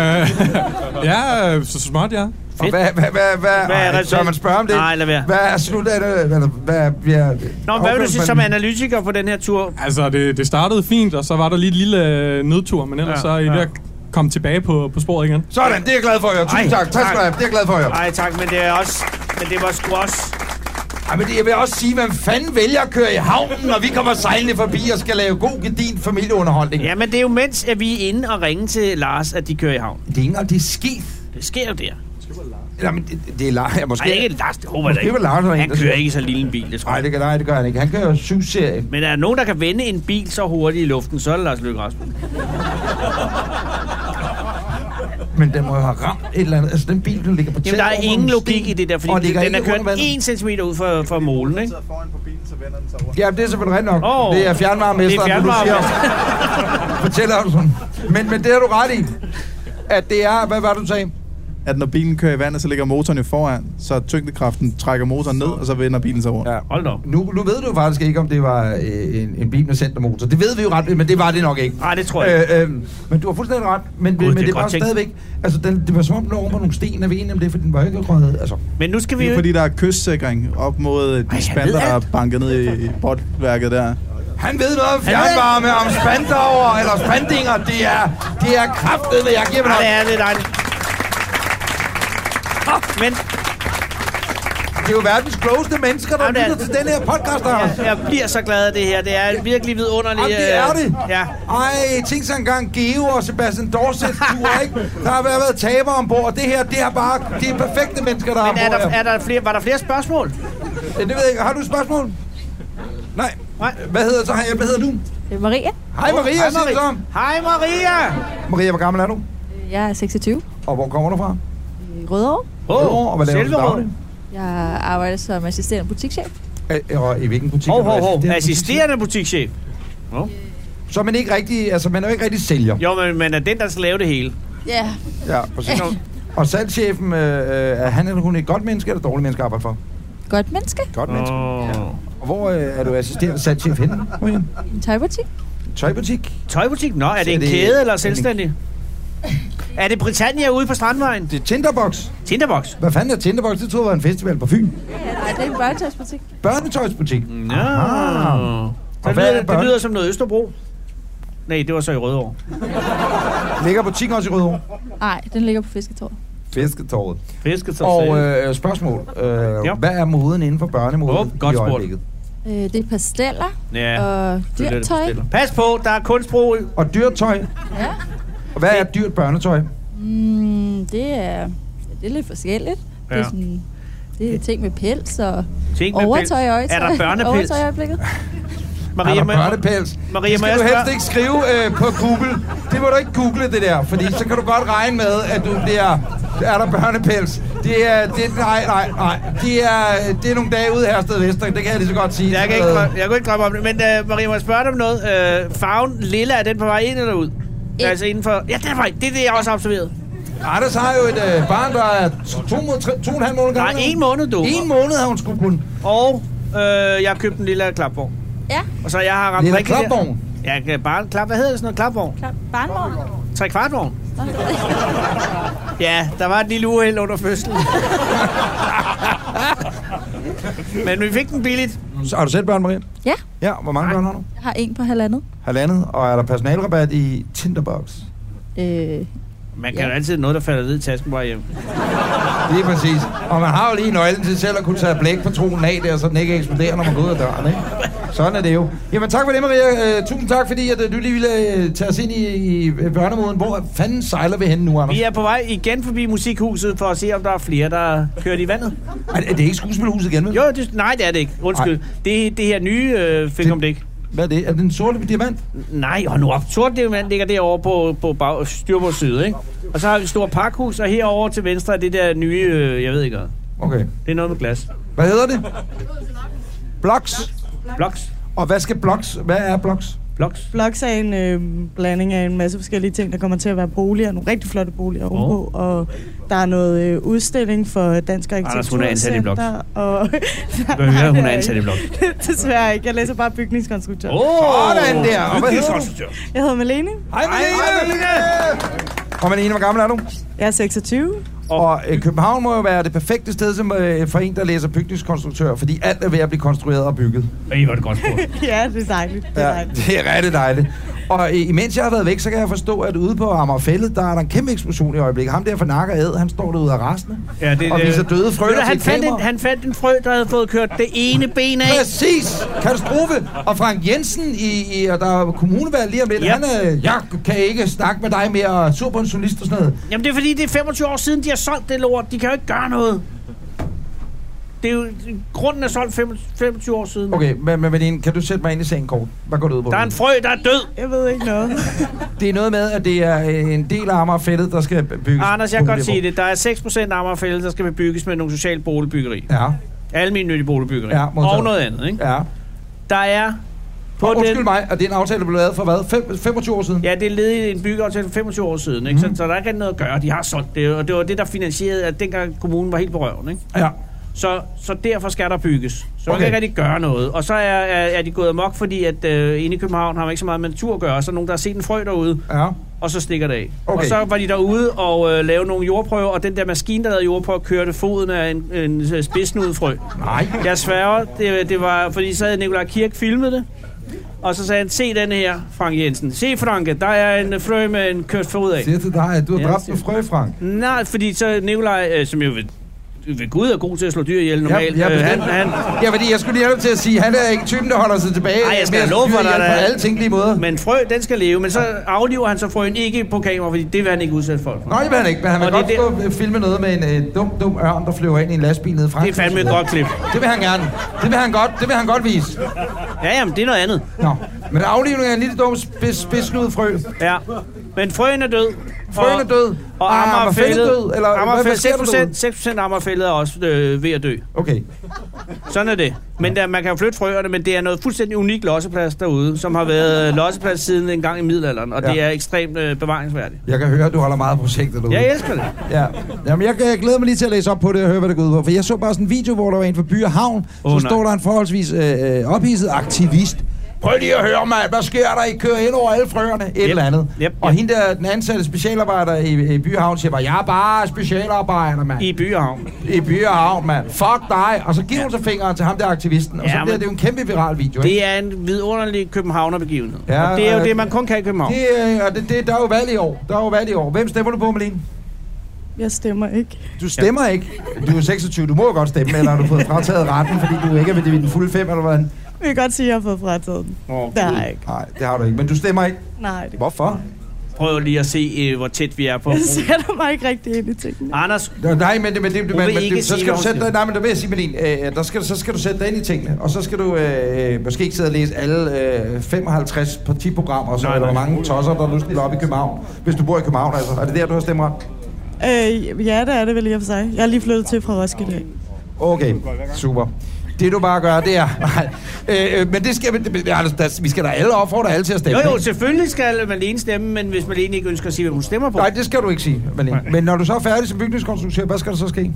[SPEAKER 7] (laughs) ja, øh, så småt, ja.
[SPEAKER 2] Og hvad, hvad, hvad, hvad,
[SPEAKER 3] Hvad er
[SPEAKER 2] ej,
[SPEAKER 3] resultatet?
[SPEAKER 2] tør man spørge om det?
[SPEAKER 3] Nej, lad være.
[SPEAKER 2] Hvad er slut af det? Hvad, hvad, bliver,
[SPEAKER 3] Nå, hvad vil du sige som
[SPEAKER 2] man,
[SPEAKER 3] analytiker på den her tur?
[SPEAKER 7] Altså, det, det startede fint, og så var der lige et lille øh, nedtur, men ellers
[SPEAKER 3] Ja,
[SPEAKER 7] ja, så er I
[SPEAKER 3] ja.
[SPEAKER 7] ja. ved at komme tilbage på, på sporet igen.
[SPEAKER 2] Sådan, det er jeg glad for at høre. Tusind
[SPEAKER 3] Ej,
[SPEAKER 2] tak. Tak skal du
[SPEAKER 3] tak.
[SPEAKER 2] have. Det er jeg glad for at høre.
[SPEAKER 3] Nej, tak, men det er også... Men det var sgu også...
[SPEAKER 2] Ej, men det- jeg vil også sige, hvem fanden vælger at køre i havnen, når vi kommer sejlende forbi og skal lave god gedin familieunderholdning? Ja.
[SPEAKER 3] Ja, men det er jo mens, at vi er inde og ringe til Lars, at de kører i havn.
[SPEAKER 2] Det er ikke engang, det er skif.
[SPEAKER 3] Det sker jo der.
[SPEAKER 2] Eller, men det, det er Lars. Ja, måske.
[SPEAKER 3] Nej, ikke Lars, det håber jeg da
[SPEAKER 2] Måske var
[SPEAKER 3] ikke.
[SPEAKER 2] Lars der en,
[SPEAKER 3] Han
[SPEAKER 2] der
[SPEAKER 3] kører
[SPEAKER 2] siger-
[SPEAKER 3] ikke i så lille en bil, det tror
[SPEAKER 2] Nej,
[SPEAKER 3] jeg.
[SPEAKER 2] det, gør- nej, det gør han ikke. Han kører syv-serie.
[SPEAKER 3] Men er der nogen, der kan vende en bil så hurtigt i luften, så er det Lars Løkke Rasmussen.
[SPEAKER 2] Men den må jo have ramt et eller andet. Altså, den bil, den ligger på
[SPEAKER 3] Jamen,
[SPEAKER 2] tæt
[SPEAKER 3] der er
[SPEAKER 2] over
[SPEAKER 3] ingen
[SPEAKER 2] en
[SPEAKER 3] logik
[SPEAKER 2] sten,
[SPEAKER 3] i det der, fordi
[SPEAKER 2] og
[SPEAKER 3] den,
[SPEAKER 2] ligger
[SPEAKER 3] den er
[SPEAKER 2] ikke under
[SPEAKER 3] kørt
[SPEAKER 2] vandet.
[SPEAKER 3] 1 cm ud for, for målen, ikke?
[SPEAKER 4] foran på bilen, så vender den sig rundt.
[SPEAKER 2] Ja, det er selvfølgelig rigtigt nok.
[SPEAKER 3] Åh,
[SPEAKER 2] Oh, det er fjernvarmesteren,
[SPEAKER 3] det
[SPEAKER 2] det
[SPEAKER 3] er
[SPEAKER 2] er Fortæller du sådan. Men, men det har du ret i. At det er, hvad var det, du sagde?
[SPEAKER 10] at når bilen kører i vandet, så ligger motoren jo foran, så tyngdekraften trækker motoren ned, og så vender bilen sig rundt.
[SPEAKER 2] Ja.
[SPEAKER 3] Hold da op.
[SPEAKER 2] Nu, nu ved du jo faktisk ikke, om det var øh, en, en bil med centermotor. Det ved vi jo ret, men det var det nok ikke.
[SPEAKER 3] Nej, det tror jeg ikke.
[SPEAKER 2] Øh, øh, men du har fuldstændig ret. Men,
[SPEAKER 3] Gud,
[SPEAKER 2] men
[SPEAKER 3] det er
[SPEAKER 2] det, var
[SPEAKER 3] godt tænkt.
[SPEAKER 2] stadigvæk... Altså, den, det var som om, den var over på nogle sten, er vi enige om det, for den var ikke røget. Altså,
[SPEAKER 3] Men nu skal vi
[SPEAKER 10] Det er
[SPEAKER 3] jo...
[SPEAKER 10] jo fordi, der er kystsikring op mod øh, de
[SPEAKER 3] han
[SPEAKER 10] Ej, spander,
[SPEAKER 3] ved
[SPEAKER 10] der er
[SPEAKER 3] alt.
[SPEAKER 10] banket ned i, i botværket der.
[SPEAKER 2] han ved noget om fjernvarme, om spandover eller spandinger. Det er, det er kraftet, jeg giver mig
[SPEAKER 3] Ja, det er lidt dejligt. Åh, Men
[SPEAKER 2] Det er jo verdens klogeste mennesker, der
[SPEAKER 3] Jamen, det er-
[SPEAKER 2] lytter til den her podcast, der
[SPEAKER 3] jeg, jeg bliver så glad af det her. Det er virkelig vidunderligt.
[SPEAKER 2] Jamen, det er
[SPEAKER 3] øh,
[SPEAKER 2] det.
[SPEAKER 3] Ja.
[SPEAKER 2] Ej, tænk så engang Geo og Sebastian Dorset, du er ikke? Der har været, været taber ombord. Det her, det er bare... Det er perfekte mennesker, der er
[SPEAKER 3] Men er
[SPEAKER 2] ombord.
[SPEAKER 3] der,
[SPEAKER 2] her.
[SPEAKER 3] er der flere, var der flere spørgsmål?
[SPEAKER 2] Ja, Det ved jeg ikke. Har du et spørgsmål? Nej.
[SPEAKER 3] Nej.
[SPEAKER 2] Hvad hedder så? Hvad hedder du?
[SPEAKER 11] Det er Øh, Maria.
[SPEAKER 2] Hej Maria,
[SPEAKER 3] Hej,
[SPEAKER 2] siger du så.
[SPEAKER 3] Hej, Maria!
[SPEAKER 2] Maria, hvor gammel er du?
[SPEAKER 11] Jeg er 26
[SPEAKER 2] Og hvor kommer du fra?
[SPEAKER 11] i Rødovre.
[SPEAKER 2] Rødovre, og hvad laver du til
[SPEAKER 3] Silverød.
[SPEAKER 2] daglig?
[SPEAKER 11] Jeg arbejder som assisterende butikschef.
[SPEAKER 2] Øh, Og i hvilken butik?
[SPEAKER 3] Hov,
[SPEAKER 2] er du
[SPEAKER 3] hov, hov.
[SPEAKER 2] assistent?
[SPEAKER 3] Assisterende butikschef.
[SPEAKER 2] Så er man ikke rigtig, altså man er jo ikke rigtig sælger.
[SPEAKER 3] Jo, men, men er den, der skal lave det hele.
[SPEAKER 11] Ja,
[SPEAKER 2] Ja, præcis. Og salgschefen, øh, øh, er han eller hun et godt menneske eller et dårligt menneske at arbejde for?
[SPEAKER 11] godt menneske.
[SPEAKER 2] Godt menneske.
[SPEAKER 3] Oh.
[SPEAKER 2] Og hvor øh, er du assisterende salgschef henne? Maria?
[SPEAKER 11] En tøjbutik.
[SPEAKER 2] Tøjbutik?
[SPEAKER 3] Tøjbutik? Nå, er det
[SPEAKER 2] Så
[SPEAKER 3] en
[SPEAKER 2] det-
[SPEAKER 3] kæde eller
[SPEAKER 2] er det-
[SPEAKER 3] selvstændig? Er det Britannia ude på Strandvejen?
[SPEAKER 2] Det er Tinderbox.
[SPEAKER 3] Tinderbox?
[SPEAKER 2] Hvad fanden er Tinderbox? Det troede jeg var en festival på Fyn.
[SPEAKER 11] Nej, det er en børnetøjsbutik.
[SPEAKER 2] Børnetøjsbutik.
[SPEAKER 3] Nå.
[SPEAKER 2] Aha.
[SPEAKER 3] Så
[SPEAKER 2] Og hvad er
[SPEAKER 3] det, lyder,
[SPEAKER 2] det,
[SPEAKER 3] det
[SPEAKER 2] børn?
[SPEAKER 3] lyder som noget Østerbro. Nej, det var så i Rødovre.
[SPEAKER 2] Ligger butikken også i Rødovre?
[SPEAKER 11] Nej, den ligger på Fisketorvet.
[SPEAKER 2] Fisketåret.
[SPEAKER 3] Fisket som
[SPEAKER 2] Og
[SPEAKER 3] sagde.
[SPEAKER 2] øh, spørgsmål. Øh,
[SPEAKER 3] Ja.
[SPEAKER 2] Hvad er moden inden for børnemode
[SPEAKER 3] Åh, godt
[SPEAKER 2] i
[SPEAKER 3] spurgt.
[SPEAKER 2] øjeblikket?
[SPEAKER 11] Øh, det er pasteller
[SPEAKER 3] Ja.
[SPEAKER 11] og dyrtøj.
[SPEAKER 3] Pas på, der er kunstbrug.
[SPEAKER 2] Og dyrtøj.
[SPEAKER 11] Ja.
[SPEAKER 2] Og hvad er dyrt børnetøj?
[SPEAKER 11] Mm, det, er, ja, det er lidt forskelligt. Ja. Det er
[SPEAKER 2] Ja.
[SPEAKER 11] sådan, det er ting med pels og
[SPEAKER 3] Ting med
[SPEAKER 11] overtøj
[SPEAKER 3] pels.
[SPEAKER 11] og øjetøj.
[SPEAKER 3] Er der
[SPEAKER 11] (laughs)
[SPEAKER 3] børnepels?
[SPEAKER 11] Overtøj i øjeblikket.
[SPEAKER 2] Maria, er der
[SPEAKER 3] må-
[SPEAKER 2] børnepels?
[SPEAKER 3] Maria,
[SPEAKER 2] det
[SPEAKER 3] må
[SPEAKER 2] skal
[SPEAKER 3] jeg
[SPEAKER 2] du helst
[SPEAKER 3] spørge-
[SPEAKER 2] ikke skrive øh, på Google. Det må du ikke google, det der. Fordi så kan du godt regne med, at du bliver... Er der børnepels? Det er... Det, nej, nej, nej. Det er, det er nogle dage ude her sted Vester. Det kan jeg lige så godt sige.
[SPEAKER 3] Jeg kan ikke, drø- jeg kan ikke drømme om det. Men uh, Maria, må jeg spørge dig om noget? Uh, farven lilla, er den på vej ind eller ud?
[SPEAKER 11] Ind.
[SPEAKER 3] Altså inden for... Ja, den er på vej. Det er det, jeg også har observeret.
[SPEAKER 2] Anders har jo et øh, barn, der er to, to, mod- tre- to og en halv måned
[SPEAKER 3] Nej,
[SPEAKER 2] gammel.
[SPEAKER 3] en måned, du.
[SPEAKER 2] En måned har hun sgu kun.
[SPEAKER 3] Og øh, jeg har købt en lille klapvogn.
[SPEAKER 11] Ja.
[SPEAKER 3] Og så jeg har ramt
[SPEAKER 2] Lille
[SPEAKER 3] rigtigt der.
[SPEAKER 2] klapvogn?
[SPEAKER 3] Ja, kan- bare klap. Hvad hedder det sådan noget? Klapvogn?
[SPEAKER 11] Klar, barnmor.
[SPEAKER 3] Tre kvartvogn? Ja, der var et lille uheld under fødslen. Men vi fik den billigt.
[SPEAKER 2] Så har du selv børn, Maria?
[SPEAKER 11] Ja.
[SPEAKER 2] Ja, hvor mange børn har du?
[SPEAKER 11] Jeg har en på halvandet.
[SPEAKER 2] Halvandet. Og er der personalrabat i Tinderbox?
[SPEAKER 11] Øh,
[SPEAKER 3] Man kan jo altid have noget, der falder ned i tasken bare hjem.
[SPEAKER 2] Lige præcis. Og man har jo lige nøglen til selv at kunne tage blækpatronen af der, så den ikke eksploderer, når man går ud af døren, ikke? Sådan er det jo. Jamen tak for det, Maria. Øh, tusind tak, fordi at, øh, du lige ville øh, tage os ind i, i børnemoden. Hvor fanden sejler vi henne nu, Anders?
[SPEAKER 3] Vi er på vej igen forbi musikhuset for at se, om der er flere, der kører i vandet.
[SPEAKER 2] Er, er det ikke skuespilhuset igen, vel?
[SPEAKER 3] Jo, det, nej, det er det ikke. Undskyld. Det er det her nye øh, fik om det ikke.
[SPEAKER 2] Hvad er det? Er det en sorte diamant?
[SPEAKER 3] Nej, og nu op. Sort diamant ligger derovre på, på bag, styrbords side, ikke? Og så har vi et stort pakhus, og herover til venstre er det der nye, øh, jeg ved ikke hvad.
[SPEAKER 2] Okay.
[SPEAKER 3] Det er noget med glas.
[SPEAKER 2] Hvad hedder det? Blocks.
[SPEAKER 3] Bloks.
[SPEAKER 2] Og hvad skal Blocks? Hvad er Blocks?
[SPEAKER 3] Bloks.
[SPEAKER 12] Bloks er en øh, blanding af en masse forskellige ting, der kommer til at være boliger, nogle rigtig flotte boliger ovenpå, og der er noget øh, udstilling for Dansk
[SPEAKER 3] Anders, hun er ansat i Bloks.
[SPEAKER 12] Arkitekturcenter, og... (laughs)
[SPEAKER 3] Hvad hører hun
[SPEAKER 12] Nej,
[SPEAKER 3] er ansat i
[SPEAKER 2] (laughs)
[SPEAKER 3] blok?
[SPEAKER 12] Desværre ikke. Jeg læser bare bygningskonstruktør.
[SPEAKER 2] Sådan der. Og hvad hedder du?
[SPEAKER 12] Jeg hedder Malene.
[SPEAKER 2] Hej, Malene! Og Malene, hvor gammel er du?
[SPEAKER 12] Jeg er 26.
[SPEAKER 2] Og øh, København må jo være det perfekte sted som, øh, for en, der læser bygningskonstruktør, fordi alt er ved at blive konstrueret og bygget.
[SPEAKER 3] Ej, hvor er det godt spurgt.
[SPEAKER 12] ja, det er dejligt. Det er
[SPEAKER 2] Ja,
[SPEAKER 12] dejligt.
[SPEAKER 2] det er rigtig dejligt. Og øh, imens jeg har været væk, så kan jeg forstå, at ude på Amagerfællet, der er der en kæmpe eksplosion i øjeblikket. Ham der for nakker æd, han står derude og rasende.
[SPEAKER 3] Ja, det,
[SPEAKER 2] Og
[SPEAKER 3] det-
[SPEAKER 2] viser døde frøer
[SPEAKER 3] Ved du,
[SPEAKER 2] til
[SPEAKER 3] han
[SPEAKER 2] et
[SPEAKER 3] fandt, en,
[SPEAKER 2] kamera.
[SPEAKER 3] han fandt en frø, der havde fået kørt det ene ben af.
[SPEAKER 2] Præcis! Katastrofe! Og Frank Jensen, i, i, og der er kommunevalg lige om lidt,
[SPEAKER 3] Ja.
[SPEAKER 2] yep. han øh, jeg kan ikke snakke med dig mere, og sur på en journalist og sådan noget.
[SPEAKER 3] Jamen, det er fordi, det er 25 år siden, de har solgt det lort. De kan jo ikke gøre noget. Det er jo, grunden er solgt 25 år siden.
[SPEAKER 2] Okay, men, men Malene, kan du sætte mig ind i sagen kort? Hvad går det ud på?
[SPEAKER 3] Der er en frø, der er død.
[SPEAKER 12] Jeg ved ikke noget.
[SPEAKER 2] Det er noget med, at det er øh, en del af Amagerfællet, der skal bygges.
[SPEAKER 3] (laughs) Anders, jeg kan godt
[SPEAKER 2] boliger på.
[SPEAKER 3] sige det. Der er 6% af Amagerfælde, der skal bebygges med nogle socialt boligbyggeri.
[SPEAKER 2] Ja,
[SPEAKER 3] Almindelig boligbyggeri.
[SPEAKER 2] Ja, modtaget.
[SPEAKER 3] og noget andet, ikke?
[SPEAKER 2] ja.
[SPEAKER 3] Der er...
[SPEAKER 2] Og
[SPEAKER 3] den-
[SPEAKER 2] undskyld mig, og det er en aftale, der blev lavet for hvad? Fem, 25 år siden?
[SPEAKER 3] Ja, det er led i en byggeaftale for 25 år siden, ikke?
[SPEAKER 2] Mhm.
[SPEAKER 3] Så, så der er ikke noget at gøre. De har solgt det, og det var det, der finansierede, at dengang kommunen var helt på røven, ikke?
[SPEAKER 2] Ja.
[SPEAKER 3] Så, så derfor skal der bygges. Så okay. man
[SPEAKER 2] Okay.
[SPEAKER 3] kan ikke rigtig gøre noget. Og så er, er, er de gået amok, fordi at øh, inde i København har man ikke så meget med natur at gøre. Så er der nogen, der har set en frø derude,
[SPEAKER 2] Ja.
[SPEAKER 3] og så stikker det af.
[SPEAKER 2] Okay.
[SPEAKER 3] Og så var de derude og øh, lavede nogle jordprøver, og den der maskine, der lavede jordprøver, kørte foden af en, øh, en spidsnudet frø.
[SPEAKER 2] Nej.
[SPEAKER 3] Jeg sværger, det, det var, fordi så havde Nikolaj Kirk filmet det. Og så sagde han, se den her, Frank Jensen. Se, Franke, der er en øh, frø med en kørt fod af.
[SPEAKER 2] Siger til dig, at du har
[SPEAKER 3] Ja,
[SPEAKER 2] dræbt
[SPEAKER 3] siger
[SPEAKER 2] en frø, Frank.
[SPEAKER 3] Nej, fordi så Nikolaj, øh, som jo ved, ved Gud er god til at slå dyr ihjel normalt.
[SPEAKER 2] ja,
[SPEAKER 3] øh, han,
[SPEAKER 2] bestemt.
[SPEAKER 3] han,
[SPEAKER 2] Ja, fordi jeg skulle lige have lov til at sige, at han er ikke typen, der holder sig tilbage. øh,
[SPEAKER 3] Ej, jeg skal
[SPEAKER 2] med at
[SPEAKER 3] love for
[SPEAKER 2] styre ihjel
[SPEAKER 3] dig,
[SPEAKER 2] På
[SPEAKER 3] der er-
[SPEAKER 2] alle tænkelige måder. Men...
[SPEAKER 3] men frø, den skal leve, men så afliver han så frøen ikke på kamera, fordi det vil han ikke udsætte folk for.
[SPEAKER 2] Nej, det vil han ikke, men han vil
[SPEAKER 3] Og det
[SPEAKER 2] godt
[SPEAKER 3] er
[SPEAKER 2] stå og filme noget med en øh, dum, dum ørn, der flyver ind i en lastbil nede fra.
[SPEAKER 3] Det er fandme et godt klip.
[SPEAKER 2] Det vil han gerne. Det vil han godt, det vil han godt vise.
[SPEAKER 3] Ja, jamen, det er noget andet.
[SPEAKER 2] Nå, men aflivning af en lille dum spids, spidsnudet frø.
[SPEAKER 3] Ja. Men frøen er død.
[SPEAKER 2] Frøen er død.
[SPEAKER 3] Og,
[SPEAKER 2] Ah,
[SPEAKER 3] og Amagerfældet.
[SPEAKER 2] Amagerfællet død, eller hvad- hvad
[SPEAKER 3] Amagerfældet,
[SPEAKER 2] ser du
[SPEAKER 3] 6%, 6% af Amagerfældet er også øh, ved at dø.
[SPEAKER 2] Okay.
[SPEAKER 3] Sådan er det. Men der, man kan jo flytte frøerne, men det er noget fuldstændig unikt losseplads derude, som har været øh, losseplads siden en gang i middelalderen, og ja. det
[SPEAKER 2] Ja.
[SPEAKER 3] er ekstremt øh, bevaringsværdigt.
[SPEAKER 2] Jeg kan høre, at du holder meget af projektet derude.
[SPEAKER 3] Jeg elsker det.
[SPEAKER 2] Ja. Jamen, jeg, jeg glæder mig lige til at læse op på det og høre, hvad det går ud på. For jeg så bare sådan en video, hvor der var en fra By og Havn. Oh, så
[SPEAKER 3] Åh,
[SPEAKER 2] nej.
[SPEAKER 3] nej.
[SPEAKER 2] står der en forholdsvis øh, øh, ophidset aktivist. Prøv lige at høre, mand. Hvad sker der? I kører ind over alle frøerne. Et yep.
[SPEAKER 3] Yep.
[SPEAKER 2] eller andet.
[SPEAKER 3] Yep,
[SPEAKER 2] Og
[SPEAKER 3] yep.
[SPEAKER 2] hende der, den ansatte specialarbejder i, i By og Havn, siger bare, jeg er bare specialarbejder, mand. I,
[SPEAKER 3] I Byhavn.
[SPEAKER 2] I By og Havn, mand. Fuck dig. Og så giver hun så fingeren til ham der aktivisten. Og ja,
[SPEAKER 3] Ja,
[SPEAKER 2] så bliver
[SPEAKER 3] men-
[SPEAKER 2] det jo en kæmpe viral video. ikke?
[SPEAKER 3] Det er en vidunderlig københavnerbegivenhed.
[SPEAKER 2] Ja,
[SPEAKER 3] Ja, og det er jo
[SPEAKER 2] og-
[SPEAKER 3] det, man kun kan i København. Det...
[SPEAKER 2] Det, øh, og det, det, der er jo valg i år. Der er jo valg i år. Hvem stemmer du på, Malene?
[SPEAKER 12] Jeg stemmer ikke.
[SPEAKER 2] Du stemmer ja. ikke. Du er 26, du må jo godt stemme, eller har du fået frataget retten, fordi du ikke er ved den fulde fem, eller hvad?
[SPEAKER 12] Vi kan godt sige, at jeg har fået frataget den.
[SPEAKER 2] Nå,
[SPEAKER 12] Der er ikke.
[SPEAKER 2] Nej, det har du ikke. Men du stemmer ikke.
[SPEAKER 12] Nej, det
[SPEAKER 2] Hvorfor?
[SPEAKER 3] Prøv lige at se, øh, hvor tæt vi er
[SPEAKER 2] (laughs)
[SPEAKER 3] på.
[SPEAKER 12] jeg sætter mig ikke rigtig ind i tingene.
[SPEAKER 3] Anders?
[SPEAKER 2] Nej, men, det, men, det, men,
[SPEAKER 3] Hun vil
[SPEAKER 2] men
[SPEAKER 3] ikke
[SPEAKER 2] det, så
[SPEAKER 3] sige,
[SPEAKER 2] skal
[SPEAKER 3] hvad
[SPEAKER 2] du
[SPEAKER 3] hun
[SPEAKER 2] sætte
[SPEAKER 3] siger.
[SPEAKER 2] dig, nej, men der vil jeg sige, Melin, øh, der skal, så skal du sætte dig ind i tingene, og så skal du øh, måske ikke sidde og læse alle øh, 55 partiprogrammer, så er der mange tosser, der nu stiller op i København, hvis du bor i København, altså. Er det der, du har stemmeret?
[SPEAKER 12] Øh, ja, det er det vel i og for sig. Jeg er lige flyttet til fra Roskilde.
[SPEAKER 2] Okay, super. Det du bare gør, det er... (laughs) Nej, øh, øh, men det skal... men- men, Anders, der, vi skal da alle opfordre alle til at stemme.
[SPEAKER 3] Jo, jo,
[SPEAKER 2] ikke?
[SPEAKER 3] selvfølgelig skal Malene stemme, men hvis Malene ikke ønsker at sige, hvem hun stemmer på.
[SPEAKER 2] Nej, det skal du ikke sige, Malene. Men når du så er færdig som bygningskonstruktør, hvad skal der så ske?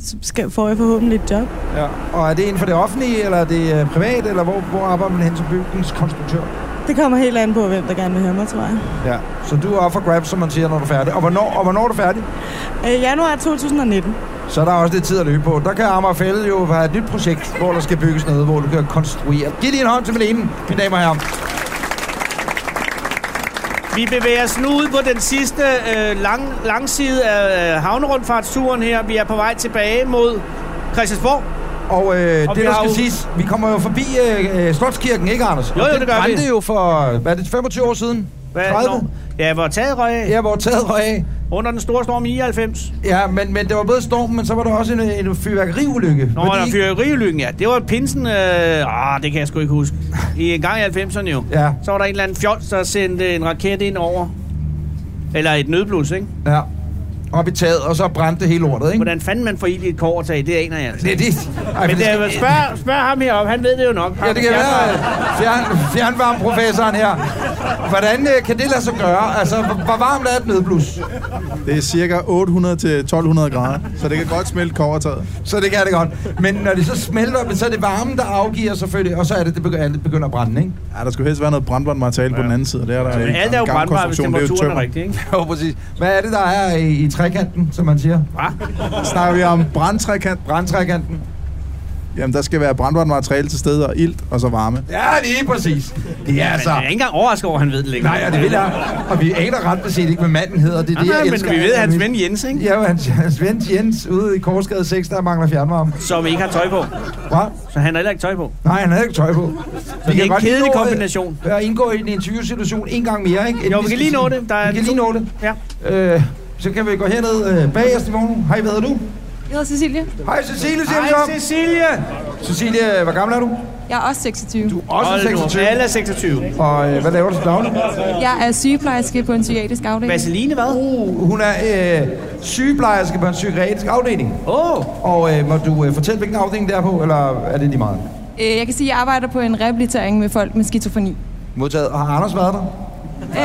[SPEAKER 12] Så skal, får jeg forhåbentlig et job.
[SPEAKER 2] Ja. Og er det inden for det offentlige, eller er det øh, privat, eller hvor, hvor arbejder man hen som bygningskonstruktør?
[SPEAKER 12] Det kommer helt an på, hvem der gerne vil høre mig, tror jeg.
[SPEAKER 2] Ja. Så du er op for grab, som man siger, når du er færdig. Og hvornår, og hvornår er du færdig?
[SPEAKER 12] Øh, januar 2019.
[SPEAKER 2] Så er der også lidt tid at løbe på. Der kan Amager Fælde jo have et nyt projekt, hvor der skal bygges noget, hvor du kan konstruere. Giv lige en hånd til Malene, mine damer og herrer.
[SPEAKER 3] Vi bevæger os nu ud på den sidste øh, lang, langside af øh, havnerundfartsturen her. Vi er på vej tilbage mod Christiansborg.
[SPEAKER 2] Og, øh,
[SPEAKER 3] Og
[SPEAKER 2] det,
[SPEAKER 3] vi
[SPEAKER 2] der
[SPEAKER 3] har
[SPEAKER 2] skal
[SPEAKER 3] jo-
[SPEAKER 2] siges, vi kommer jo forbi øh, øh, Slotskirken, ikke Anders?
[SPEAKER 3] Jo,
[SPEAKER 2] Og
[SPEAKER 3] jo,
[SPEAKER 2] den
[SPEAKER 3] det gør vi.
[SPEAKER 2] brændte jo for, hvad er det, 25 år siden?
[SPEAKER 3] Hvad,
[SPEAKER 2] 30?
[SPEAKER 3] nå. Ja, hvor taget røg af.
[SPEAKER 2] Ja, hvor taget røg af.
[SPEAKER 3] Under den store storm i 99.
[SPEAKER 2] Ja, men, men det var både stormen, men så var der også en, en fyrværkeriulykke.
[SPEAKER 3] Nå, der fyreriulykken, ja. Det var pinsen, øh, ah, det kan jeg sgu ikke huske. I en gang i 90'erne jo.
[SPEAKER 2] Ja.
[SPEAKER 3] Så var der en eller anden fjols, der sendte en raket ind over. Eller et nødblus, ikke?
[SPEAKER 2] Ja, op i taget, og så brændte hele lortet, ikke?
[SPEAKER 3] Hvordan fanden man får ild i et kårtag, det aner jeg altså.
[SPEAKER 2] Det er det. Ej,
[SPEAKER 3] Men
[SPEAKER 2] for
[SPEAKER 3] det
[SPEAKER 2] det
[SPEAKER 3] er,
[SPEAKER 2] skal-
[SPEAKER 3] spørg, spørg ham heroppe, han ved det jo nok.
[SPEAKER 2] Ja, det kan være øh, fjern, fjernvarmeprofessoren her. Hvordan øh, kan det lade sig gøre? Altså, hvor hvor varmt er et nødblus?
[SPEAKER 10] Det er cirka 800 til 1200 grader, så det kan godt smelte kovertaget.
[SPEAKER 2] Så det kan det godt. Men når det så smelter, men så er det varmen, der afgiver selvfølgelig, og så er det, det begy- det begynder at brænde, ikke?
[SPEAKER 10] Ja, der skulle helst være noget brandbart materiale ja. på den anden side. og Det er der
[SPEAKER 3] Men
[SPEAKER 10] ikke.
[SPEAKER 3] Altså, alt er jo
[SPEAKER 10] Gammel
[SPEAKER 3] brandbart, hvis
[SPEAKER 10] konstruktion, det jo
[SPEAKER 3] temperaturen
[SPEAKER 10] tømmer.
[SPEAKER 3] er rigtig, ikke?
[SPEAKER 2] (laughs) Jo, præcis. Hvad er det, der er i, i trekanten, som man siger?
[SPEAKER 10] Snakker vi om brandtrækant?
[SPEAKER 2] Brandtrækanten.
[SPEAKER 10] Jamen, der skal være brandbart materiale til stede, og ilt, og så varme.
[SPEAKER 2] Ja, lige præcis. Det er
[SPEAKER 3] Altså.
[SPEAKER 2] altså...
[SPEAKER 3] Jeg er ikke engang overrasket over, at han ved det længere.
[SPEAKER 2] Nej, ja, det vil jeg. Og vi aner ret beset ikke, hvad manden hedder. Det er det,
[SPEAKER 3] Nej,
[SPEAKER 2] jeg
[SPEAKER 3] men
[SPEAKER 2] elsker.
[SPEAKER 3] vi ved, at hans ven Jens, ikke?
[SPEAKER 2] Ja, jo, hans, hans ven Jens ude i Korsgade 6, der mangler fjernvarme.
[SPEAKER 3] Som ikke har tøj på.
[SPEAKER 2] Hva?
[SPEAKER 3] Så han har heller ikke tøj på.
[SPEAKER 2] Nej, han havde ikke tøj på. Så
[SPEAKER 3] det er en kedelig kombination.
[SPEAKER 2] Jeg indgår øh, i en interviewsituation en gang mere, ikke? Inden
[SPEAKER 3] Jo, vi kan
[SPEAKER 2] skal
[SPEAKER 3] lige nå
[SPEAKER 2] sige-
[SPEAKER 3] det. Der er
[SPEAKER 2] vi kan lige
[SPEAKER 3] to-
[SPEAKER 2] nå det.
[SPEAKER 3] Ja.
[SPEAKER 2] Øh, så kan vi gå herned øh, bagerst i vognen. Hej, hvad hedder du?
[SPEAKER 13] Jeg hedder Cecilie.
[SPEAKER 2] Hej Cecilie, siger vi
[SPEAKER 3] Hej,
[SPEAKER 2] så.
[SPEAKER 3] Cecilie!
[SPEAKER 2] Cecilie, hvor gammel er du?
[SPEAKER 13] Jeg er også 26. Du.
[SPEAKER 2] Også
[SPEAKER 3] Hold nu,
[SPEAKER 2] 26.
[SPEAKER 3] alle er 26.
[SPEAKER 2] Og øh, hvad laver du til daglig?
[SPEAKER 13] Jeg er sygeplejerske på en psykiatrisk afdeling.
[SPEAKER 3] Vaseline, hvad?
[SPEAKER 2] Uh, hun er øh, sygeplejerske på en psykiatrisk afdeling.
[SPEAKER 3] Åh! Oh.
[SPEAKER 2] Og øh, må du øh, fortælle, hvilken afdeling det er på, eller er det lige meget?
[SPEAKER 13] Øh, Jeg kan sige, at jeg arbejder på en rehabilitering med folk med skizofreni.
[SPEAKER 2] Modtaget. Har Anders været der?
[SPEAKER 13] Øh,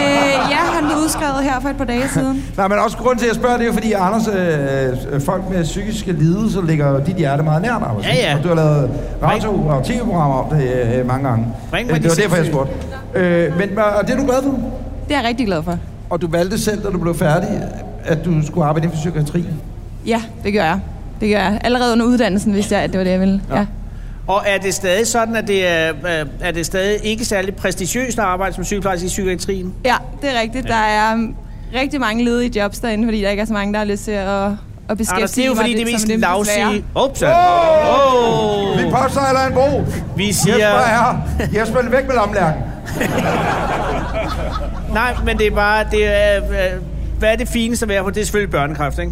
[SPEAKER 13] ja, han blev udskrevet her for et par dage siden.
[SPEAKER 2] Nej, men også grund til, at jeg spørger, det er jo fordi, Anders, øh, øh, folk med psykiske lidelser ligger dit hjerte meget nært, Anders.
[SPEAKER 3] Ja, ja.
[SPEAKER 2] Og du har lavet radio- og tv-programmer om det øh, mange gange.
[SPEAKER 3] Bring mig
[SPEAKER 2] Øh,
[SPEAKER 3] de
[SPEAKER 2] det var derfor, jeg
[SPEAKER 3] sindssyge.
[SPEAKER 2] spurgte. Øh, men og det er du glad for?
[SPEAKER 13] Det er jeg rigtig glad for.
[SPEAKER 2] Og du valgte selv, da du blev færdig, at du skulle arbejde inden for psykiatri.
[SPEAKER 13] Ja, det gør jeg. Det gør jeg. Allerede under uddannelsen vidste jeg, at det var det, jeg ville. Ja.
[SPEAKER 3] Og er det stadig sådan, at det er, øh, er det stadig ikke særlig prestigiøst at arbejde som sygeplejerske i psykiatrien?
[SPEAKER 13] ja, det er rigtigt. Der er um, rigtig mange ledige jobs derinde, fordi der ikke er så mange, der har lyst til at, at beskæftige
[SPEAKER 3] Anders, det er jo
[SPEAKER 13] mig
[SPEAKER 3] fordi det
[SPEAKER 13] som
[SPEAKER 3] mest
[SPEAKER 13] dem,
[SPEAKER 3] lavsige...
[SPEAKER 13] desværre.
[SPEAKER 3] Ups, oh!
[SPEAKER 2] Vi påsejler en bro.
[SPEAKER 3] Vi
[SPEAKER 2] Jesper
[SPEAKER 3] siger...
[SPEAKER 2] er her. Jesper, væk med lamlærken.
[SPEAKER 3] Nej, men det er bare... Det er, øh, hvad er det fineste at være på? Det er selvfølgelig børnekræft, ikke?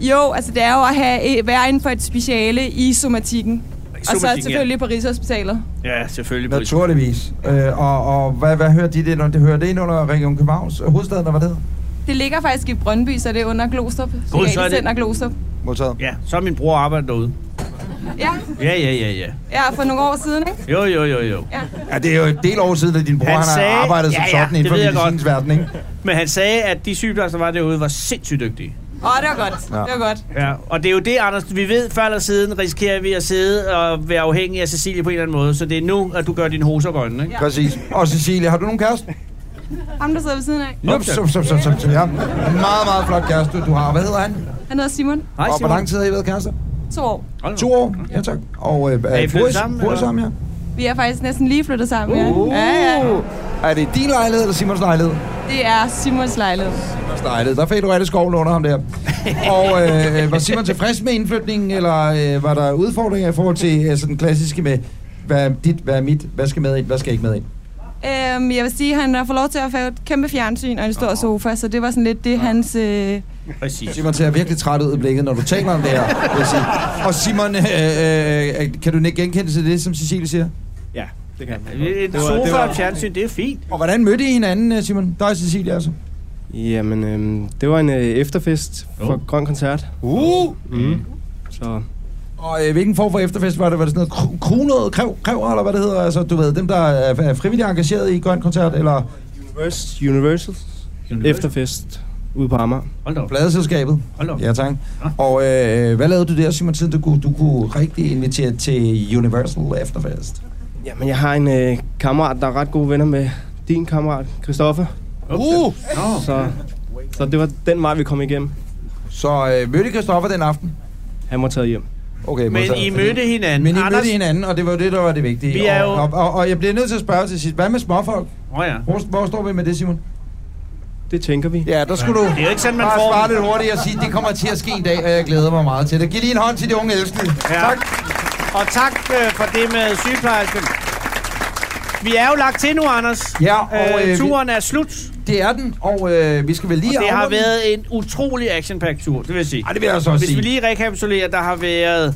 [SPEAKER 13] Jo, altså det er jo at have, være inden for et speciale i somatikken. og så
[SPEAKER 3] somatikken, ja.
[SPEAKER 13] selvfølgelig på Rigshospitalet.
[SPEAKER 3] Ja, selvfølgelig. på-
[SPEAKER 2] Naturligvis. Øh, og, og hvad, hvad hører de det, når det hører det ind under Region Københavns øh, hovedstaden, eller hvad det hedder?
[SPEAKER 13] Det ligger faktisk i Brøndby, så det er under Glostrup. God,
[SPEAKER 3] så er det-
[SPEAKER 13] Glostrup.
[SPEAKER 2] Modtaget.
[SPEAKER 3] Ja, så er min bror arbejder derude.
[SPEAKER 13] Ja,
[SPEAKER 3] Ja, ja, ja, ja.
[SPEAKER 13] ja, for nogle år siden, ikke?
[SPEAKER 3] Jo, jo, jo, jo.
[SPEAKER 13] Ja.
[SPEAKER 2] Ja, det er jo et del år siden, at din bror
[SPEAKER 3] Han
[SPEAKER 2] han har
[SPEAKER 3] sagde-
[SPEAKER 2] arbejdet som
[SPEAKER 3] Ja, ja,
[SPEAKER 2] sådan
[SPEAKER 3] det
[SPEAKER 2] inden for
[SPEAKER 3] ved jeg godt.
[SPEAKER 2] medicinens verden, ikke?
[SPEAKER 3] Men han sagde, at de sygeplejersker, der var derude, var sindssygt dygtige.
[SPEAKER 13] Åh, oh, det var godt.
[SPEAKER 2] Ja.
[SPEAKER 13] Ja. Det var godt.
[SPEAKER 3] Ja, og det er jo det, Anders. Vi ved, før eller siden risikerer vi at sidde og være afhængige af Cecilie på en eller anden måde. Så det er nu, at du gør dine hoser grønne, ikke?
[SPEAKER 13] Ja.
[SPEAKER 2] Præcis. Og Cecilie, har du nogen kæreste?
[SPEAKER 13] Ham, der sidder ved siden af.
[SPEAKER 2] Jups, som, som, som, som, som, ja. Meget, meget flot kæreste, du har. Hvad hedder han?
[SPEAKER 13] Han hedder Simon.
[SPEAKER 2] og
[SPEAKER 3] Hej,
[SPEAKER 2] hvor
[SPEAKER 3] Simon.
[SPEAKER 2] lang tid har I været kærester?
[SPEAKER 13] To år.
[SPEAKER 3] Hold
[SPEAKER 2] To
[SPEAKER 3] nu.
[SPEAKER 2] år? Ja, tak. Og øh, er
[SPEAKER 3] I
[SPEAKER 2] I
[SPEAKER 3] flyttet
[SPEAKER 2] bor I
[SPEAKER 3] sammen,
[SPEAKER 2] sammen? Bor I
[SPEAKER 3] eller?
[SPEAKER 2] sammen, ja. Uh.
[SPEAKER 13] Vi er faktisk næsten lige flyttet sammen, ja. Ja, ja.
[SPEAKER 2] Er det din lejlighed eller Simons lejlighed?
[SPEAKER 13] Det er Simons lejlighed.
[SPEAKER 2] Simons lejlighed. Der fik du rigtig skoven under ham der. Og øh, øh, var Simon tilfreds med indflytningen, eller øh, var der udfordringer i forhold til øh, sådan den klassiske med, Hvad er dit, hvad er mit, hvad skal med ind, hvad skal ikke med ind?
[SPEAKER 13] Øhm, jeg vil sige, at han har fået lov til at få et kæmpe fjernsyn og en stor sofa, så det var sådan lidt det, hans... Øh,
[SPEAKER 3] Præcis.
[SPEAKER 2] Simon ser virkelig træt ud i blikket, når du taler om det her. Vil jeg sige. Og Simon, øh, øh, kan du ikke genkende til det, som Cecilie siger?
[SPEAKER 3] Ja,
[SPEAKER 14] det kan man.
[SPEAKER 3] Et
[SPEAKER 14] Det var-
[SPEAKER 3] sofa
[SPEAKER 14] det
[SPEAKER 3] og
[SPEAKER 14] var-
[SPEAKER 3] et fjernsyn, det er fint.
[SPEAKER 2] Og hvordan mødte I hinanden, øh, Simon? Dig og Cecilie altså.
[SPEAKER 14] Jamen, øhm, det var en øh, efterfest for Grøn Koncert.
[SPEAKER 2] Uh!
[SPEAKER 14] Mm. Så
[SPEAKER 2] Og øh, hvilken form for efterfest var det? Var det sådan noget kr- kronet, kræv, kræver, eller hvad det hedder? Altså, du ved, dem, der er er frivilligt engageret i Grøn Koncert, eller
[SPEAKER 14] Universal, Universal. efterfest ude på Amager.
[SPEAKER 3] Hold da op.
[SPEAKER 2] Pladeselskabet.
[SPEAKER 3] Hold da op.
[SPEAKER 2] Ja, tak. Og øh, hvad lavede du der, Simon, siden du kunne, du kunne rigtig invitere til Universal Efterfest?
[SPEAKER 14] Jamen, jeg har en øh, kammerat, der er ret gode venner med din kammerat, Christoffer.
[SPEAKER 2] Uh!
[SPEAKER 14] Så, så det var den vej, vi kom igennem.
[SPEAKER 2] Så øh, mødte Christoffer den aften?
[SPEAKER 14] Han var taget hjem.
[SPEAKER 2] Okay,
[SPEAKER 3] Men
[SPEAKER 2] modtaget.
[SPEAKER 3] I mødte hinanden.
[SPEAKER 2] Men I
[SPEAKER 3] Anders-
[SPEAKER 2] mødte hinanden, og det var jo det, der var det vigtige.
[SPEAKER 3] Vi er
[SPEAKER 2] og,
[SPEAKER 3] jo-
[SPEAKER 2] og, og, og jeg bliver nødt til at spørge til sidst, hvad med småfolk?
[SPEAKER 3] Åh oh, ja.
[SPEAKER 2] Hvor, hvor står vi med det, Simon?
[SPEAKER 14] Det tænker vi.
[SPEAKER 2] Ja, der skulle du
[SPEAKER 3] Det er jo ikke sådan, man
[SPEAKER 2] bare
[SPEAKER 3] får
[SPEAKER 2] svare
[SPEAKER 3] dem.
[SPEAKER 2] lidt hurtigt og sige, det kommer til at ske en dag, og jeg glæder mig meget til det. Giv lige en hånd til de unge elskede.
[SPEAKER 3] Ja.
[SPEAKER 2] Tak.
[SPEAKER 3] Og tak øh, for det med sygeplejersken. Vi er jo lagt til nu, Anders.
[SPEAKER 2] Ja, og, øh,
[SPEAKER 3] øh,
[SPEAKER 2] vi-
[SPEAKER 3] turen er slut.
[SPEAKER 2] Det er den, og øh, vi skal vel lige
[SPEAKER 3] og det har
[SPEAKER 2] afrunde den.
[SPEAKER 3] været en utrolig action tur, det vil jeg sige.
[SPEAKER 2] Ej, det vil jeg så også
[SPEAKER 3] Hvis
[SPEAKER 2] sige.
[SPEAKER 3] vi lige rekapitulerer, der har været...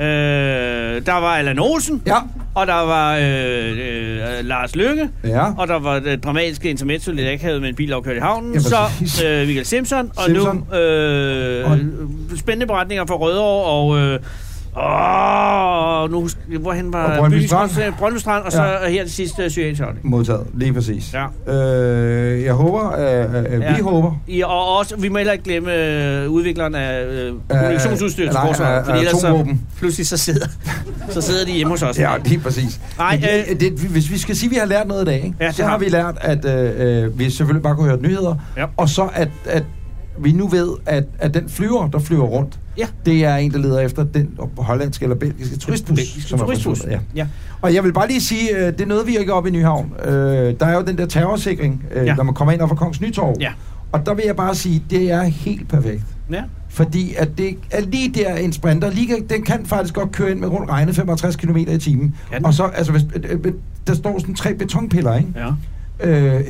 [SPEAKER 3] Øh, der var Allan Olsen,
[SPEAKER 2] ja.
[SPEAKER 3] og der var øh, øh, Lars Lykke,
[SPEAKER 2] Ja.
[SPEAKER 3] og der var det dramatiske intermezzo, lidt akavet med en bil afkørt i havnen,
[SPEAKER 2] Ja,
[SPEAKER 3] så
[SPEAKER 2] præcis.
[SPEAKER 3] øh, Michael Simpson, og
[SPEAKER 2] Simpson.
[SPEAKER 3] nu øh, spændende beretninger fra Rødovre, og øh, åh, nu husk, hvorhen var
[SPEAKER 2] Og Brøndby
[SPEAKER 3] Byens
[SPEAKER 2] Strand.
[SPEAKER 3] Kunst- Brøndby Strand, og så
[SPEAKER 2] Ja.
[SPEAKER 3] her til sidst øh, Syriens Holding.
[SPEAKER 2] Modtaget, lige præcis.
[SPEAKER 3] Ja.
[SPEAKER 2] Øh, jeg håber, øh, øh, ja. vi håber.
[SPEAKER 3] Ja, og også, vi må heller ikke glemme øh, udvikleren af øh, kommunikationsudstyr til
[SPEAKER 2] nej,
[SPEAKER 3] forsvaret,
[SPEAKER 2] af-
[SPEAKER 3] fordi
[SPEAKER 2] af
[SPEAKER 3] ellers så,
[SPEAKER 2] atomvåben.
[SPEAKER 3] pludselig så sidder, så sidder de hjemme hos os.
[SPEAKER 2] Ja, lige præcis.
[SPEAKER 3] Nej,
[SPEAKER 2] Men det, øh, det, hvis vi skal sige, at vi har lært noget i dag, ikke?
[SPEAKER 3] Ja, det
[SPEAKER 2] så
[SPEAKER 3] har
[SPEAKER 2] har
[SPEAKER 3] vi.
[SPEAKER 2] vi lært, at øh, øh, vi selvfølgelig bare kunne høre nyheder,
[SPEAKER 3] Ja.
[SPEAKER 2] og så at, at vi nu ved, at, at den flyver, der flyver rundt,
[SPEAKER 3] Ja.
[SPEAKER 2] det er en, der leder efter den hollandske eller belgiske turistbus. som er
[SPEAKER 3] turistbus.
[SPEAKER 2] forsvundet, Ja.
[SPEAKER 3] Ja.
[SPEAKER 2] Og jeg vil bare lige sige, øh, det er noget, vi ikke op i Nyhavn. Øh, der er jo den der terrorsikring, øh,
[SPEAKER 3] Ja.
[SPEAKER 2] når man kommer ind over for Kongens Nytorv.
[SPEAKER 3] Ja.
[SPEAKER 2] Og der vil jeg bare sige, det er helt perfekt.
[SPEAKER 3] Ja.
[SPEAKER 2] Fordi at det er lige der en sprinter, lige, kan- den kan faktisk godt køre ind med rundt regnet 65 km i timen.
[SPEAKER 3] Kan den?
[SPEAKER 2] Og så, altså, hvis, øh, øh, der står sådan tre betonpiller, ikke?
[SPEAKER 3] Ja.
[SPEAKER 2] Øh, øh,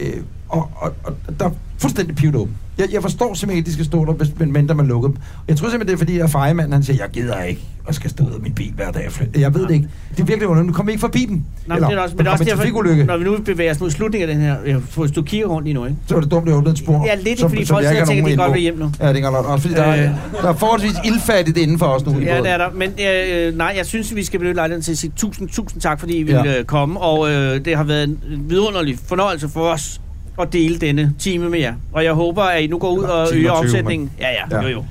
[SPEAKER 2] og, og, og, der er fuldstændig pivet åben. Jeg, jeg forstår simpelthen ikke, at de skal stå der, hvis- men mindre man lukker dem. Jeg tror simpelthen, det er fordi, at fejemanden, han siger, jeg gider ikke, og skal stå ud af min bil hver dag. og flytte." Jeg ved det ikke. Det er virkelig underligt. Nu kommer vi ikke forbi dem.
[SPEAKER 3] Nå, men det er også, men det er også derfor, når vi nu bevæger os mod slutningen af den her, øh, jeg får, hvis du kigger rundt lige nu, ikke?
[SPEAKER 2] så var det dumt, at åbne et spor.
[SPEAKER 3] Ja, lidt, ikke?
[SPEAKER 2] som-
[SPEAKER 3] Fordi
[SPEAKER 2] som
[SPEAKER 3] folk
[SPEAKER 2] jeg ikke
[SPEAKER 3] sidder og
[SPEAKER 2] har
[SPEAKER 3] tænker,
[SPEAKER 2] nogen
[SPEAKER 3] de godt
[SPEAKER 2] inde på.
[SPEAKER 3] vil hjem nu.
[SPEAKER 2] Ja, det er godt. Også fordi der, er,
[SPEAKER 3] Øh.
[SPEAKER 2] der er forholdsvis ildfattigt inden for os nu. i
[SPEAKER 3] Ja,
[SPEAKER 2] båden.
[SPEAKER 3] det er der. Men øh, nej, jeg synes, vi skal benytte lejligheden til at sige tusind, tusind tak, fordi I
[SPEAKER 2] Ja.
[SPEAKER 3] ville øh, komme. Og øh, det har været en vidunderlig fornøjelse for os at dele denne time med jer. Og jeg håber, at I nu går ud og
[SPEAKER 2] Time
[SPEAKER 3] øger
[SPEAKER 2] og tyve,
[SPEAKER 3] omsætningen.
[SPEAKER 2] men-
[SPEAKER 3] Ja, ja,
[SPEAKER 2] Ja.
[SPEAKER 3] jo, jo.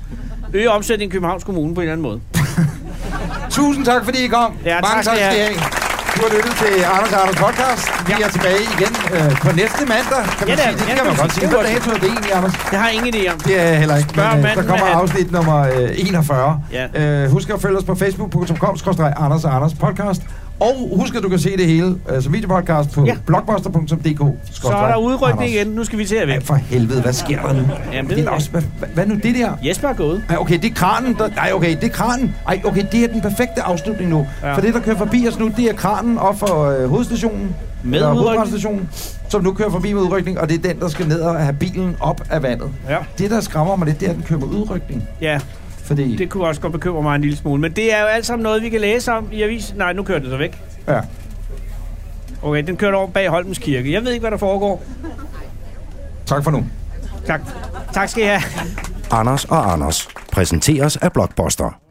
[SPEAKER 3] Øger omsætningen i Københavns Kommune på en eller anden måde.
[SPEAKER 2] Tusind tak, fordi I kom.
[SPEAKER 3] Ja,
[SPEAKER 2] Mange
[SPEAKER 3] tak skal
[SPEAKER 2] tak
[SPEAKER 3] I have.
[SPEAKER 2] skal I have. Du har lyttet til Anders og Anders podcast. Vi er tilbage igen øh, på næste mandag, kan
[SPEAKER 3] Ja,
[SPEAKER 2] man
[SPEAKER 3] det
[SPEAKER 2] sige.
[SPEAKER 3] er-
[SPEAKER 2] Det
[SPEAKER 3] ja,
[SPEAKER 2] kan
[SPEAKER 3] det
[SPEAKER 2] man
[SPEAKER 3] er-
[SPEAKER 2] godt sige.
[SPEAKER 3] det
[SPEAKER 2] Hvad
[SPEAKER 3] er-
[SPEAKER 2] dato er det egentlig, Anders?
[SPEAKER 3] Det har jeg ingen idé om.
[SPEAKER 2] Det er jeg heller ikke,
[SPEAKER 3] Spørg
[SPEAKER 2] men øh,
[SPEAKER 3] manden
[SPEAKER 2] der kommer
[SPEAKER 3] med hatten.
[SPEAKER 2] afsnit nummer øh, 41.
[SPEAKER 3] Ja.
[SPEAKER 2] Øh, husk at følge os på facebook.com Anders og Anders podcast. Og husk, at du kan se det hele øh, som videopodcast på ja. blogbuster.dk.
[SPEAKER 3] Så er der udrykning igen. Nu skal vi til at væk.
[SPEAKER 2] For helvede, hvad sker der nu?
[SPEAKER 3] Jamen,
[SPEAKER 2] det er da også, hvad, hvad- hvad nu det der?
[SPEAKER 3] Jesper er gået.
[SPEAKER 2] Ej, okay, det er kranen. Der, nej, okay, det er kranen. Ej, okay, det er den perfekte afslutning nu.
[SPEAKER 3] Ja.
[SPEAKER 2] Ja. For det, der kører forbi os nu, det er kranen op for øh, hovedstationen.
[SPEAKER 3] Med
[SPEAKER 2] eller
[SPEAKER 3] udrykning.
[SPEAKER 2] hovedbrandstationen, som nu kører forbi med udrykning, og det er den, der skal ned og have bilen op af vandet.
[SPEAKER 3] Ja.
[SPEAKER 2] Det, der skræmmer mig lidt, det er, at den kører med udrykning.
[SPEAKER 3] Ja,
[SPEAKER 2] Fordi,
[SPEAKER 3] det kunne også godt bekymre mig en lille smule. Men det er jo alt sammen noget, vi kan læse om i avisen. Nej, nu kører den så væk.
[SPEAKER 2] ja.
[SPEAKER 3] Okay, den kørte over bag Holmens Kirke. Jeg ved ikke, hvad der foregår.
[SPEAKER 2] Tak for nu.
[SPEAKER 3] Tak. Tak skal I have.
[SPEAKER 1] Anders og Anders præsenteres af Blockbuster.